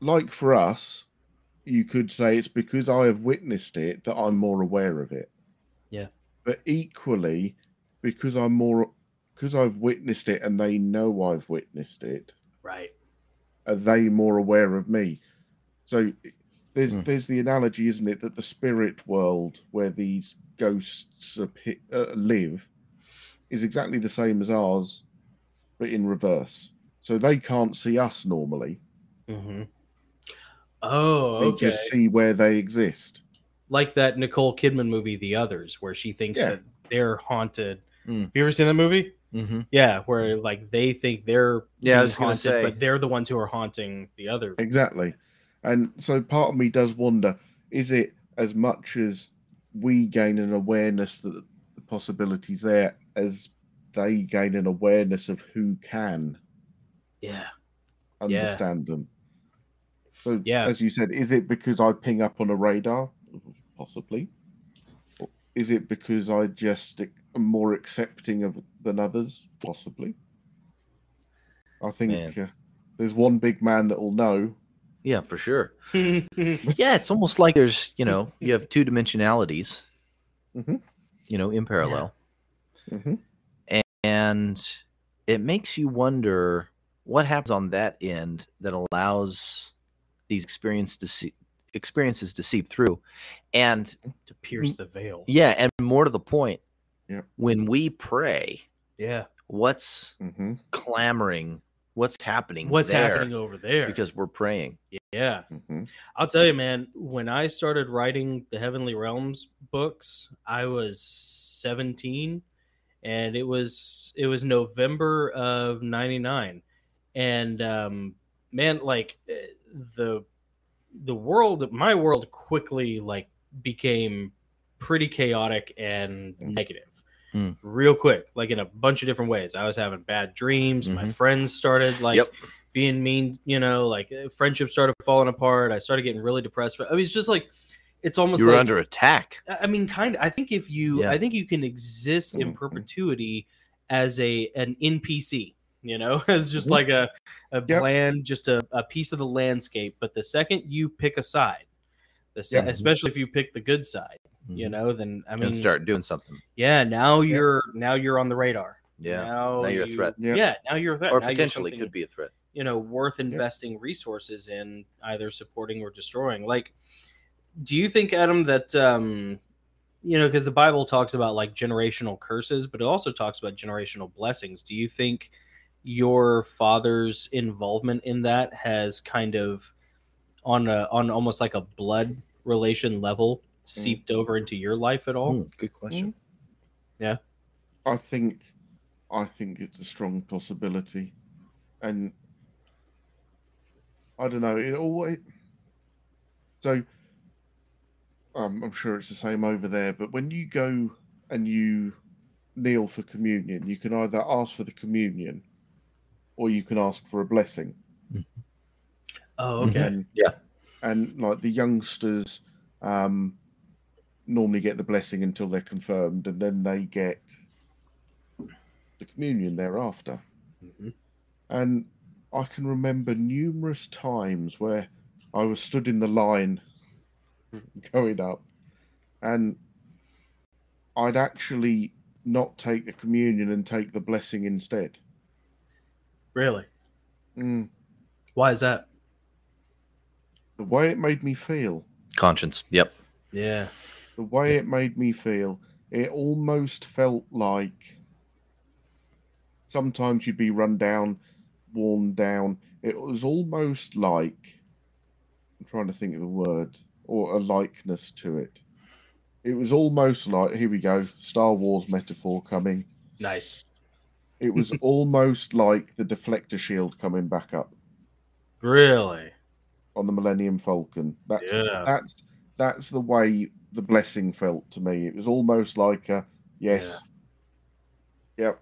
Speaker 3: like for us, you could say it's because I have witnessed it that I'm more aware of it.
Speaker 2: Yeah.
Speaker 3: But equally, because I'm more because I've witnessed it and they know I've witnessed it,
Speaker 2: Right.
Speaker 3: are they more aware of me? So there's
Speaker 1: Hmm.
Speaker 3: there's the analogy, isn't it, that the spirit world where these ghosts appear, uh, live is exactly the same as ours, but in reverse. So they can't see us normally;
Speaker 2: Mm-hmm. Oh,
Speaker 3: they
Speaker 2: okay.
Speaker 3: just see where they exist.
Speaker 2: like that Nicole Kidman movie, The Others, where she thinks
Speaker 3: Yeah.
Speaker 2: that they're haunted.
Speaker 1: Mm.
Speaker 2: Have you ever seen that movie?
Speaker 1: Mm-hmm.
Speaker 2: Yeah, where like they think they're
Speaker 1: Yeah, I
Speaker 2: being
Speaker 1: was gonna
Speaker 2: haunted,
Speaker 1: say.
Speaker 2: but they're the ones who are haunting the other.
Speaker 3: Exactly. And so part of me does wonder is it as much as we gain an awareness that the possibilities there as they gain an awareness of who can
Speaker 2: Yeah, Yeah.
Speaker 3: understand them? So,
Speaker 2: Yeah.
Speaker 3: as you said, is it because I ping up on a radar? Possibly. Or Is it because I just ac- am more accepting of than others? Possibly. I think uh, there's one big man that will know.
Speaker 1: Yeah, for sure. yeah, it's almost like there's, you know, you have two dimensionalities,
Speaker 2: Mm-hmm.
Speaker 3: Mhm.
Speaker 1: you know, in parallel.
Speaker 3: Mhm.
Speaker 1: And it makes you wonder what happens on that end that allows these experience to see, experiences to seep through. And
Speaker 2: to
Speaker 1: Mm.
Speaker 2: pierce the veil.
Speaker 1: yeah, and more to the point,
Speaker 3: Yep.
Speaker 1: when we pray,
Speaker 2: Yeah,
Speaker 1: what's
Speaker 3: hmm
Speaker 1: clamoring? What's happening?
Speaker 2: what's
Speaker 1: there?
Speaker 2: happening over there?
Speaker 1: Because we're praying.
Speaker 2: yeah,
Speaker 3: hmm
Speaker 2: I'll tell you, man. When I started writing the Heavenly Realms books, I was seventeen, and it was it was November of '99, and um, man, like eh, the the world, my world, quickly like became pretty chaotic and
Speaker 3: Mm.
Speaker 2: negative.
Speaker 1: Mm.
Speaker 2: Real quick, like in a bunch of different ways. I was having bad dreams. My friends started like
Speaker 1: Mm-hmm. Yep.
Speaker 2: being mean, you know, like eh, friendships started falling apart. I started getting really depressed. I mean, it's just like, it's almost
Speaker 1: You were
Speaker 2: like,
Speaker 1: under attack.
Speaker 2: I I mean, kind of. I think if you,
Speaker 1: Yeah. Mm-hmm.
Speaker 2: I think you can exist in
Speaker 3: Mhm.
Speaker 2: perpetuity as a an NPC. You know, as just
Speaker 1: Mm-hmm.
Speaker 3: Mhm.
Speaker 2: like a a
Speaker 3: Yep.
Speaker 2: bland, just a, a piece of the landscape. But the second you pick a side, the se-
Speaker 3: Yeah.
Speaker 1: Mm-hmm.
Speaker 2: especially if you pick the good side, you
Speaker 1: Mhm.
Speaker 2: know, then I mean,
Speaker 1: and start doing something.
Speaker 2: yeah, now
Speaker 3: Yeah.
Speaker 2: you're now you're on the radar.
Speaker 1: Yeah.
Speaker 2: now,
Speaker 1: you're a
Speaker 2: you-
Speaker 1: threat.
Speaker 3: Yeah.
Speaker 2: Yeah, now you're a threat.
Speaker 1: or
Speaker 2: Now you're
Speaker 1: potentially
Speaker 2: something-
Speaker 1: could be a threat.
Speaker 2: you know worth investing resources in either supporting or destroying like do you think adam that um you know because the bible talks about like generational curses but it also talks about generational blessings do you think your father's involvement in that has kind of on a on almost like a blood relation level seeped over into your life at all
Speaker 1: good
Speaker 3: Oh, question.
Speaker 2: Yeah.
Speaker 3: I think I think it's a strong possibility. And I don't know, it always so um, I'm sure it's the same over there, but when you go and you kneel for communion, you can either ask for the communion or you can ask for a blessing.
Speaker 2: oh okay
Speaker 3: And
Speaker 1: Yeah.
Speaker 3: and like the youngsters um, normally get the blessing until they're confirmed, and then they get the communion thereafter.
Speaker 1: Mm-hmm.
Speaker 2: Mhm.
Speaker 3: And I can remember numerous times where I was stood in the line
Speaker 1: Mm-hmm.
Speaker 3: going up, and I'd actually not take the communion and take the blessing instead.
Speaker 2: really
Speaker 3: Mm,
Speaker 2: why is that
Speaker 3: the way it made me feel.
Speaker 1: Conscience. Yep.
Speaker 2: yeah
Speaker 3: the way it made me feel, it almost felt like sometimes you'd be run down, worn down. It was almost like I'm trying to think of the word or a likeness to it. It was almost like here we go, Star Wars metaphor coming.
Speaker 2: Nice.
Speaker 3: It was almost like the deflector shield coming back up
Speaker 2: Really?
Speaker 3: on the Millennium Falcon. That's
Speaker 2: Yeah.
Speaker 3: that's that's the way the blessing felt to me. It was almost like a yes. Yep.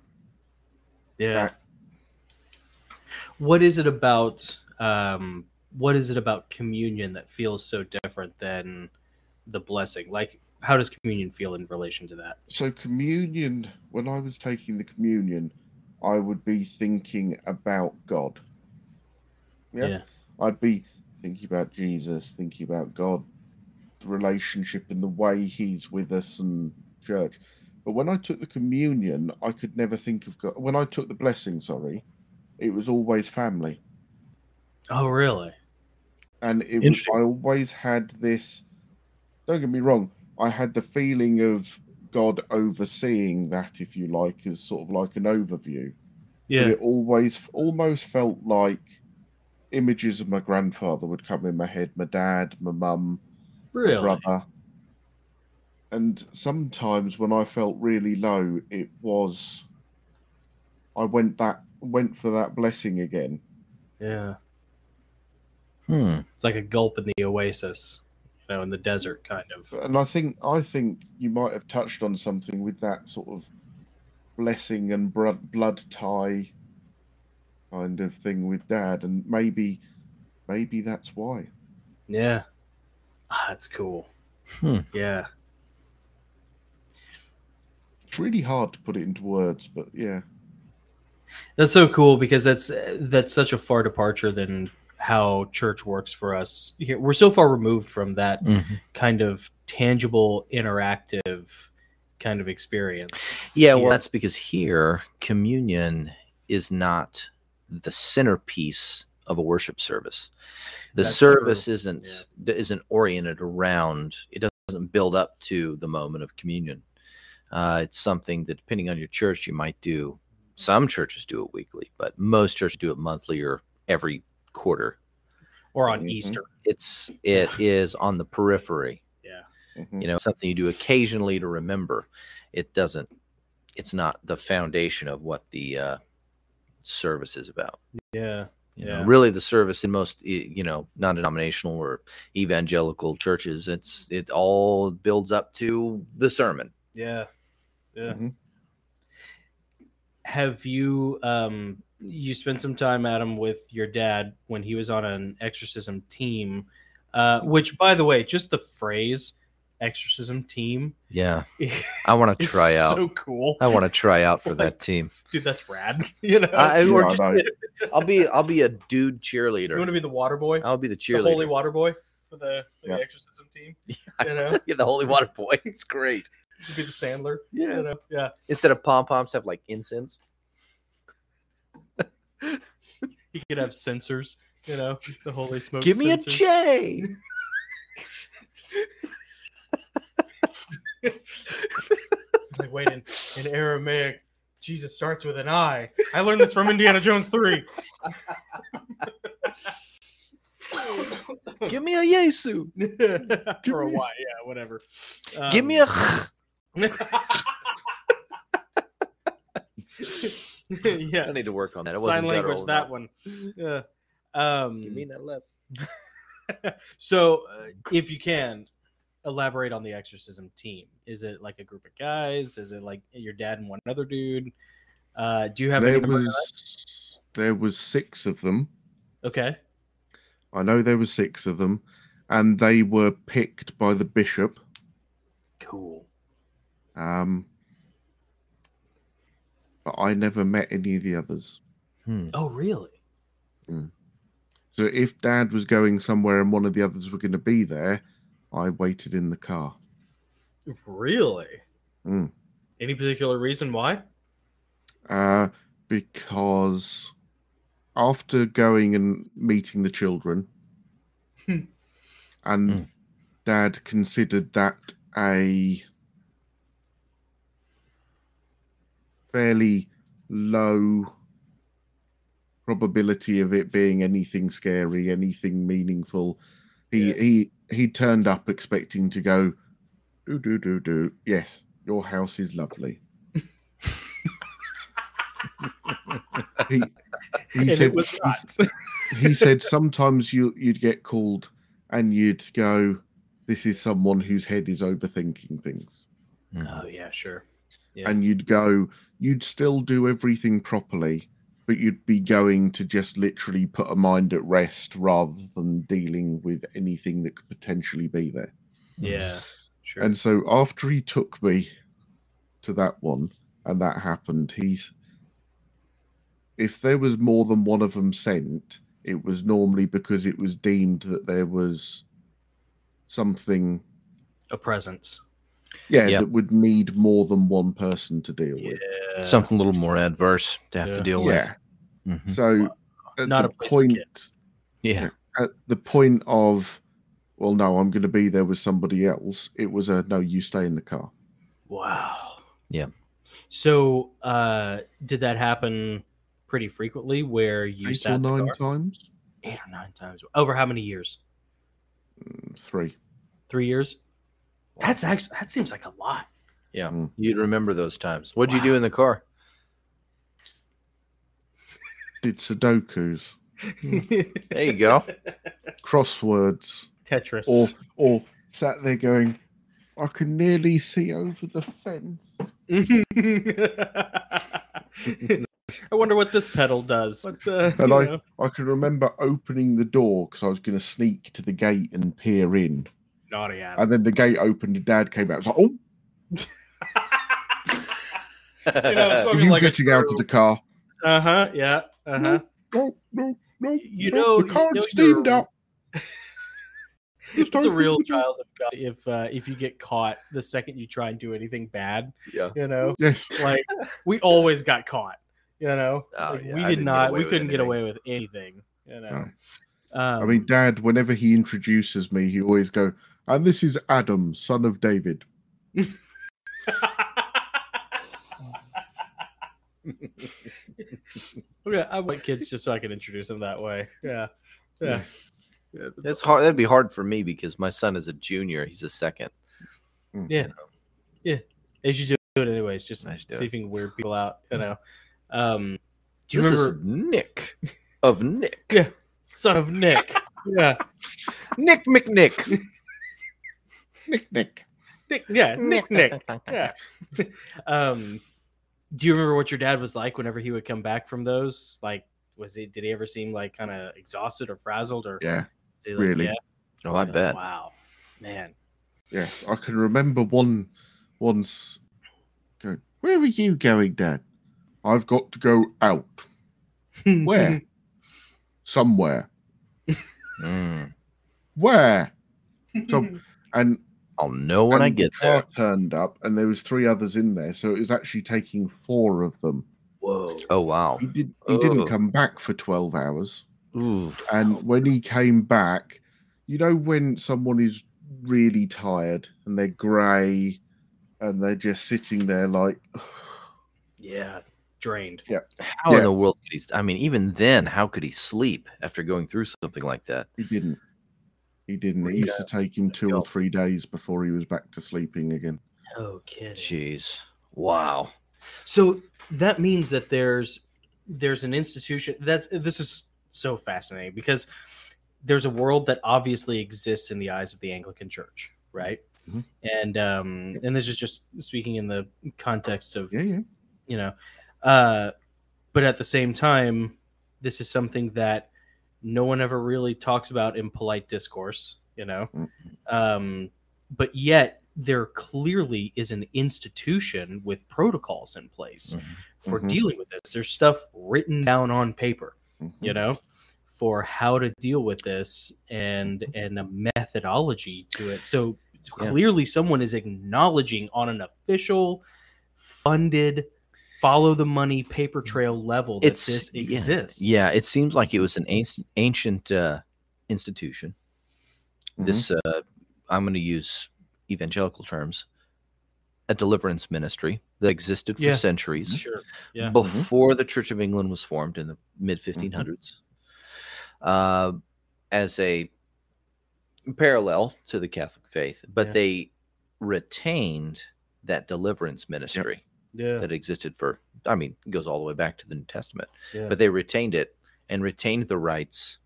Speaker 2: Yeah. What is it about um what is it about communion that feels so different than the blessing? Like how does communion feel in relation to that?
Speaker 3: So communion when I was taking the communion, I would be thinking about God. Yeah.
Speaker 2: Yeah.
Speaker 3: I'd be thinking about Jesus, thinking about God, the relationship and the way he's with us and church. But when I took the communion, I could never think of God. When I took the blessing, sorry, it was always family.
Speaker 2: Oh really?
Speaker 3: and it was,
Speaker 2: Interesting.
Speaker 3: I always had this. Don't get me wrong, I had the feeling of God overseeing that, if you like, as sort of like an overview. But
Speaker 2: Yeah.
Speaker 3: it always almost felt like images of my grandfather would come in my head, my dad, my mum, my
Speaker 2: Really?
Speaker 3: brother. And sometimes when I felt really low, it was I went that went for that blessing again.
Speaker 2: Yeah.
Speaker 1: Hmm.
Speaker 2: It's like a gulp in the oasis, you know, in the desert kind of.
Speaker 3: and I think I think you might have touched on something with that sort of blessing and blood blood tie kind of thing with dad, and maybe maybe that's why.
Speaker 2: Yeah. Ah, that's cool.
Speaker 1: Hmm.
Speaker 2: Yeah.
Speaker 3: It's really hard to put it into words, but yeah,
Speaker 2: That's so cool because that's that's such a far departure than how church works for us. Here we're so far removed from that
Speaker 1: mm-hmm.
Speaker 2: kind of tangible, interactive kind of experience.
Speaker 1: Yeah, well,
Speaker 2: Yeah.
Speaker 1: that's because here communion is not the centerpiece of a worship service. The
Speaker 2: That's
Speaker 1: service
Speaker 2: true.
Speaker 1: isn't d isn't oriented around. It doesn't build up to the moment of communion. Uh, it's something that, depending on your church, you might do. Some churches do it weekly, but most churches do it monthly or every quarter.
Speaker 2: Or on
Speaker 1: Mm-hmm.
Speaker 3: Mhm.
Speaker 2: Easter.
Speaker 1: It's it is on the periphery
Speaker 2: Yeah.
Speaker 3: Mhm.
Speaker 1: you know something you do occasionally to remember it doesn't it's not the foundation of what the uh, service is about
Speaker 2: Yeah.
Speaker 1: you know,
Speaker 2: Yeah.
Speaker 1: really the service in most e- you know non-denominational or evangelical churches it's it all builds up to the sermon
Speaker 2: Yeah. Yeah.
Speaker 1: Mm-hmm.
Speaker 3: Mhm.
Speaker 2: Have you um you spent some time, Adam, with your dad when he was on an exorcism team? Uh, which, by the way, just the phrase "exorcism team"
Speaker 1: yeah i want to
Speaker 2: is
Speaker 1: try out
Speaker 2: so cool,
Speaker 1: i want to try out for
Speaker 2: Like-
Speaker 1: that team
Speaker 2: dude. That's rad. You know,
Speaker 1: I,
Speaker 3: Yeah,
Speaker 1: or
Speaker 3: I
Speaker 1: just-
Speaker 3: know.
Speaker 1: i'll be i'll be a dude
Speaker 2: you want to
Speaker 1: cheerleader
Speaker 2: be the water boy,
Speaker 1: i'll be the cheerleader
Speaker 2: the holy water boy for the, for
Speaker 3: Yeah.
Speaker 2: the exorcism team. You know,
Speaker 1: yeah, the holy water boy it's great
Speaker 2: you be the Sandler.
Speaker 1: yeah
Speaker 2: You know, yeah.
Speaker 1: instead of pom-poms have like incense
Speaker 2: He could have sensors. You know, the holy smoke.
Speaker 1: Give me a
Speaker 2: sensors.
Speaker 1: chain.
Speaker 2: Like, wait, in, in Aramaic, Jesus starts with an I. I learned this from Indiana Jones 3.
Speaker 1: Give me a Yesu.
Speaker 2: or a
Speaker 1: me-
Speaker 2: Y, yeah, whatever.
Speaker 1: Give me a.
Speaker 2: Um, yeah,
Speaker 1: I need to work on that. It wasn't
Speaker 2: sign language,
Speaker 1: guttural
Speaker 2: that
Speaker 1: enough.
Speaker 2: one. Yeah. Um,
Speaker 1: Give me that left.
Speaker 2: So, uh, if you can elaborate on the exorcism team, is it like a group of guys? Is it like your dad and one other dude? Uh, do you have any?
Speaker 3: there
Speaker 2: to bring up?
Speaker 3: was there was six of them.
Speaker 2: Okay.
Speaker 3: I know there were six of them, and they were picked by the bishop.
Speaker 2: Cool.
Speaker 3: Um, but I never met any of the others.
Speaker 2: Oh, really?
Speaker 3: So if Dad was going somewhere and one of the others were going to be there, I waited in the car.
Speaker 2: Really?
Speaker 3: Mm.
Speaker 2: Any particular reason why?
Speaker 3: Uh, because after going and meeting the children,
Speaker 2: Hmm.
Speaker 3: and
Speaker 1: Mm.
Speaker 3: Dad considered that a fairly low probability of it being anything scary, anything meaningful. He he he turned up expecting to go Do do do do. Yes, your house is lovely. he he
Speaker 2: and
Speaker 3: said
Speaker 2: it was
Speaker 3: he,
Speaker 2: not.
Speaker 3: he said sometimes you you'd get called and you'd go, This is someone whose head is overthinking things.
Speaker 2: oh yeah, sure. Yeah.
Speaker 3: and you'd go, you'd still do everything properly, but you'd be going to just literally put a mind at rest rather than dealing with anything that could potentially be there.
Speaker 2: Yeah, sure.
Speaker 3: And so after he took me to that one and that happened, he's if there was more than one of them sent, it was normally because it was deemed that there was something
Speaker 2: a presence.
Speaker 3: yeah,
Speaker 1: Yeah.
Speaker 3: that would need more than one person to deal with.
Speaker 2: Yeah.
Speaker 1: Something a little more adverse to have to
Speaker 2: Yeah.
Speaker 1: deal
Speaker 3: Yeah.
Speaker 1: with. Mhm.
Speaker 3: So at
Speaker 2: Not
Speaker 3: the
Speaker 2: a place to
Speaker 3: point
Speaker 1: Yeah.
Speaker 3: at the point of well no, I'm gonna be there with somebody else, it was a no, you stay in the car.
Speaker 2: Wow.
Speaker 1: Yeah.
Speaker 2: So, uh, did that happen pretty frequently where you
Speaker 3: Eight
Speaker 2: sat
Speaker 3: or
Speaker 2: in the
Speaker 3: nine
Speaker 2: car?
Speaker 3: times?
Speaker 2: eight or nine times over how many years?
Speaker 3: Three.
Speaker 2: Three years. That's actually that seems like a lot.
Speaker 1: You'd remember those times. What'd you do
Speaker 2: Wow.
Speaker 1: in the car?
Speaker 3: Did Sudokus,
Speaker 1: There you go.
Speaker 3: crosswords,
Speaker 2: Tetris.
Speaker 3: or or sat there going, I can nearly see over the fence.
Speaker 2: I wonder what this pedal does. What, uh,
Speaker 3: And
Speaker 2: you
Speaker 3: I-
Speaker 2: know.
Speaker 3: I can remember opening the door because I was going to sneak to the gate and peer in.
Speaker 2: naughty Adam.
Speaker 3: And then the gate opened and dad came out. It's like, oh,
Speaker 2: Probably
Speaker 3: you
Speaker 2: like a
Speaker 3: getting out of
Speaker 2: true-
Speaker 3: the car.
Speaker 2: Uh huh. Yeah. Uh huh.
Speaker 3: No, no, no.
Speaker 2: You
Speaker 3: no,
Speaker 2: know,
Speaker 3: the car's
Speaker 2: you know
Speaker 3: steamed
Speaker 2: you're-
Speaker 3: up.
Speaker 2: It's a real child of God. If uh, if you get caught the second you try and do anything bad,
Speaker 1: Yeah.
Speaker 2: you know,
Speaker 3: Yes.
Speaker 2: like we always got caught. You know,
Speaker 1: Oh,
Speaker 2: Like,
Speaker 1: yeah, I didn't
Speaker 2: we did
Speaker 1: get
Speaker 2: not.
Speaker 1: away
Speaker 2: We
Speaker 1: with
Speaker 2: couldn't
Speaker 1: anything.
Speaker 2: get
Speaker 1: Oh.
Speaker 2: away with anything. You know. Um,
Speaker 3: I mean, Dad, whenever he introduces me, he always go, and this is Adam, son of David.
Speaker 2: okay, I want kids just so I can introduce them that way. Yeah, yeah. yeah that's-
Speaker 1: That's hard. That'd be hard for me because my son is a junior. He's a second.
Speaker 2: they should do it anyways. Just
Speaker 1: Nice do
Speaker 2: see if
Speaker 1: it.
Speaker 2: you can weird people out. You know. Um, do you
Speaker 1: This
Speaker 2: remember,
Speaker 1: is Nick of Nick.
Speaker 2: Yeah. son of Nick? yeah,
Speaker 1: Nick McNick.
Speaker 3: Nick, Nick.
Speaker 2: Nick. Yeah, Nick. Nick. Yeah. um, do you remember what your dad was like whenever he would come back from those? Like, was he? Did he ever seem like kind of exhausted or frazzled or?
Speaker 3: Yeah.
Speaker 2: was he like,
Speaker 3: really.
Speaker 2: yeah?
Speaker 1: Oh, I
Speaker 2: Yeah,
Speaker 1: bet.
Speaker 2: Wow, man.
Speaker 3: Yes, I can remember one once going, Where are you going, Dad? I've got to go out. Where? Somewhere.
Speaker 1: Mm.
Speaker 3: Where? So- And
Speaker 1: I'll know when I
Speaker 3: and
Speaker 1: get
Speaker 3: the
Speaker 1: there.
Speaker 3: car turned up and there was three others in there, so it was actually taking four of them.
Speaker 2: Whoa.
Speaker 1: Oh wow.
Speaker 3: He did he didn't
Speaker 1: Oh.
Speaker 3: come back for twelve hours.
Speaker 1: Ooh.
Speaker 3: And when he came back, you know when someone is really tired and they're grey and they're just sitting there like
Speaker 2: Yeah. Drained.
Speaker 1: How
Speaker 3: Yeah.
Speaker 1: in the world could he? I mean, even then, how could he sleep after going through something like that?
Speaker 3: he didn't. He didn't. It used to take him two or three days before he was back to sleeping again.
Speaker 2: No kidding.
Speaker 1: Jeez. Wow.
Speaker 2: So that means that there's there's an institution that's this is so fascinating because there's a world that obviously exists in the eyes of the Anglican Church, right?
Speaker 3: Mhm.
Speaker 2: And um and this is just speaking in the context of
Speaker 3: Yeah, yeah.
Speaker 2: you know uh but at the same time this is something that no one ever really talks about in polite discourse you know
Speaker 3: Mhm.
Speaker 2: um but yet there clearly is an institution with protocols in place
Speaker 1: Mm-hmm.
Speaker 2: for
Speaker 3: Mhm.
Speaker 2: dealing with this there's stuff written down on paper
Speaker 3: Mhm.
Speaker 2: you
Speaker 1: Mm-hmm.
Speaker 2: know for how to deal with this and and a methodology to it so
Speaker 1: Yeah.
Speaker 2: clearly someone is acknowledging on an official funded follow the money paper trail level
Speaker 1: Mm-hmm.
Speaker 2: that
Speaker 1: It's-
Speaker 2: this
Speaker 1: yeah,
Speaker 2: exists
Speaker 1: Yeah, it seems like it was an anci- ancient uh, institution.
Speaker 3: Mhm.
Speaker 1: This uh, I'm going to use evangelical terms, a deliverance ministry that existed for
Speaker 2: Yeah.
Speaker 1: centuries.
Speaker 2: sure Yeah. mm-hmm.
Speaker 1: before the Church of England was formed in the mid 1500s, uh, as a parallel to the Catholic faith, but
Speaker 2: Yeah.
Speaker 1: they retained that deliverance ministry
Speaker 2: Yeah.
Speaker 1: that existed for, I mean, it goes all the way back to the New Testament,
Speaker 2: Yeah.
Speaker 1: but they retained it and retained the rights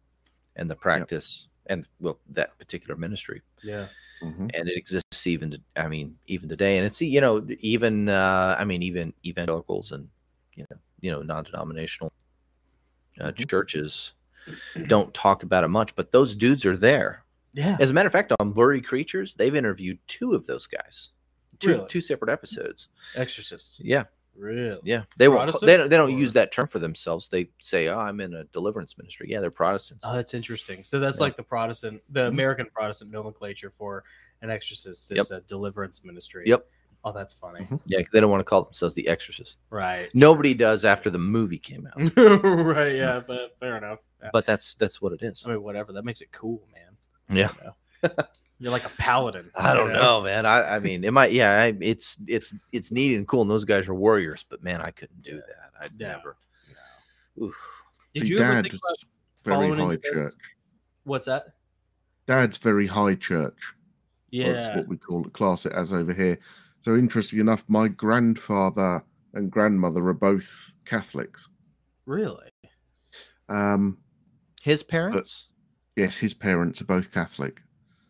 Speaker 1: and the practice and, well, that particular ministry
Speaker 2: Yeah.
Speaker 3: Mhm.
Speaker 1: and it exists even to- i mean even today and it's you know even uh i mean even evangelicals and you know you know non-denominational uh,
Speaker 2: Mm-hmm.
Speaker 1: churches don't talk about it much but those dudes are there
Speaker 2: Yeah.
Speaker 1: as a matter of fact on blurry creatures they've interviewed two of those guys two
Speaker 2: Really?
Speaker 1: two separate episodes
Speaker 2: Exorcist.
Speaker 1: yeah
Speaker 2: Really?
Speaker 1: yeah they won't
Speaker 2: Protestant
Speaker 1: they don't, they don't
Speaker 2: or-
Speaker 1: use that term for themselves they say oh i'm in a deliverance ministry yeah they're protestants
Speaker 2: Oh, that's interesting. So that's
Speaker 1: Yeah. Mm-hmm.
Speaker 2: like the Protestant, the American Protestant nomenclature for an exorcist is a deliverance ministry.
Speaker 1: Yep.
Speaker 2: Oh, that's funny.
Speaker 3: Mhm.
Speaker 1: yeah they don't want to call themselves the exorcist
Speaker 2: Right.
Speaker 1: nobody does after the movie came
Speaker 2: Mm.
Speaker 1: out
Speaker 2: right. Yeah. But fair enough. Yeah.
Speaker 1: but that's that's what it is
Speaker 2: I mean, whatever. That makes it cool, man.
Speaker 1: Yeah.
Speaker 2: You know? You're like a paladin.
Speaker 1: I
Speaker 2: you
Speaker 1: don't know, man. I, I mean, it might. Yeah, I, it's it's it's neat and cool, and those guys are warriors. But man, I couldn't do that. I'd
Speaker 2: No,
Speaker 1: never. Oof.
Speaker 2: Did
Speaker 3: See,
Speaker 2: you ever
Speaker 3: Dad
Speaker 2: think
Speaker 3: is
Speaker 2: about
Speaker 3: very
Speaker 2: following in
Speaker 3: high
Speaker 2: Jesus?
Speaker 3: church.
Speaker 2: What's that?
Speaker 3: Dad's very high church. That's
Speaker 2: Yeah.
Speaker 3: what we call it, class it as over here. So interesting enough, my grandfather and grandmother are both Catholics.
Speaker 2: Really?
Speaker 3: Um,
Speaker 1: His parents.
Speaker 3: yes, his parents are both Catholic,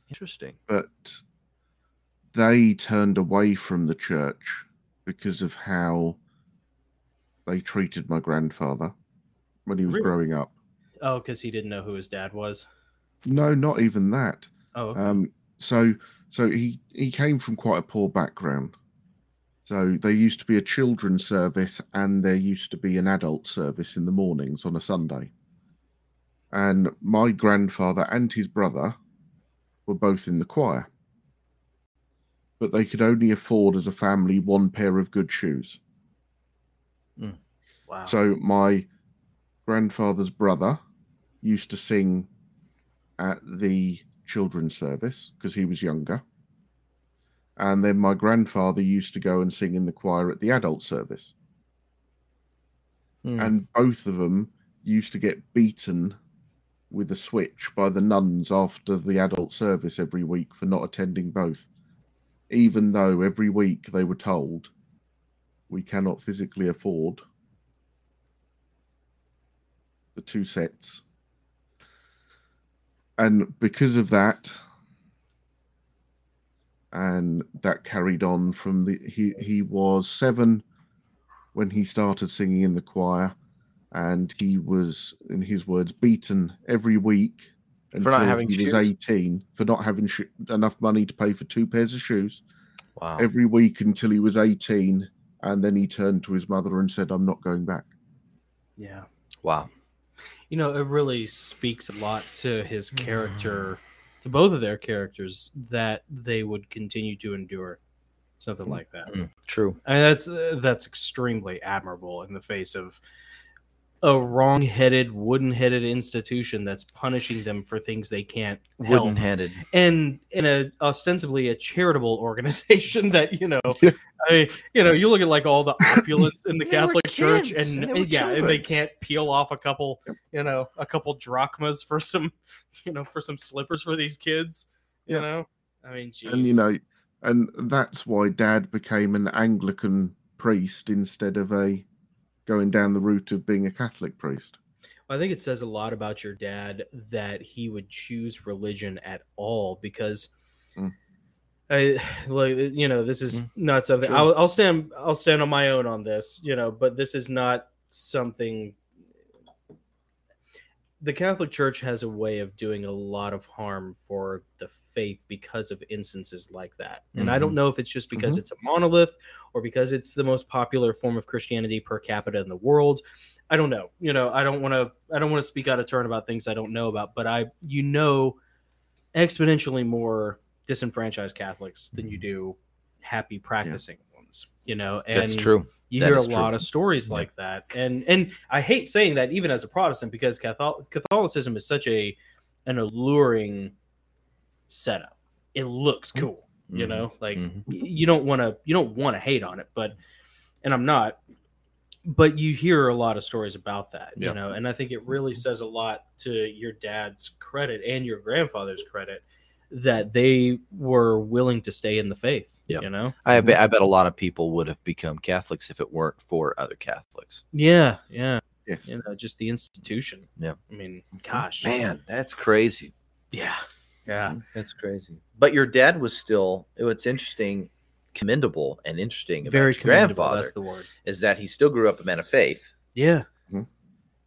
Speaker 1: Interesting.
Speaker 3: but they turned away from the church because of how they treated my grandfather when he was
Speaker 2: Really?
Speaker 3: growing up.
Speaker 2: Oh, because he didn't know who his dad was.
Speaker 3: No, not even that.
Speaker 2: Oh, okay.
Speaker 3: Um, so so he he came from quite a poor background. So there used to be a children's service and there used to be an adult service in the mornings on a Sunday. And my grandfather and his brother were both in the choir. But they could only afford as a family one pair of good shoes.
Speaker 2: wow.
Speaker 3: So my grandfather's brother used to sing at the children's service because he was younger. And then my grandfather used to go and sing in the choir at the adult service.
Speaker 1: Hmm.
Speaker 3: And both of them used to get beaten with a switch by the nuns after the adult service every week for not attending both. Even though every week they were told, we cannot physically afford the two sets. And because of that, and that carried on from the he he was seven when he started singing in the choir, and he was, in his words, beaten every week
Speaker 1: For not having
Speaker 3: he was
Speaker 1: shoes?
Speaker 3: eighteen for not having sho enough money to pay for two pairs of shoes
Speaker 1: Wow.
Speaker 3: every week until he was eighteen, and then he turned to his mother and said, "I'm not going back."
Speaker 2: yeah.
Speaker 1: wow.
Speaker 2: you know it really speaks a lot to his character
Speaker 3: Mm.
Speaker 2: to both of their characters that they would continue to endure something like that
Speaker 1: True.
Speaker 2: i mean that's uh, that's extremely admirable in the face of a wrong-headed wooden-headed institution that's punishing them for things they can't help
Speaker 1: Wooden-headed.
Speaker 2: and in a ostensibly a charitable organization that you know
Speaker 3: Yeah.
Speaker 2: I, you know you look at like all the opulence in the
Speaker 1: They were
Speaker 2: catholic church
Speaker 1: kids,
Speaker 2: and,
Speaker 1: and they were
Speaker 2: yeah and they
Speaker 1: children.
Speaker 2: can't peel off a couple you know a couple drachmas for some you know for some slippers for these kids you
Speaker 3: Yeah.
Speaker 2: know i mean geez.
Speaker 3: and you know and that's why dad became an anglican priest instead of a going down the route of being a catholic priest
Speaker 2: I think it says a lot about your dad that he would choose religion at all because
Speaker 3: Mm.
Speaker 2: I like eh, you know this is
Speaker 1: Mm.
Speaker 2: not something
Speaker 1: Sure.
Speaker 2: I'll, I'll stand I'll stand on my own on this you know but this is not something the Catholic Church has a way of doing a lot of harm for the faith because of instances like that and I don't know if it's just because it's a monolith or because it's the most popular form of Christianity per capita in the world. I don't know. You know, I don't want to I don't want to speak out of turn about things I don't know about, but I you know exponentially more disenfranchised Catholics than you do happy practicing ones, you know. And
Speaker 1: That's true.
Speaker 2: you
Speaker 1: That
Speaker 2: hear a
Speaker 1: is true.
Speaker 2: lot of stories
Speaker 1: Yeah.
Speaker 2: like that and and i hate saying that even as a protestant because Cathol- catholicism is such a an alluring setup it looks cool you
Speaker 1: Mhm.
Speaker 2: know like y
Speaker 1: Mhm.
Speaker 2: you don't want to you don't want to hate on it but and i'm not but you hear a lot of stories about that
Speaker 1: Yeah. Mm-hmm.
Speaker 2: you know and i think it really says a lot to your dad's credit and your grandfather's credit that they were willing to stay in the faith.
Speaker 1: Yep.
Speaker 2: You know?
Speaker 1: I bet, I bet a lot of people would have become Catholics if it weren't for other Catholics.
Speaker 2: Yeah, yeah.
Speaker 3: Yes.
Speaker 2: You know, just the institution.
Speaker 1: Yeah.
Speaker 2: I mean, gosh.
Speaker 1: Man, that's crazy.
Speaker 2: Yeah. Yeah.
Speaker 1: That's crazy. But your dad was still. It's interesting, commendable, and interesting about
Speaker 2: Very
Speaker 1: your
Speaker 2: commendable.
Speaker 1: grandfather
Speaker 2: That's the word.
Speaker 1: is that he still grew up a man of faith,
Speaker 2: Yeah.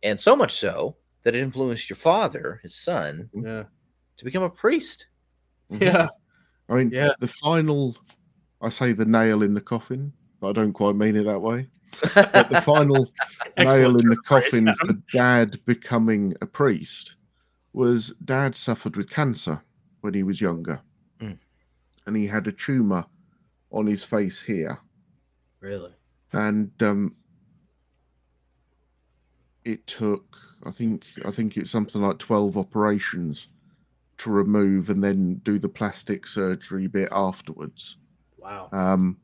Speaker 1: and so much so that it influenced your father, his son,
Speaker 2: Yeah.
Speaker 1: to become a priest.
Speaker 2: Yeah.
Speaker 3: I mean,
Speaker 2: Yeah.
Speaker 3: the final, I say the nail in the coffin, but I don't quite mean it that way. But the final nail
Speaker 2: Excellent
Speaker 3: in the
Speaker 2: turn of phrase,
Speaker 3: coffin
Speaker 2: Adam.
Speaker 3: for dad becoming a priest was dad suffered with cancer when he was younger.
Speaker 1: Mm.
Speaker 3: And he had a tumor on his face here.
Speaker 2: Really.
Speaker 3: And um, it took, I think, I think it's something like 12 operations to remove and then do the plastic surgery bit afterwards.
Speaker 2: Wow.
Speaker 3: Um,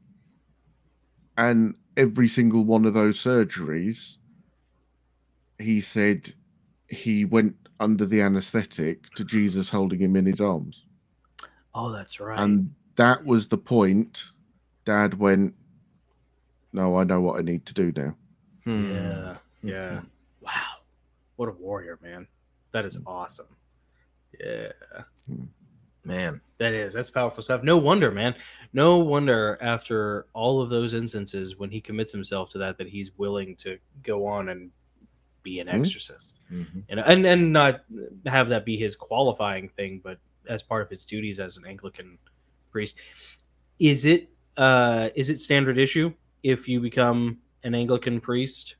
Speaker 3: and every single one of those surgeries, he said he went under the anesthetic to Jesus holding him in his arms.
Speaker 2: Oh, that's right.
Speaker 3: And that was the point dad went, No, I know what I need to do now.
Speaker 1: Hmm.
Speaker 2: Yeah. Yeah. Wow. What a warrior, man. That is awesome. Yeah.
Speaker 1: man.
Speaker 2: That is. That's powerful stuff. No wonder, man. No wonder after all of those instances when he commits himself to that that he's willing to go on and be an
Speaker 3: Mhm.
Speaker 2: exorcist.
Speaker 1: Mm-hmm.
Speaker 2: You know, and and not have that be his qualifying thing, but as part of his duties as an Anglican priest. Is it uh is it standard issue if you become an Anglican priest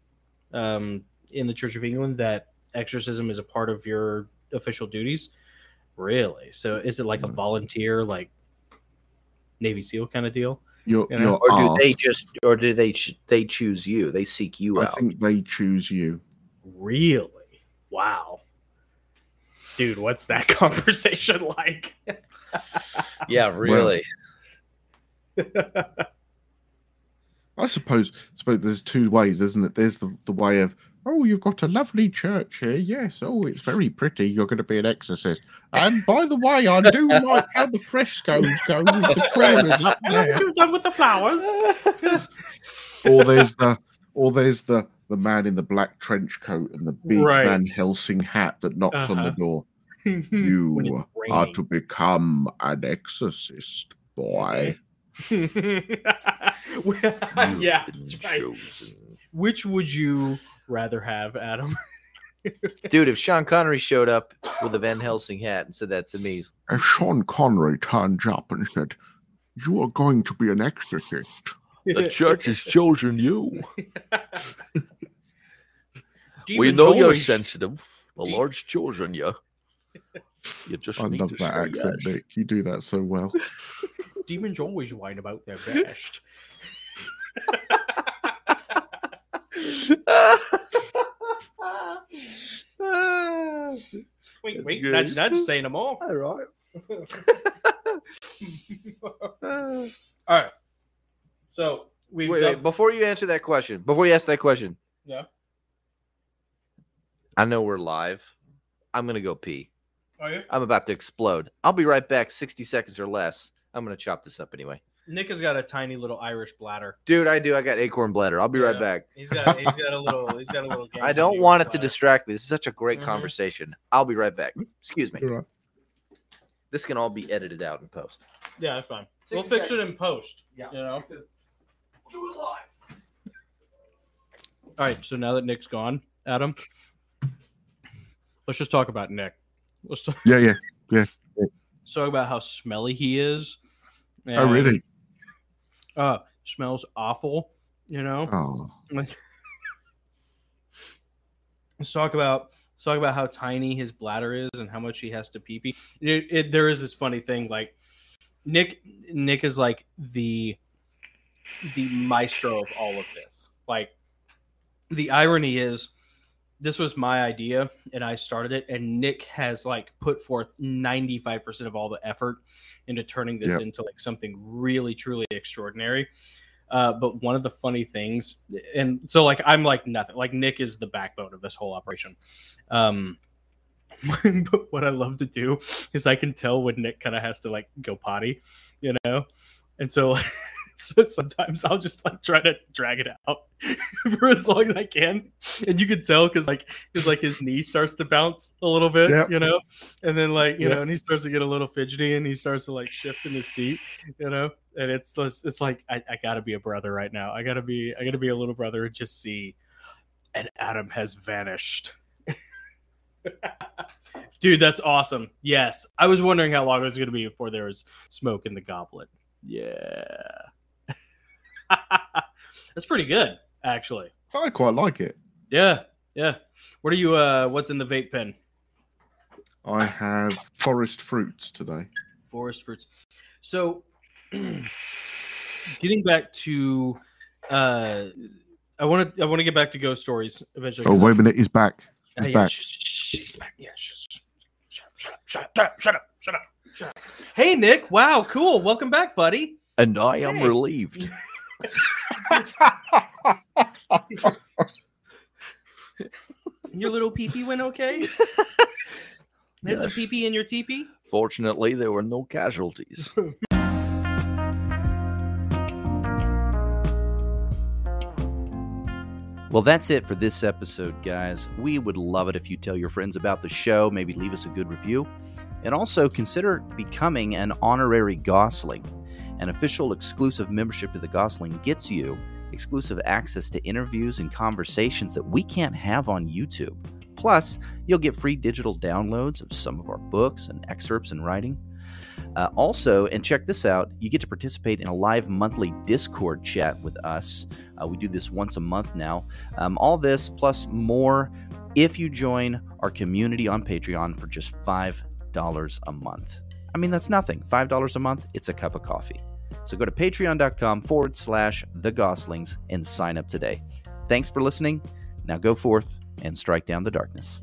Speaker 2: um in the Church of England that exorcism is a part of your official duties? Really? So is it like a
Speaker 3: Mhm.
Speaker 2: volunteer like Navy SEAL kind of deal?
Speaker 3: You're,
Speaker 2: You
Speaker 3: you
Speaker 2: know,
Speaker 3: are
Speaker 1: Or do they just? Or do they? ch- They choose you. They seek you
Speaker 3: I
Speaker 1: out.
Speaker 3: think they choose you.
Speaker 2: Really? Wow. Dude, what's that conversation like?
Speaker 1: yeah, really.
Speaker 3: I suppose, suppose there's two ways, isn't it? There's the, the way of, oh, you've got a lovely church here. Yes. Oh, it's very pretty. You're going to be an exorcist. And by the way, I do like how the frescoes go with the corners up there.
Speaker 5: you've done with the flowers.
Speaker 3: Or there's the, or there's the, the man in the black trench coat and the big
Speaker 5: Right.
Speaker 3: Van Helsing hat that knocks on the
Speaker 5: Uh-huh.
Speaker 3: door.
Speaker 2: When
Speaker 3: You
Speaker 2: it's
Speaker 3: are
Speaker 2: raining.
Speaker 3: to become an exorcist, boy.
Speaker 2: Well,
Speaker 1: You've
Speaker 2: yeah,
Speaker 1: been
Speaker 2: that's right.
Speaker 1: chosen.
Speaker 2: Which would you rather have, Adam?
Speaker 1: Dude, if Sean Connery showed up with a Van Helsing hat and said that to me,
Speaker 3: If Sean Connery turns up and said, you are going to be an exorcist.
Speaker 1: the church has chosen you.
Speaker 5: Demon told me-
Speaker 1: sensitive. The
Speaker 5: Deep-
Speaker 1: Lord's chosen you. You just
Speaker 3: I love that accent, Nick. You do that so well.
Speaker 2: Demons always whine about their best. wait,
Speaker 1: That's
Speaker 2: wait,
Speaker 1: good.
Speaker 2: nudge, nudge, say no more.
Speaker 1: All right.
Speaker 2: All right. So we've
Speaker 1: Wait, wait, before you answer that question, before you ask that question,
Speaker 2: Yeah.
Speaker 1: I know we're live. I'm gonna go pee.
Speaker 2: Are you?
Speaker 1: I'm about to explode. I'll be right back. 60 seconds or less. I'm gonna chop this up anyway.
Speaker 2: Nick has got a tiny little Irish bladder.
Speaker 1: Dude, I do. I got acorn bladder. I'll be right
Speaker 2: Yeah.
Speaker 1: back.
Speaker 2: He's got he's got a little he's got a little.
Speaker 1: I don't want it to
Speaker 2: just.
Speaker 1: distract me. This is such a great
Speaker 2: Mhm.
Speaker 1: conversation. I'll be right back. Excuse me.
Speaker 3: You're right.
Speaker 1: This can all be edited out in post.
Speaker 2: Yeah, that's fine.
Speaker 1: Sixty
Speaker 2: we'll fix it in post.
Speaker 1: Yeah.
Speaker 2: You know.
Speaker 1: Do it live.
Speaker 2: All right. So now that Nick's gone, Adam, let's just talk about Nick. Let's talk,
Speaker 3: Yeah, yeah.
Speaker 2: let's talk about how smelly he is.
Speaker 3: Oh,
Speaker 2: and,
Speaker 3: really?
Speaker 2: Uh, smells awful. You know.
Speaker 3: Oh,
Speaker 2: let's talk about let's talk about how tiny his bladder is and how much he has to pee pee. It, it, there is this funny thing like Nick Nick is like the the maestro of all of this. Like the irony is this was my idea and I started it and Nick has like put forth 95% of all the effort into turning this
Speaker 3: Yep.
Speaker 2: into like something really truly extraordinary. Uh, but one of the funny things, and so like I'm like nothing. Like Nick is the backbone of this whole operation. Um, but what I love to do is I can tell when Nick kind of has to like go potty, you know, and so. So sometimes I'll just like try to drag it out for as long as I can, and you can tell because like because like his knee starts to bounce a little bit,
Speaker 3: Yep.
Speaker 2: you know, and then like you
Speaker 3: Yep.
Speaker 2: know, and he starts to get a little fidgety, and he starts to like shift in his seat, you know, and it's it's, it's like I, I gotta be a brother right now. I gotta be I gotta be a little brother and just see, and Adam has vanished. Dude, that's awesome. Yes, I was wondering how long it was going to be before there was smoke in the goblet. Yeah. That's pretty good, actually.
Speaker 3: I quite like it.
Speaker 2: Yeah, yeah. What are you? Uh, what's in the vape pen?
Speaker 3: I have forest fruits today.
Speaker 2: Forest fruits. So, getting back to, uh, I want to. I want to get back to ghost stories eventually.
Speaker 3: Oh
Speaker 2: 'cause
Speaker 3: wait a minute, he's back.
Speaker 2: I,
Speaker 3: He's
Speaker 2: yeah,
Speaker 3: back.
Speaker 2: sh- sh- sh- he's back. Yeah. sh- sh- Shut up! Shut up! Shut up! Shut up! Shut up! Shut up! Shut up! Hey, Nick. Wow. Cool. Welcome back, buddy.
Speaker 1: And I am
Speaker 2: Hey.
Speaker 1: relieved.
Speaker 2: Your little peepee went okay.
Speaker 1: Yes.
Speaker 2: That's a peepee in your teepee.
Speaker 1: Fortunately, there were no casualties. well, that's it for this episode, guys. We would love it if you tell your friends about the show, maybe leave us a good review, and also consider becoming an honorary Gosling. An official exclusive membership to the Gosling gets you exclusive access to interviews and conversations that we can't have on YouTube. Plus, You'll get free digital downloads of some of our books and excerpts and writing. Uh, also, and check this out, you get to participate in a live monthly Discord chat with us. Uh, we do this once a month now. Um, all this plus more if you join our community on Patreon for just $5 a month. I mean, that's nothing. $5 a month, it's a cup of coffee. So go to patreon.com forward slash the Goslings and sign up today. Thanks for listening. Now go forth and strike down the darkness.